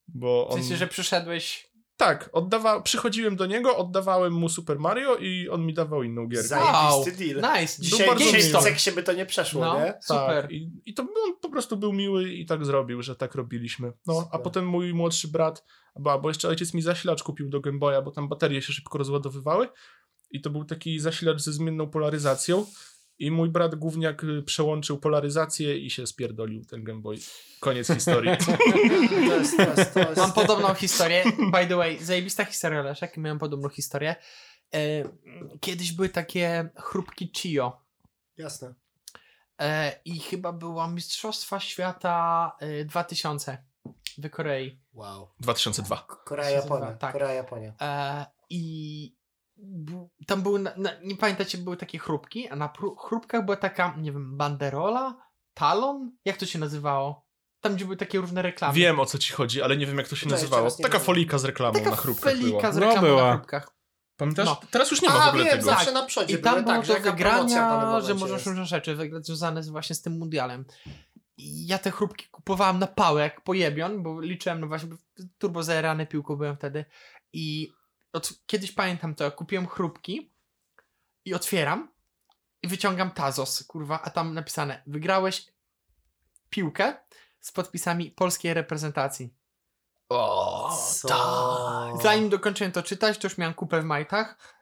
C: Bo
A: W
C: on...
A: sensie, że przyszedłeś...
C: Tak, oddawa... przychodziłem do niego, oddawałem mu Super Mario i on mi dawał inną gierkę.
B: Zajebisty
A: Wow.
B: deal.
A: Nice.
C: Był
B: Dzisiaj,
C: bardzo
B: dzisiaj
C: miły.
B: w seksie by to nie przeszło,
A: No,
B: nie?
A: super.
C: Tak, i, I to on po prostu był miły i tak zrobił, że tak robiliśmy. No, a
B: Super.
C: potem mój młodszy brat, bo, bo jeszcze ojciec mi zasilacz kupił do Game Boya, bo tam baterie się szybko rozładowywały i to był taki zasilacz ze zmienną polaryzacją i mój brat gówniak y, przełączył polaryzację i się spierdolił ten Game Boy. Koniec historii.
B: To jest, to jest, to jest...
A: Mam podobną historię. By the way, zajebista historia, Leszek. Miałem podobną historię. E, Kiedyś były takie chrupki Chio.
B: Jasne.
A: E, I chyba była Mistrzostwa Świata e, 2000 w Korei.
B: Wow.
C: 2002.
B: Korea, Japonia.
A: Tak.
B: Korea, Japonia.
A: E, I bu- tam były, na, na, nie pamiętacie, były takie chrupki, a na pru- chrupkach była taka, nie wiem, banderola, talon? Jak to się nazywało? Tam, gdzie były takie różne reklamy.
C: Wiem o co ci chodzi, ale nie wiem jak to się
B: Cześć,
C: nazywało.
B: teraz nie
C: Taka
B: wiem.
C: folika z reklamą
A: Taka
C: na chrupkach była.
A: felika z
E: No,
A: reklamą
E: była.
A: na chrupkach.
C: Pamiętasz?
A: No.
C: Teraz już nie ma w
B: A,
C: ogóle
B: wiem,
C: tego.
B: zawsze na przodzie
A: I
B: były,
A: tam było
B: tak, że
A: do
B: jaka promocja w danym
A: wygrania, że
B: momencie
A: możesz
B: jest.
A: różne rzeczy wygrać związane z, właśnie z tym mundialem. I ja te chrupki kupowałem na pałę jak pojebion, bo liczyłem, no właśnie turbo zajarany piłką byłem wtedy i Od, kiedyś pamiętam to, kupiłem chrupki i otwieram i wyciągam Tazos, kurwa, a tam napisane wygrałeś piłkę z podpisami polskiej reprezentacji. O,
B: Co?
A: tak. Zanim dokończyłem to czytać, to już miałem kupę w majtach.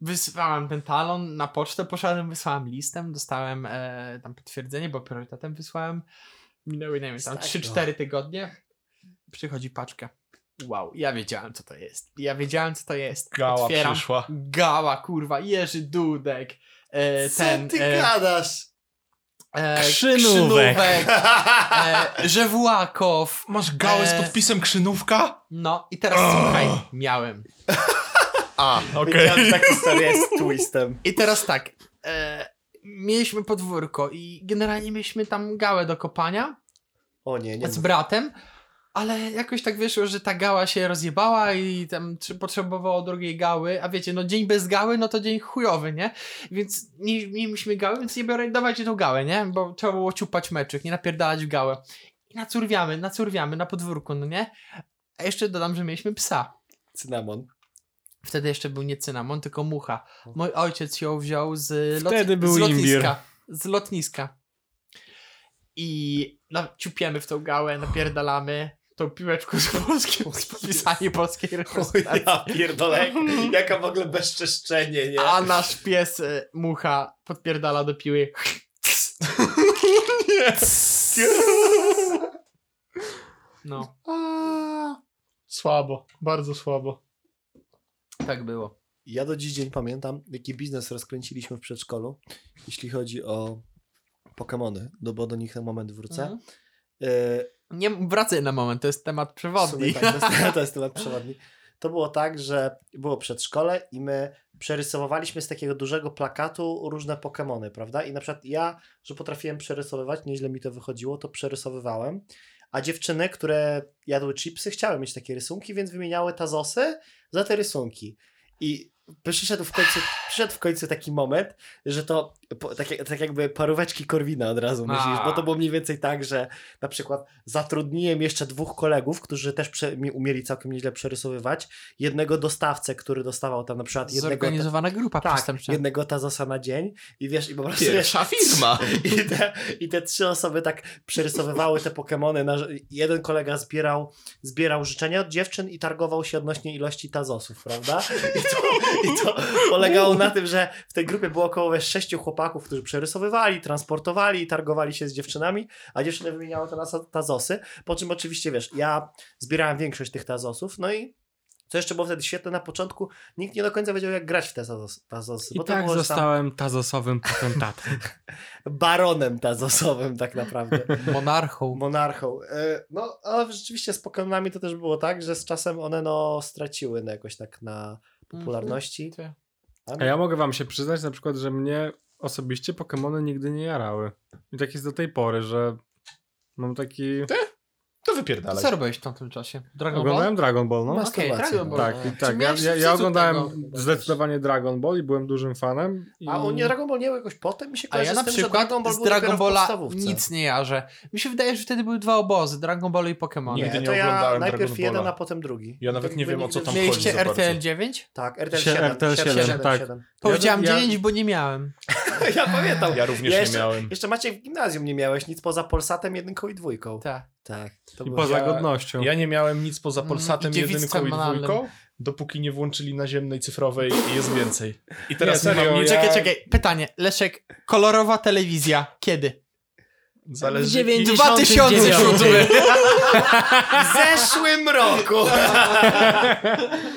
A: Wysłałem ten talon na pocztę, poszedłem, wysłałem listem, dostałem e, tam potwierdzenie, bo priorytetem wysłałem. Minęły, nie wiem, tam
B: Tak,
A: 3-4 tygodnie. Przychodzi paczka. Wow, ja wiedziałem, co to jest. Ja wiedziałem, co to jest.
C: Gała
A: Otwieram.
C: przyszła.
A: Gała, kurwa, Jerzy Dudek. E,
B: Co
A: ten.
B: ty
A: e,
B: gadasz?
A: e,
C: Krzynówek.
A: Krzynówek, e, Żewłakow.
C: Masz gałę
B: E.
A: Eee.
C: z podpisem Krzynówka?
A: No i teraz
C: O!
A: słuchaj, miałem.
C: A, okej.
B: Wiedziałem, że taka historia jest twistem.
A: I teraz tak. E, mieliśmy podwórko i generalnie mieliśmy tam gałę do kopania
B: O nie, nie.
A: z bratem, ale jakoś tak wyszło, że ta gała się rozjebała i tam trzy- potrzebowało drugiej gały, a wiecie, no dzień bez gały, no to dzień chujowy, nie? Więc nie, nie mieliśmy gały, więc nie biorę, dawajcie tą gałę, nie? Bo trzeba było ciupać meczyk, nie napierdalać w gałę. I nacurwiamy, nacurwiamy na podwórku, no nie? A jeszcze dodam, że mieliśmy psa.
B: Cynamon.
A: Wtedy jeszcze był nie cynamon, tylko mucha. Mój ojciec ją wziął z, lot...
E: Wtedy był
A: z
E: imbir.
A: lotniska. Z lotniska. I no, ciupiemy w tą gałę, napierdalamy tą piłeczką z polskim, z podpisami polskiej
B: O
A: reprezentacji.
B: ja pierdolę, jaka w ogóle bezczeszczenie, nie?
A: A nasz pies y, mucha podpierdala do piły. No,
C: A, Słabo, bardzo słabo.
A: tak było.
B: Ja do dziś dzień pamiętam, jaki biznes rozkręciliśmy w przedszkolu, jeśli chodzi o Pokemony, do, bo do nich na moment wrócę.
A: Mhm.
B: E,
A: Nie wracaj na moment, to jest temat
B: w sumie
A: przewodni.
B: Tak, to, jest, to jest temat przewodni. To było tak, że było przedszkole i my przerysowywaliśmy z takiego dużego plakatu różne Pokemony, prawda? I na przykład ja, że potrafiłem przerysowywać, nieźle mi to wychodziło, to przerysowywałem. A dziewczyny, które jadły chipsy, chciały mieć takie rysunki, więc wymieniały tazosy za te rysunki. I przyszedł w końcu, przyszedł w końcu taki moment, że to po, tak, jak- tak jakby paróweczki Korwina od razu myślisz, bo to było mniej więcej tak, że na przykład zatrudniłem jeszcze dwóch kolegów, którzy też prze, mi umieli całkiem nieźle przerysowywać, jednego dostawcę, który dostawał tam na przykład jednego, ta,
A: Zorganizowana grupa
B: tak,
A: przestępcza.
B: jednego tazosa na dzień i wiesz, i po prostu wiesz,
C: Pierwsza firma.
B: i te, I te trzy osoby tak przerysowywały te Pokemony. Na, jeden kolega zbierał, zbierał życzenia od dziewczyn i targował się odnośnie ilości tazosów, prawda? I to, i to polegało na tym, że w tej grupie było około wiesz, sześciu chłopaków, którzy przerysowywali, transportowali i targowali się z dziewczynami, a dziewczyny wymieniały to na sa- tazosy. Po czym oczywiście wiesz, ja zbierałem większość tych tazosów, no i. Co jeszcze było wtedy świetne na początku, nikt nie do końca wiedział, jak grać w te tazos- tazosy.
E: I
B: bo to
E: tak
B: było, że tam-
E: zostałem tazosowym potentatem.
B: baronem tazosowym tak naprawdę,
A: Monarchą.
B: monarchą. E, No, ale rzeczywiście z Pokemonami to też było tak, że z czasem one no straciły no, jakoś tak na popularności.
A: Mhm.
C: Tak.
E: A ja mogę wam się przyznać na przykład, że mnie osobiście Pokemony nigdy nie jarały. I tak jest do tej pory, że mam taki...
C: To
A: Co
C: wypierdalaj.
A: Co robiłeś w tamtym czasie? Dragon Ball?
E: Oglądałem Dragon Ball, no.
B: Mas-
A: Okej,
B: Masturbacja,
A: Dragon
B: no.
A: Ball.
E: Tak, i tak. Ja,
A: miałeś
E: ja,
A: coś
E: ja
A: do
E: oglądałem
A: tego?
E: zdecydowanie Dragon Ball i byłem dużym fanem. I...
B: A on nie Dragon Ball nie był jakoś potem? Mi się
A: A
B: kojarzy
A: ja
B: z
A: na
B: tym, że
A: przykład
B: Dragon Ball
A: z
B: był dopiero
A: Dragon
B: w
A: Balla
B: podstawówce.
A: nic nie jarzę. Mi się wydaje, że wtedy były dwa obozy, Dragon Ball i Pokémon.
C: No, Nigdy
B: Nie,
C: nie
B: to ja
C: oglądałem
B: najpierw
C: Dragon Balla.
B: jeden, a potem drugi.
C: Ja nawet
B: Tak
C: nie
B: jakby
C: wiem, o co
B: nigdy-
C: tam chodzi.
A: Mieliście
C: za bardzo.
A: RTL 9?
B: Tak, RTL
E: Sie-
B: 7.
E: RTL
A: 7,
E: tak.
A: Powiedziałam
E: ja-
A: 9, bo nie miałem.
B: Ja pamiętam.
C: Ja również
B: Ja
C: nie miałem.
B: Jeszcze macie w gimnazjum nie miałeś nic poza Polsatem, jedynką i dwójką.
A: Tak.
B: Tak. To
E: I
B: było-
E: poza
C: Ja-
E: godnością.
C: Ja nie miałem nic poza
A: Mm,
C: Polsatem,
A: i dziewictwem
C: jedynką i
A: banalnym.
C: dwójką, dopóki nie włączyli naziemnej, cyfrowej i jest więcej. I teraz
E: Nie,
C: nie,
E: serio,
C: mam nic.
E: ja-
A: Czekaj, czekaj. Pytanie. Leszek, kolorowa telewizja. Kiedy?
C: Zależy...
A: Dziewięć-
C: i-
A: 2007.
B: W zeszłym roku!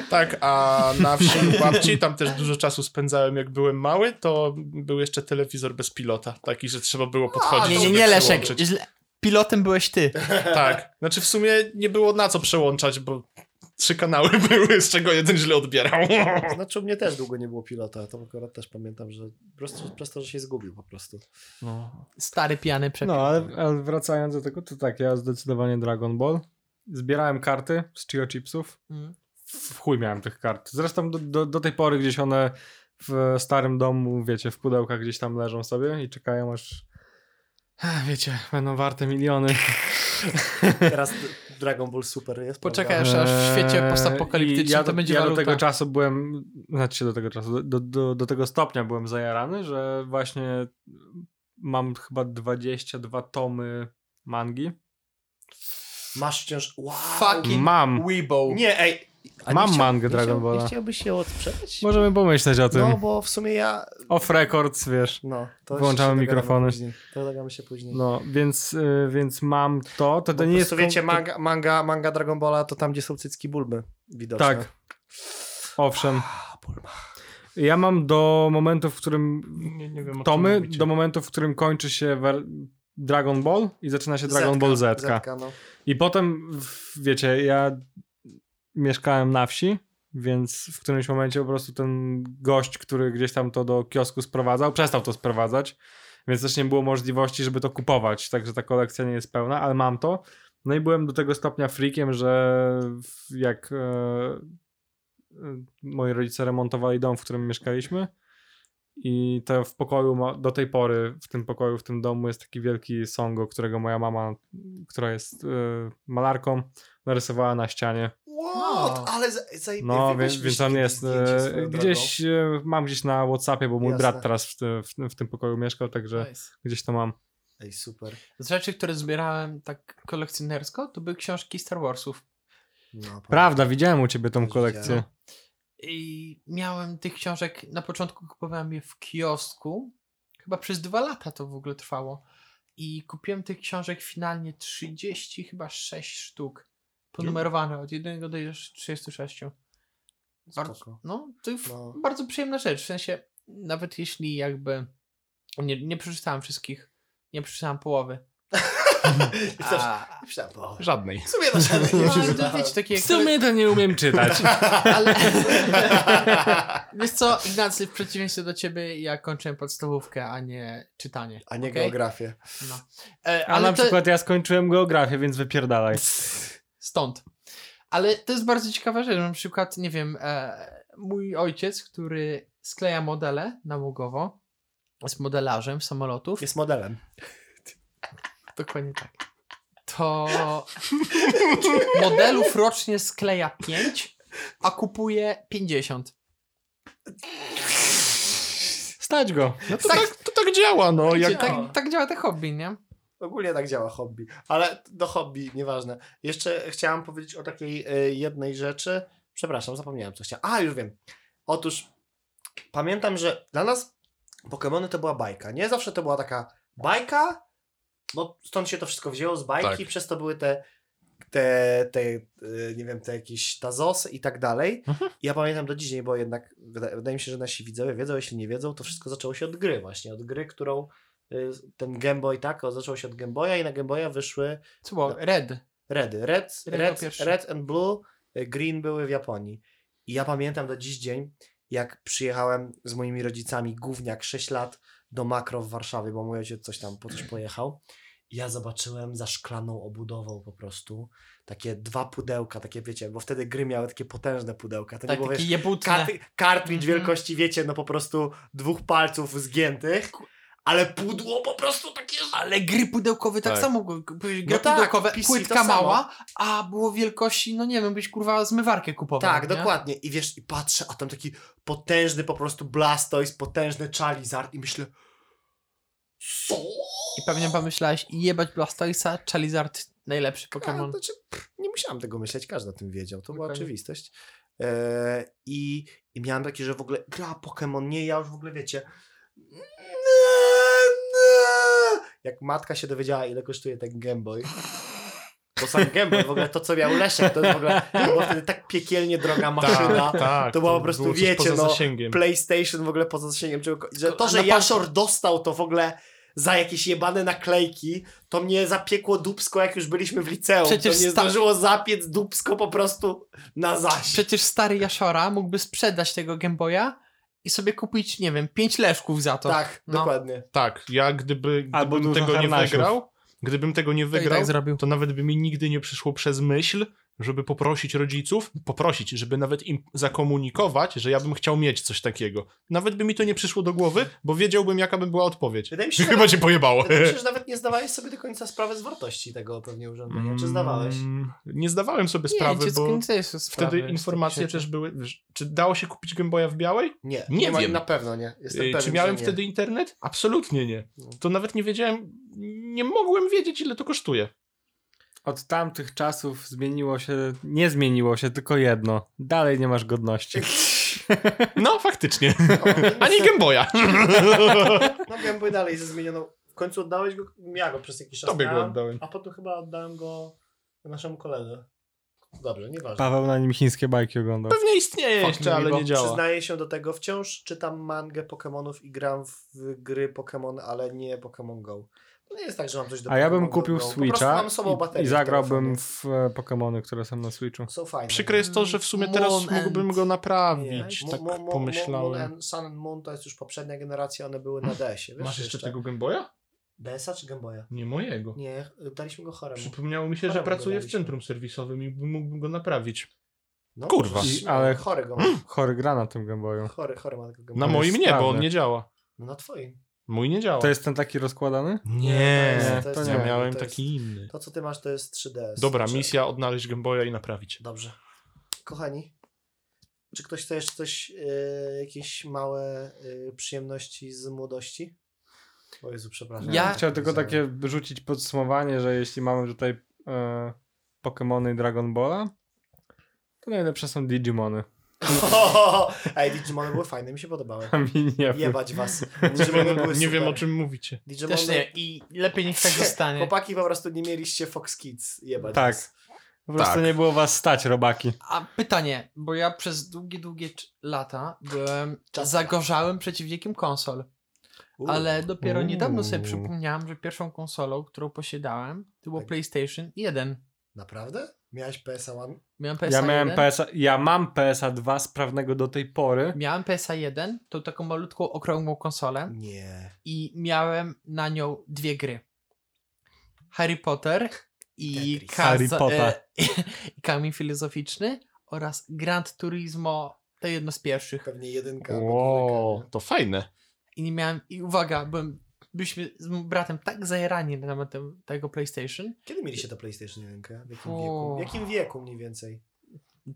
C: Tak, a na wsi u babci, tam też dużo czasu spędzałem, jak byłem mały, to był jeszcze telewizor bez pilota, taki, że trzeba było podchodzić.
A: Nie, nie,
C: żeby
A: nie, Leszek.
C: przełączyć.
A: Źle. Pilotem byłeś ty.
C: Tak, znaczy w sumie nie było na co przełączać, bo trzy kanały były, z czego jeden źle odbierał.
B: Znaczy u mnie też długo nie było pilota, to akurat też pamiętam, że po prostu przez to, że się zgubił po prostu.
A: Stary pijany przepis.
E: No, ale, ale wracając do tego, to tak, ja zdecydowanie Dragon Ball. Zbierałem karty z Chio Chipsów.
A: Mm.
E: W chuj miałem tych kart. Zresztą do, do, do tej pory gdzieś one w starym domu, wiecie, w pudełkach gdzieś tam leżą sobie i eh, czekają aż... Ech, Wiecie, będą warte miliony.
B: Teraz Dragon Ball Super jest.
A: Poczekaj, aż- aż w świecie
E: Eee,
A: postapokaliptycznym
E: i ja
A: to
E: do-
A: będzie
E: Ja
A: waluta.
E: do tego czasu byłem, znaczy się do tego czasu, do, do, do tego stopnia byłem zajarany, że właśnie mam chyba 22 tomy mangi.
B: Masz wciąż... Wow.
A: Fucking
E: Mam.
A: Weebo.
B: Nie, ej. A nie
E: Mam
B: chciał-
E: mangę
B: nie
E: Dragon
B: chciał-
E: Balla.
B: Nie chciałbyś się odprzeć?
E: Możemy pomyśleć o tym.
B: No, bo w sumie ja...
E: Off records, wiesz.
B: No, to się
E: Wyłączamy
B: dogadamy
E: mikrofony.
B: Później. To dogadamy się później.
E: No, więc, y, więc mam to. To,
B: Bo
E: to nie jest...
B: po prostu wiecie,
E: to-
B: manga, manga, manga Dragon Balla to tam, gdzie są cycki bulby widoczne.
E: Tak. Owszem. Ja mam do momentu, w którym
C: Nie, nie wiem, o czym
E: tomy,
C: mówicie.
E: do momentu, w którym kończy się wer- Dragon Ball i zaczyna się Dragon Ball Zetka.
B: Zetka no.
E: I potem, w- wiecie, ja mieszkałem na wsi, więc w którymś momencie po prostu ten gość, który gdzieś tam to do kiosku sprowadzał, przestał to sprowadzać, więc też nie było możliwości, żeby to kupować, także ta kolekcja nie jest pełna, ale mam to. No i byłem do tego stopnia freakiem, że w- jak e, e, moi rodzice remontowali dom, w którym mieszkaliśmy i to w pokoju, ma, do tej pory w tym pokoju, w tym domu jest taki wielki songo, którego moja mama która jest y, malarką, narysowała na ścianie.
B: What? Ale za- zajebiście.
E: No,
B: Wy-
E: więc,
B: weź-
E: więc
B: weź
E: on
B: takie
E: jest.
B: zdjęcie
E: y,
B: swoją
E: gdzieś y, mam gdzieś na Whatsappie, bo mój
B: Jasne.
E: brat teraz w, ty, w, w tym pokoju mieszkał, także
A: Nice.
E: gdzieś to mam.
B: drogą. Ej, super.
A: Z rzeczy, które zbierałem tak kolekcjonersko, to były książki Star Warsów.
B: No,
E: Prawda, widziałem u ciebie tą
B: Też
E: kolekcję.
B: widziałem.
A: I miałem tych książek, na początku kupowałem je w kiosku. Chyba przez dwa lata to w ogóle trwało. I kupiłem tych książek finalnie 30, chyba 6 sztuk. Ponumerowane od 1 do 36. Bardzo,
B: Spoko.
A: no, to f-
B: No.
A: bardzo przyjemna rzecz. W sensie, nawet jeśli jakby nie, nie przeczytałem wszystkich, nie przeczytałem połowy. A,
B: Myślałem, bo-
C: Żadnej.
B: W sumie to
A: no,
B: żadne nie
A: ale
B: przeczytałem.
A: to wiecie, takie,
E: W sumie to nie umiem czytać.
A: Ale... Wiesz co, Ignacy, w przeciwieństwie do ciebie, ja kończyłem podstawówkę, a nie czytanie.
B: A nie
A: okej?
B: geografię.
A: No. E,
E: A
A: ale
E: na
A: to
E: przykład ja skończyłem geografię, więc wypierdalaj.
A: stąd. Ale to jest bardzo ciekawa rzecz. Na przykład, nie wiem, e, mój ojciec, który skleja modele nałogowo, jest modelarzem samolotów.
B: Jest modelem.
A: Dokładnie tak. To modelów rocznie skleja 5, a kupuje 50.
E: Stać go.
C: No to tak, to tak działa, no.
A: Wiecie,
C: Jak...
A: tak, tak działa te hobby, nie?
B: Ogólnie tak działa hobby. Ale do hobby, nieważne. Jeszcze chciałam powiedzieć o takiej e, jednej rzeczy. Przepraszam, zapomniałem co chciałem. A, już wiem. Otóż pamiętam, że dla nas Pokemony to była bajka. Nie zawsze to była taka bajka, bo stąd się to wszystko wzięło z bajki,
C: Tak.
B: przez to były te, te, te e, nie wiem, te jakieś tazosy i tak dalej. Ja pamiętam do dzisiaj, bo jednak wyda- wydaje mi się, że nasi widzowie wiedzą, jeśli nie wiedzą, to wszystko zaczęło się od gry właśnie, od gry, którą y, ten Game Boy tak, o, zaczął się od Game Boya i na Game Boya wyszły
A: Co
C: No.
A: było? Red.
B: Redy. Red,
A: Red
B: red,
A: był pierwszy.
B: red and Blue, y, Green były w Japonii. I ja pamiętam do dziś dzień, jak przyjechałem z moimi rodzicami, gówniak, 6 lat, do Makro w Warszawie, bo mój ojciec coś tam po coś pojechał. I ja zobaczyłem za szklaną obudową po prostu takie dwa pudełka, takie wiecie, bo wtedy gry miały takie potężne pudełka. To nie
A: Tak,
B: było,
A: takie
B: wiesz,
A: jebutne.
B: karty, kartridż
A: Mhm.
B: wielkości, wiecie, no po prostu dwóch palców zgiętych, ale pudło po prostu takie...
A: Ale gry pudełkowe tak,
C: Tak.
A: samo były. Były Gry
B: No tak,
A: pudełkowe,
B: PC to
A: płytka
B: samo.
A: mała, a było wielkości, no nie wiem, byś kurwa zmywarkę kupował.
B: Tak,
A: nie?
B: dokładnie. I wiesz, i patrzę, a tam taki potężny po prostu Blastoise, potężny Charizard i myślę, co?
A: I pewnie pomyślałeś, jebać Blastoisa, Charizard, najlepszy Pokémon.
B: A, znaczy, pff, nie musiałem tego myśleć, każdy o tym wiedział, to była
A: Dokładnie.
B: oczywistość. E, i, I miałem taki, że w ogóle gra Pokémon, nie, ja już w ogóle wiecie. Nie, nie. Jak matka się dowiedziała, ile kosztuje ten Game Boy. Bo sam Game Boy, w ogóle to, co miał Leszek, to jest w ogóle to była wtedy tak piekielnie droga maszyna.
C: tak.
B: to było po prostu,
C: było coś
B: wiecie,
C: poza
B: no,
C: zasięgiem.
B: PlayStation w ogóle poza zasięgiem czego, że
A: Tylko-
B: to,
A: a
B: że
A: na pas-
B: Jaszor dostał to w ogóle za jakieś jebane naklejki, to mnie zapiekło dupsko, jak już byliśmy w liceum.
A: Przecież
B: to mnie
A: sta-
B: zdążyło zapiec dupsko po prostu na zaś.
A: Przecież stary Jaszora mógłby sprzedać tego Game Boya i sobie kupić, nie wiem, pięć leszków za to.
B: Tak,
A: no.
B: dokładnie.
C: Tak, ja gdyby,
E: Albo
C: gdybym
E: dużo
C: tego nie
E: harnasiów.
C: wygrał, gdybym tego nie
A: To i
C: wygrał,
A: tak zrobił.
C: to nawet by mi nigdy nie przyszło przez myśl, żeby poprosić rodziców, poprosić, żeby nawet im zakomunikować, że ja bym chciał mieć coś takiego. Nawet by mi to nie przyszło do głowy, bo wiedziałbym, jaka by była odpowiedź.
B: Wydaje mi się, że
C: Chyba cię pojebało.
B: Przecież nawet nie zdawałeś sobie do końca sprawy z wartości tego pewnie urządzenia. Czy zdawałeś?
C: Mm, Nie zdawałem sobie
A: nie,
C: sprawy,
A: dziecko
C: bo
A: nie zdaje sobie sprawy
C: wtedy
A: z takich
C: informacje
A: rzeczy.
C: też były. wiesz, Czy dało się kupić Game Boya w białej?
B: Nie,
C: Nie
B: ma-
C: wiem.
B: Na pewno nie. Jestem
C: Y,
B: pewien,
C: Czy miałem
B: że nie.
C: wtedy internet? Absolutnie nie. To nawet nie wiedziałem, nie mogłem wiedzieć, ile to kosztuje.
E: Od tamtych czasów zmieniło się, nie zmieniło się tylko jedno. Dalej nie masz godności.
C: No, faktycznie. Ani Game Boya.
B: No Game Boy dalej ze zmienioną. W końcu oddałeś go, ja go przez jakiś czas
C: Tobie go
B: miałem,
C: oddałem.
B: A potem chyba oddałem go naszemu koledze. Dobrze, nieważne.
E: Paweł na nim chińskie bajki oglądał.
C: Pewnie istnieje
A: Fuck
C: jeszcze,
A: me,
C: ale
A: bo
C: nie działa.
B: Przyznaję się do tego, wciąż czytam mangę Pokemonów i gram w gry Pokémon, ale nie Pokémon Go. To nie jest tak, że mam coś do
E: A ja
B: Pokemon
E: bym
B: Go,
E: kupił
B: Go. Po prostu
E: Switcha
B: mam sobą
E: i,
B: baterię
E: i
B: w
E: zagrałbym
B: telefonie.
E: w e, Pokemony, które są na Switchu.
B: Są fajne.
C: Przykre jest to, że w sumie teraz
A: Moon
C: mógłbym
A: and-
C: go
B: Nie.
C: naprawić.
B: Mo-
C: Tak
B: mo- mo- mo- Moon
C: pomyślałem.
B: and Sun and Moon to jest już poprzednia generacja, one były na DS-ie.
C: Masz jeszcze tego Game Boya?
B: DS-a czy Game Boya?
C: Nie mojego.
B: Nie, daliśmy go choremu.
C: Przypomniało mi się, że
B: Choremu
C: pracuję w
B: daliśmy.
C: centrum serwisowym i mógłbym go naprawić.
B: No,
C: Kurwa.
B: przecież-
E: I- ale-
B: Chory go.
E: Chory gra na tym Game Boyu.
B: Chory, chory ma tego Game
C: Na
B: Boya.
E: mo-
C: moim nie, bo on
E: sprawne.
C: nie działa.
B: No na twoim.
C: Mój nie działa.
E: To jest ten taki rozkładany?
C: Nie,
E: to
C: to
E: jest-
C: ja
E: nie,
C: miałem
B: to jest-
C: taki inny.
B: To co ty masz to jest 3DS.
C: Dobra,
B: Czy-
C: misja odnaleźć Game Boya i naprawić.
B: Dobrze. Kochani, czy ktoś chce jeszcze coś, y, jakieś małe y, przyjemności z młodości? O Jezu, przepraszam.
A: Ja-
E: Chciałem tylko takie rzucić podsumowanie, że jeśli mamy tutaj e, Pokemony i Dragon Balla, to najlepsze są Digimony.
B: Ej, Digimony były fajne, mi się podobały.
E: A mi nie wiem.
B: Jebać was.
C: Nie
B: Digimony były
C: wiem, nie wiem
B: super.
C: o czym mówicie.
B: Digimony...
A: Też nie i lepiej niech tak zostanie.
B: Chłopaki po prostu nie mieliście Fox Kids. Jebać
E: Tak.
B: was.
E: Po prostu
C: Tak.
E: nie było was stać, robaki.
A: A pytanie, bo ja przez długie, długie cz- lata byłem
B: Czas.
A: zagorzałym przeciwnikiem konsol.
B: U.
A: Ale dopiero niedawno sobie
E: Uuu.
A: przypomniałem, że pierwszą konsolą, którą posiadałem, to było
B: Tak.
A: PlayStation 1.
B: Naprawdę? Miałeś PSA One?
A: Miałem PSA
E: Ja miałem
A: 1.
E: PSA, ja mam PSA 2 sprawnego do tej pory.
A: Miałem PSA 1, tą taką malutką, okrągłą konsolę
B: Nie.
A: i miałem na nią dwie gry. Harry Potter i
B: Tetris.
A: Kaza-
E: Harry Potter.
A: E, i Kamień Filozoficzny oraz Grand Turismo, to jedno z pierwszych.
B: Pewnie jedynka. albo
C: Wow,
B: dwójka,
C: to fajne.
A: I nie miałem, i uwaga, byłem, byliśmy z moim bratem tak zajerani na temat te- tego PlayStation.
B: nie? Kiedy mieliście to PlayStation 1? W jakim
A: Fu.
B: wieku? W jakim wieku mniej więcej?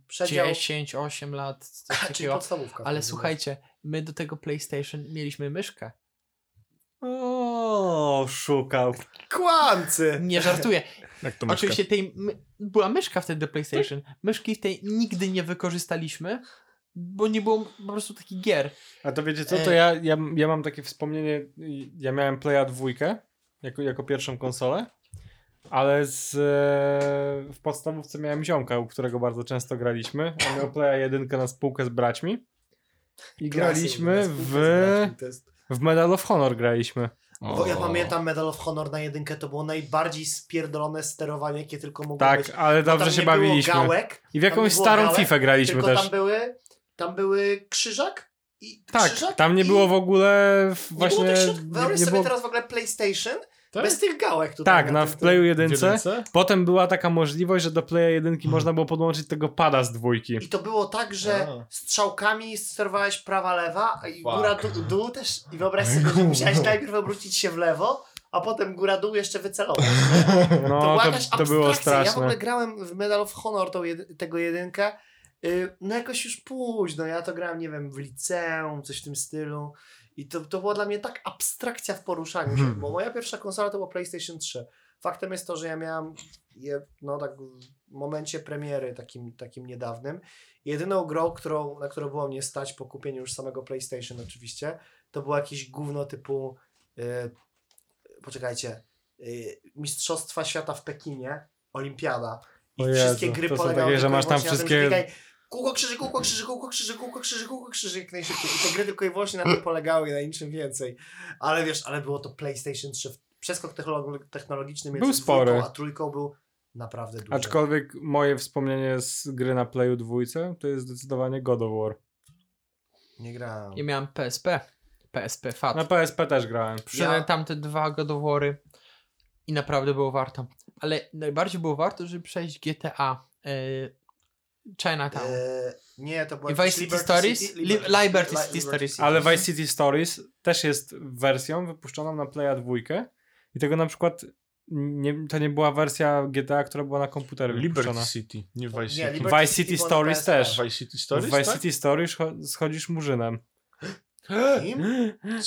B: Przedział...
A: 10, 8 lat, coś
B: Czyli
A: takiego.
B: podstawówka.
A: Znaczy, Ale
B: wtedy.
A: słuchajcie, my do tego PlayStation mieliśmy myszkę.
E: O, szukał.
B: Kłamcy!
A: Nie żartuję.
C: Jak to
A: Oczywiście tej my, była myszka wtedy do PlayStation. Myszki tej nigdy nie wykorzystaliśmy, bo nie było po prostu takich gier.
E: A to wiecie co, to
A: E.
E: ja, ja, ja mam takie wspomnienie, ja miałem Playa dwójkę jako, jako pierwszą konsolę, ale z, e, w podstawówce miałem ziomka, u którego bardzo często graliśmy. On miał Playa jedynkę na spółkę z braćmi i graliśmy
B: Klasy,
E: w,
B: spółka z braćmi, to jest-
E: w Medal of Honor graliśmy.
B: Bo ja pamiętam Medal of Honor na jedynkę, to było najbardziej spierdolone sterowanie, jakie tylko mogło
E: Tak,
B: być. Bo
E: ale
B: tam
E: dobrze się
B: nie było
E: bawiliśmy.
B: Gałek,
E: I w
B: tam nie
E: jakąś
B: było
E: starą
B: gałek,
E: FIFA graliśmy
B: tylko
E: też.
B: tam były, tam były krzyżak i
E: Tak,
B: krzyżak
E: tam nie
B: i
E: było w ogóle w-
B: nie
E: właśnie...
B: Było tych środków. Wyobraź
E: nie
B: sobie
E: było-
B: teraz w ogóle PlayStation
C: Tak?
B: bez tych gałek tutaj.
E: Tak, na
B: tym-
E: w Playu
C: jedynce?
E: jedynce. Potem była taka możliwość, że do Playa jedynki
B: Mhm.
E: można było podłączyć tego pada z dwójki.
B: I to było tak, że
C: A.
B: strzałkami sterowałeś prawa, lewa a i
C: Fuck.
B: góra, dół, dół też. I wyobraź sobie, że musiałeś najpierw obrócić się w lewo, a potem góra, dół jeszcze wycelować. to,
E: No,
B: była
E: to,
B: jakaś
E: to
B: abstrakcja.
E: było
B: Ja w
E: straszne.
B: ogóle grałem w Medal of Honor tą jed tego jedynkę. y, No jakoś już późno, ja to grałem, nie wiem, w liceum, coś w tym stylu. I to, to była dla mnie tak abstrakcja w poruszaniu się,
E: Hmm.
B: bo moja pierwsza konsola to była PlayStation 3. Faktem jest to, że ja miałem je, no tak w momencie premiery takim, takim niedawnym. Jedyną grą, którą, na którą było mnie stać po kupieniu już samego PlayStation oczywiście, to było jakieś gówno typu y, poczekajcie, y, Mistrzostwa Świata w Pekinie, Olimpiada. I
E: O Jezu,
B: wszystkie gry
E: to są
B: polegały
E: takie, że
B: tylko i
E: masz tam
B: wyłącznie na tym,
E: wszystkie-
B: że biegaj, Kółko krzyży, kółko krzyży, kółko krzyży, kółko krzyży, kółko krzyży, jak najszybciej. I te gry tylko i wyłącznie na tym polegały i na niczym więcej. Ale wiesz, ale było to PlayStation 3. Przeskok technolog- technologiczny między
E: Był spory.
B: dwójką a trójką był naprawdę duży.
E: Aczkolwiek moje wspomnienie z gry na Playu dwójce to jest zdecydowanie God of War.
B: Nie grałem.
A: Ja miałem PSP. PSP FAT.
E: Na PSP też grałem.
A: Przyszedłem
B: Ja-
A: tamte dwa godowory i naprawdę było warto. Ale najbardziej było warto, żeby przejść GTA. y, Chinatown.
B: Eee, nie, to była
A: I Vice
B: jakaś
A: City Stories? Li- Liberty City
B: Li-
A: Stories.
E: Ale Vice City Stories też jest wersją wypuszczoną na Playa 2 i tego na przykład nie, to nie była wersja GTA, która była na komputerze wypuszczona.
C: Liberty City, nie Vice
B: Nie,
C: City.
B: Liberty
E: Vice City
B: była na
E: Stories
B: PSP.
E: też.
C: Vice City
E: W
C: Stories,
E: Vice
C: tak?
E: City Stories cho- schodzisz murzynem.
B: Kim?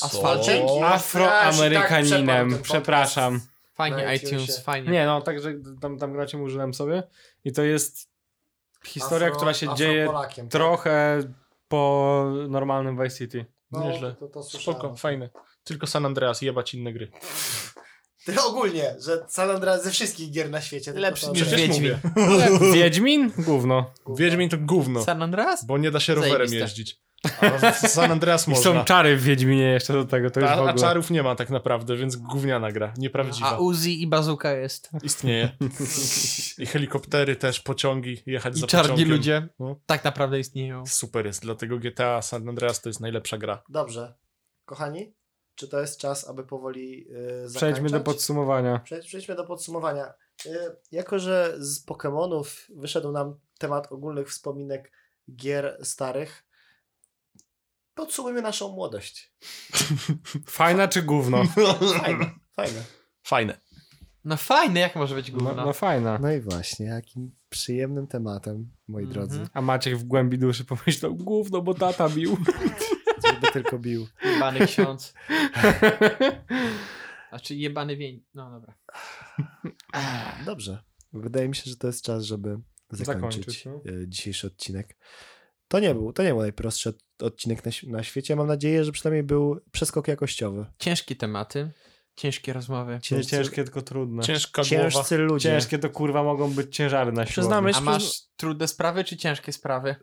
A: Asfaltem?
C: Co?
E: Afroamerykaninem,
B: przepadł ten podcast.
E: przepraszam.
A: Fajnie
B: na
A: iTunes,
B: iTunesie.
A: fajnie.
E: Nie, no, także tam, tam gracie murzynem sobie i to jest historia,
B: Afro-
E: która się dzieje
B: Afropolakiem, tak?
E: trochę po normalnym Vice City.
B: No,
C: Nieźle.
B: to- to słyszałem.
C: Spoko, fajne. Tylko San Andreas, jebać inne gry.
B: Ty ogólnie, że San Andreas ze wszystkich gier na świecie. tylko
A: Lepszy
B: San
A: niż
B: Andreas.
C: Przecież
A: Wiedźmin.
C: mówię.
E: Wiedźmin? Gówno.
C: Wiedźmin to gówno,
A: San Andreas?
C: bo nie da się rowerem
A: Zajebiste.
C: jeździć. A w San Andreas
E: I są
C: można.
E: czary w Wiedźminie jeszcze do tego, to już w
C: A, a
E: ogóle.
C: czarów nie ma tak naprawdę, więc gówniana gra, nieprawdziwa.
A: A Uzi i bazuka jest.
C: Istnieje. I helikoptery też, pociągi, jechać
A: I
C: za
A: czarni
C: pociągiem.
A: ludzie.
C: No.
A: Tak naprawdę istnieją.
C: Super jest, dlatego GTA San Andreas to jest najlepsza gra.
B: Dobrze. Kochani, czy to jest czas, aby powoli yy, zakończać?
E: Przejdźmy do podsumowania.
B: Przejdź- Przejdźmy do podsumowania. Y, Jako, że z Pokemonów wyszedł nam temat ogólnych wspominek gier starych, podsumujmy naszą młodość.
E: Fajna czy gówno?
B: Fajne, fajne.
C: Fajne.
A: No fajne, jak może być
E: No,
A: gówno?
E: no fajna.
B: No i właśnie, jakim przyjemnym tematem, moi
A: Mhm. drodzy.
E: A Maciek w głębi duszy pomyślał, gówno, bo tata bił.
B: Żeby tylko bił.
A: Jebany ksiądz. Znaczy jebany wień. No dobra.
B: Dobrze. Wydaje mi się, że to jest czas, żeby zakończyć,
E: Zakończyć, no.
B: y, dzisiejszy odcinek. To nie był, to nie był najprostszy od- odcinek na, świ- na świecie. Mam nadzieję, że przynajmniej był przeskok jakościowy.
A: Ciężkie tematy, ciężkie rozmowy.
E: Nie
B: Ciężcy,
E: ciężkie, tylko trudne.
C: Ciężka głowa.
B: ciężcy ludzie.
E: Ciężkie to kurwa mogą być ciężary na siłowni.
B: Przyznamy
A: A masz trudne sprawy czy ciężkie sprawy?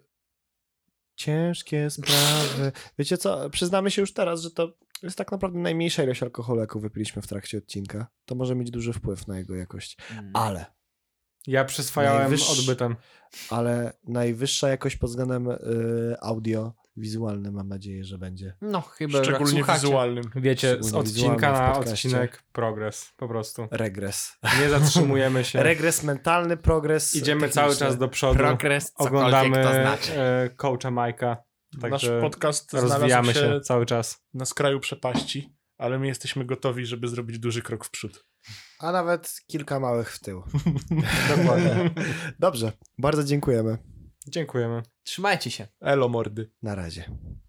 B: Ciężkie sprawy. Wiecie co, przyznamy się już teraz, że to jest tak naprawdę najmniejsza ilość alkoholu, jaką wypiliśmy w trakcie odcinka. To może mieć duży wpływ na jego jakość.
A: Hmm.
B: Ale,
E: Ja przyswajałem
B: Najwyższy-
E: odbytem.
B: ale najwyższa jakość pod względem y, audio wizualnym mam nadzieję, że będzie.
A: No chyba że jak
C: Szczególnie
A: słuchacie.
C: wizualnym.
E: Wiecie, z
B: Szczególnie
E: odcinka
B: wizualny w
E: na
B: podcaście.
E: odcinek progres, po prostu.
B: Regres.
E: Nie zatrzymujemy się.
B: Regres mentalny, progres
E: Idziemy
B: techniczny.
E: cały czas do przodu.
A: Progres,
E: Oglądamy
A: cokolwiek to znaczy.
E: e, coacha Majka.
C: Nasz
E: Także
C: podcast
E: rozwijamy
C: znalazł się,
E: się cały czas.
C: na skraju przepaści, ale my jesteśmy gotowi, żeby zrobić duży krok w przód.
B: A nawet kilka małych w tył. Dokładnie. Dobrze, bardzo dziękujemy.
E: Dziękujemy.
A: Trzymajcie się.
C: Elo mordy.
B: Na razie.